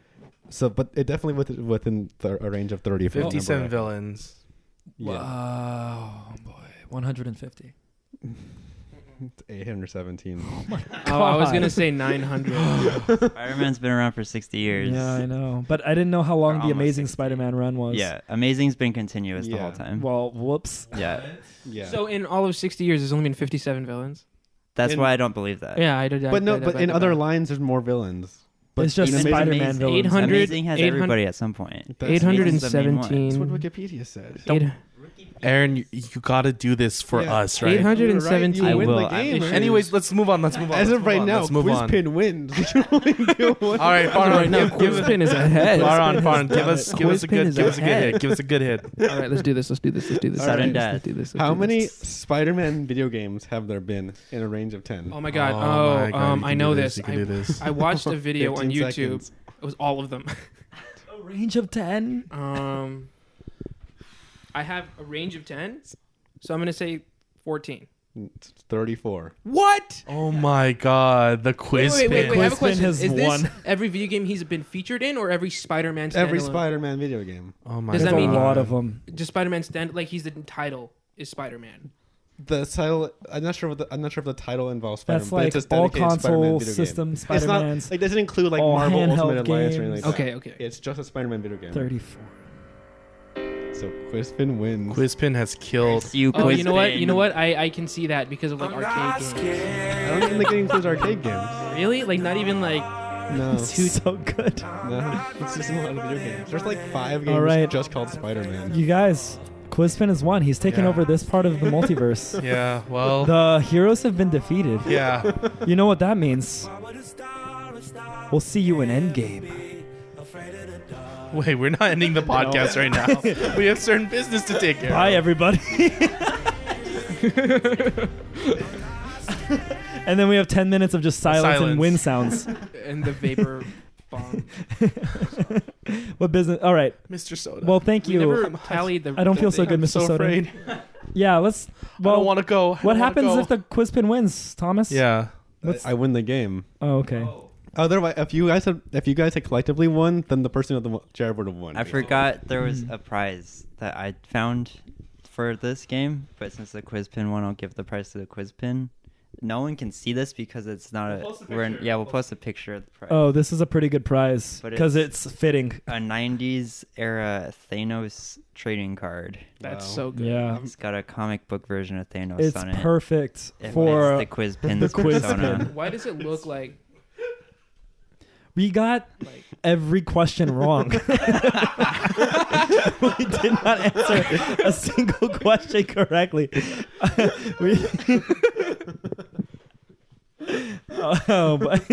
E: So, but it definitely within within th- a range of thirty. for the number.
C: 57 villains.
E: Yeah.
D: [LAUGHS] Wow, boy. 150.
E: [LAUGHS] It's 817.
F: Oh, I was
D: God.
F: gonna
E: [LAUGHS]
F: say 900.
B: Spider Man's been around for 60 years.
D: Yeah, I know. But I didn't know how long
B: Or
D: the
B: almost
D: Amazing
B: 60.
D: Spider-Man run was.
B: Yeah, Amazing's been continuous the
E: Yeah.
B: whole time.
D: Well, whoops.
B: yeah,
E: yeah.
F: So in all of 60 years, there's only been 57 villains.
B: that's
E: In-
B: why I don't believe that.
F: Yeah, I did. I-
E: but
F: I
E: no,
F: did
E: but
F: back
E: in
F: to
E: other
F: back.
E: lines, there's more villains. But
D: It's just
E: in Amazing-
D: Spider-Man
B: Amazing-
D: villains.
F: 800
B: Amazing has
F: 800
B: everybody at some point.
E: That's- That's what
F: 817.
E: Wikipedia said.
F: Eight-
C: Aaron, you, you got to do this for
E: Yeah.
C: us, right?
F: Eight hundred-
E: You were
F: 117.
E: You
B: I
E: win
B: will.
E: the
B: I
E: game.
B: wish-
E: right?
C: Anyways, let's move on. Let's move on.
E: As
C: let's
E: of
C: move
E: right
C: on,
E: now,
C: let's move on. [LAUGHS]
E: Quizpin wins. [LAUGHS] You can only do one.
C: All right, Farhan,
F: Right now,
C: give, give,
F: Quizpin is ahead.
C: Farhan, Farhan, give us give us a
F: Quizpin
C: good
F: is
C: give us a good
F: ahead.
C: hit. Give us a good hit.
F: All right, let's do this. Let's do this. Let's do this.
B: Sudden
F: let's do this,
B: death.
F: Let's do this. let's
E: How
F: do
E: many
F: this.
E: Spider-Man video games have there been in a range of ten?
F: Oh my god. Oh,
C: my God,
F: um,
C: you
F: I
C: can do
F: know
C: this,
F: this.
C: you can
F: I,
C: do this.
F: I
E: [LAUGHS]
F: watched a video
E: 15
F: on YouTube.
E: seconds.
F: It was all of them.
D: A range of 10.
F: Um, I have a range of 10, so I'm gonna say 14.
E: It's Thirty-four.
F: What?
C: Oh my God, the quiz
F: wait, wait, wait, wait, I have a
D: Quizpin
F: question.
D: has
F: Is this
D: won. [LAUGHS]
F: every video game he's been featured in, or every Spider-Man?
E: Every
F: standalone?
E: Spider-Man video game.
C: Oh my
F: Does
D: There's
F: that
C: God.
F: mean-
D: a lot of them.
F: Just Spider-Man stand like he's the title is Spider-Man.
E: The title. I'm not sure. What the, I'm not sure if the title involves Spider-Man.
D: That's
E: but
D: like
E: it's just
D: all
E: dedicated Spider-Man
D: console
E: video
D: system
E: Game. It's not
D: Spider-Mans.
E: like it doesn't include like
D: all
E: Marvel Ultimate
D: handheld
E: Alliance or anything
D: games.
E: like that.
F: Okay, okay.
E: It's just a Spider-Man video game.
D: 34.
E: [LAUGHS] So Quizpin wins.
C: Quizpin has killed. [LAUGHS]
B: You
F: Oh, you know what?
B: Quizpin.
F: You know what? I, I can see that because of like arcade games.
E: I don't even think it includes arcade games.
F: Really? Like not even like
E: No.
D: so good.
E: [LAUGHS] No, it's just a lot of video games. There's like five
D: All
E: games
D: right.
E: just called Spider-Man.
D: You guys, Quizpin has won. He's taken
C: Yeah.
D: over this part of the multiverse.
E: [LAUGHS]
C: Yeah. Well.
D: The heroes have been defeated.
C: yeah.
D: You know what that means. We'll see you in Endgame.
C: Wait, we're not [LAUGHS] ending the podcast right [LAUGHS] now. We have certain business to take care.
D: Bye,
C: of.
D: everybody. [LAUGHS] and then we have 10 minutes of just silence,
C: Silence.
D: and wind [LAUGHS] sounds.
F: and the vapor
C: [LAUGHS]
F: bomb.
D: what business? All right.
C: Mr. Soda.
D: Well, thank
F: We
D: you.
F: never tallied the.
D: I don't feel
F: the
D: so good,
C: I'm
D: Mr.
C: so
D: Soda.
C: afraid.
D: [LAUGHS] Yeah, let's.
C: I
D: Well,
C: don't want to go. I
D: what
C: don't wanna
D: happens
C: go.
D: if the Quizpin wins, Thomas?
C: Yeah.
D: What's-
E: I, I win the game.
D: Oh, okay.
E: Otherwise, if you guys had, if you guys had collectively won, then the person of the mo- chair would have won.
B: I forgot there was
D: Mm-hmm.
B: a prize that I found for this game, but since the quiz pin one, I'll give the prize to the quiz pin. No one can see this because it's not a. we're in, yeah, we'll post a picture of the prize.
D: Oh, this is a pretty good prize
B: But
D: because
B: it's-
D: it's, fitting.
B: A 90s era Thanos trading card.
F: That's
E: Wow.
F: so good.
D: Yeah,
B: It's got a comic book version of Thanos
D: it's
B: on it.
D: perfect
B: It
D: for
B: fits the quiz pin
D: the quiz
B: persona.
D: pin.
F: Why does it look like
D: we got
F: like?
D: every question wrong. we did not answer a single question correctly. [LAUGHS] we. [LAUGHS] oh, but,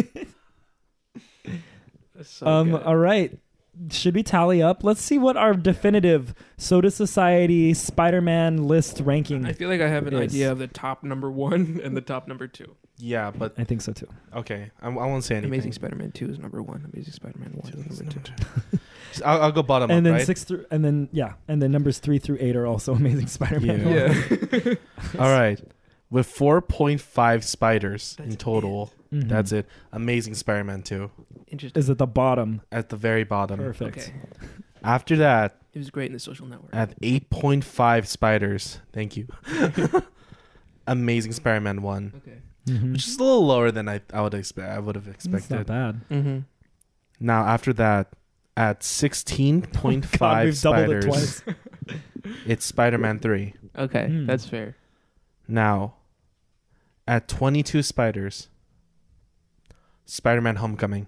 F: That's so
D: um,
F: good.
D: all right. Should we tally up? Let's see what our definitive Soda Society Spider-Man list ranking.
F: I feel like I have an
D: Yes.
F: idea of the top number one [LAUGHS] and the top number two.
C: Yeah, but
D: I think so too.
C: okay. I, I won't say anything.
F: Amazing Spider-Man Two is number one. Amazing Spider-Man One is number two.
C: [LAUGHS] I'll, I'll go bottom
D: and
C: up,
D: then
C: right?
D: six through, and then yeah, and then numbers three through eight are also [LAUGHS] Amazing Spider-Man. [LAUGHS]
C: Yeah. All right. With 4.5 spiders in total,
D: Mhm.
C: that's it. Amazing Spider Man 2
F: [LAUGHS] Interesting.
D: Is at the bottom.
C: at the very bottom.
D: Perfect.
F: Okay,
C: After that,
F: it was great in the Social Network.
C: at 8.5 spiders, thank
D: [LAUGHS]
C: you. Amazing Spider Man 1,
F: okay.
D: Mhm.
C: which is a little lower than I, I would expect. I would have
D: That's not
C: expected.
D: bad.
F: Mm-hmm.
C: Now, after that, at
D: Oh, God, [LAUGHS]
C: 16.5
D: we've doubled it
C: spiders,
D: twice.
C: it's Spider Man 3.
F: Okay,
D: Hmm.
F: that's fair.
C: Now, at 22 spiders, Spider Man Homecoming.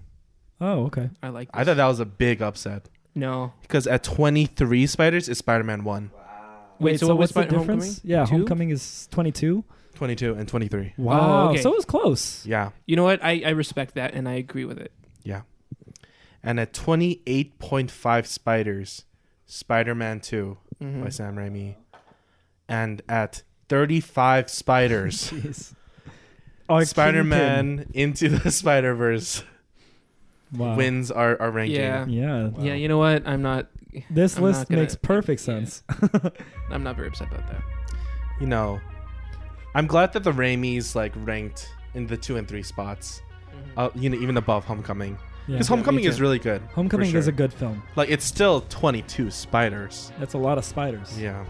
D: Oh, okay.
F: I like. This.
C: I thought that was a big upset.
F: No.
C: Because at 23 spiders is Spider-Man 1,
F: Wait, so what was
D: what's the
F: Spider-
D: difference?
F: Homecoming?
D: Yeah,
F: Two?
D: Homecoming is twenty-two.
C: 22 and 23.
D: Wow,
F: okay.
D: so it was close.
C: Yeah,
F: You know what? I, I respect that and I agree with it.
C: yeah. And at 28.5 spiders, Spider-Man 2
D: Hmm.
C: by Sam Raimi. And at 35 spiders,
D: Jeez. [LAUGHS] Our
C: Spider-Man Into the [LAUGHS] Spider-Verse
D: Kingpin. Wow.
C: wins our, our ranking.
F: Yeah.
D: Yeah,
F: Yeah. You know what? I'm not.
D: this
F: I'm
D: list
F: not gonna-
D: makes perfect
F: yeah.
D: sense.
F: I'm not very upset about that.
C: You know, I'm glad that the Raimi's like ranked in the 2 and 3 spots.
F: Mm-hmm.
C: Uh, you know, even above Homecoming.
D: [LAUGHS] Yeah.
C: Because Homecoming
F: me
C: is
F: too.
C: really good. for
D: Homecoming is
C: sure.
D: a good film.
C: Like it's still 22 spiders.
D: That's a lot of spiders.
C: Yeah.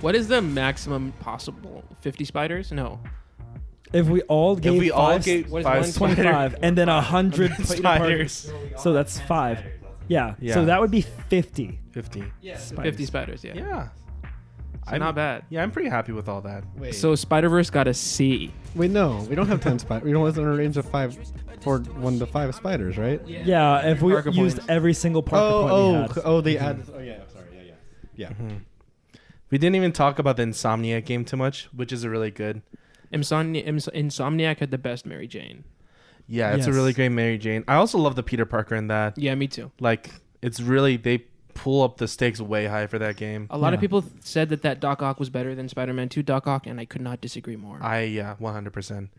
F: What is the maximum possible? 50 spiders? No.
D: If we all gave
C: we all
D: five,
C: gave
F: what is
C: five
F: one
C: spider- [LAUGHS]
D: 25 and then 100
C: spiders.
D: spiders. So that's 5. Yeah.
C: Yeah.
D: So that would be 50.
C: 15.
F: Yeah,
D: Spiders.
F: 50 spiders, yeah.
C: Yeah.
F: So not bad.
C: Yeah, I'm pretty happy with all that.
E: Wait.
F: So Spider Verse got a C.
E: wait, no, we don't have ten spiders. We don't have a range of five, four, one to five spiders, right?
D: Yeah, if we
F: Parker
D: used
F: points.
D: every single Parker point we
E: Oh,
D: had.
E: oh, oh, they add. Oh, yeah. Sorry. Yeah, yeah, yeah.
C: We didn't even talk about the Insomniac game too much, which is a really good.
F: Insomni- Ins- Insomniac had the best Mary Jane.
C: Yeah, it's a
D: Yes.
C: really great Mary Jane. I also love the Peter Parker in that.
F: Yeah, me too.
C: Like, it's really they pull up the stakes way high for that game.
F: A lot of
D: Yeah.
F: people th- said that that Doc Ock was better than Spider Man 2 Doc Ock, and I could not disagree more.
C: I yeah, one hundred percent.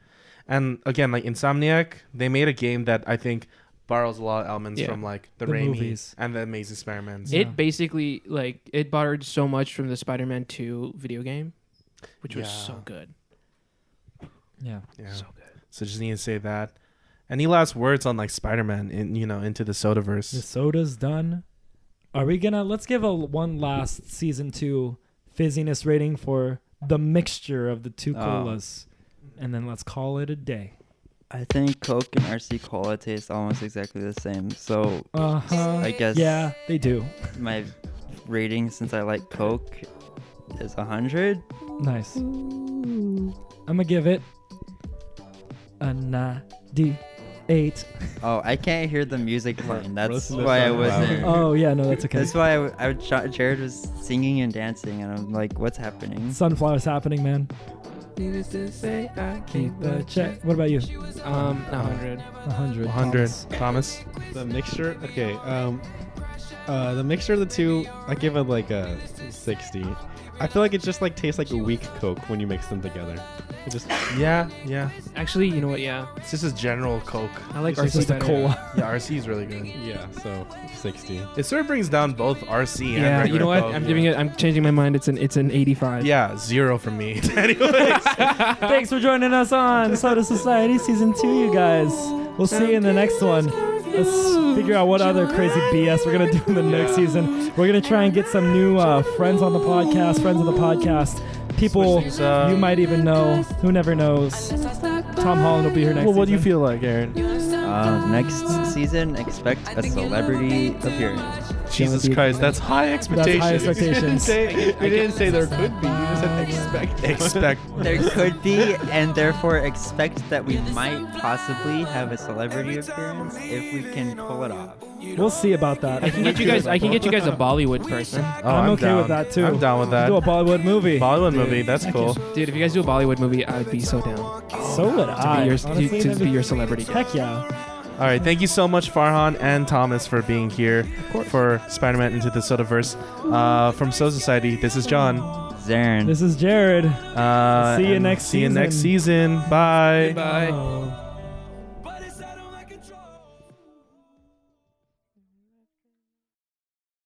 C: And again, like Insomniac, they made a game that I think borrows a lot of elements
F: Yeah.
C: from like the,
D: The
C: Raimi
D: movies.
C: and the Amazing Spider-Man.
D: Yeah.
F: It basically like it borrowed so much from the Spider Man 2 video game, which was
C: Yeah.
F: so good.
D: Yeah.
C: yeah.
F: So
C: So,
F: good.
C: just need to say that. Any last words on like Spider-Man in you know into the Sodaverse?
D: The soda's done. Are we gonna let's give a one last season two fizziness rating for the mixture of the two
B: Oh.
D: colas, and then let's call it a day.
B: I think Coke and RC Cola taste almost exactly the same. So
D: Uh
F: Uh-huh.
D: huh.
B: I guess
D: Yeah, they do.
B: my rating, since I like Coke, is 100.
D: Nice. I'm gonna give it a ninety-eight.
B: Oh, I can't hear the music playing. That's
E: Listen to
B: why I
E: some loud.
B: wasn't. [LAUGHS]
D: Oh yeah, no, that's okay.
B: That's why I, w- I would, Ch- Jared was singing and dancing, and I'm like, what's happening?
D: Sunflowers happening, man.
F: Needless to say, I
D: Keep the check. What about you?
F: Um, 100.
D: A hundred.
C: 100
D: Thomas.
C: Thomas.
E: The mixture. Okay. Um, uh, the mixture of the two, I give it like a sixty. I feel like it just like tastes like a weak Coke when you mix them together. It just
C: Yeah, yeah.
F: Actually, you know what? Yeah,
C: It's just a general Coke.
F: I like
D: It's
F: RC
D: just a
F: better.
D: cola.
C: Yeah, RC is really good.
E: yeah. So sixty.
C: It sort of brings down both RC and
F: Yeah, you
C: regular
F: know what?
C: Coke.
F: I'm giving it. I'm changing my mind. It's an it's an 85.
C: Yeah, zero from me. [LAUGHS] Anyways.
D: Thanks for joining us
E: [LAUGHS]
D: on Soda Society Season 2, you guys. We'll see you in the next one. Let's figure out what other crazy BS we're going to do in the next season. We're going to try and get some new uh, friends on the podcast, friends of the podcast, people
C: Switch things
E: uh,
C: up.
D: you might even know, who never knows. Tom Holland will be here next
C: well, what do you
D: season.
C: feel like, Aaron?
B: Uh, next season, expect a celebrity appearance.
C: Jesus
D: Timothy.
C: Christ, that's high
D: That's
C: expectations.
D: high expectations.
E: [LAUGHS] we didn't say there could be. You just said expect.
C: Expect.
B: There could be, and therefore expect that we might possibly have a celebrity appearance if we can pull it off.
D: We'll see about that.
F: I can get you guys. I can get you guys a Bollywood person,
C: Oh,
D: [LAUGHS] I'm okay
C: down.
D: with that, too.
C: I'm down with that.
D: Do a Bollywood movie.
C: Bollywood movie, that's cool.
F: dude. If you guys do a Bollywood movie, I'd be so down.
D: so would
F: To
D: I.
F: be your,
D: Honestly,
F: to, to
D: that'd
F: be your celebrity.
D: Heck yeah.
C: All right, thank you so much, Farhan and Thomas, for being here for Spider Man Into the Sodaverse. Uh, from So Society, this is John.
B: Zarin.
D: This is Jared.
C: Uh,
D: See you
C: and
D: next
C: See you next season.
F: Bye.
D: Oh.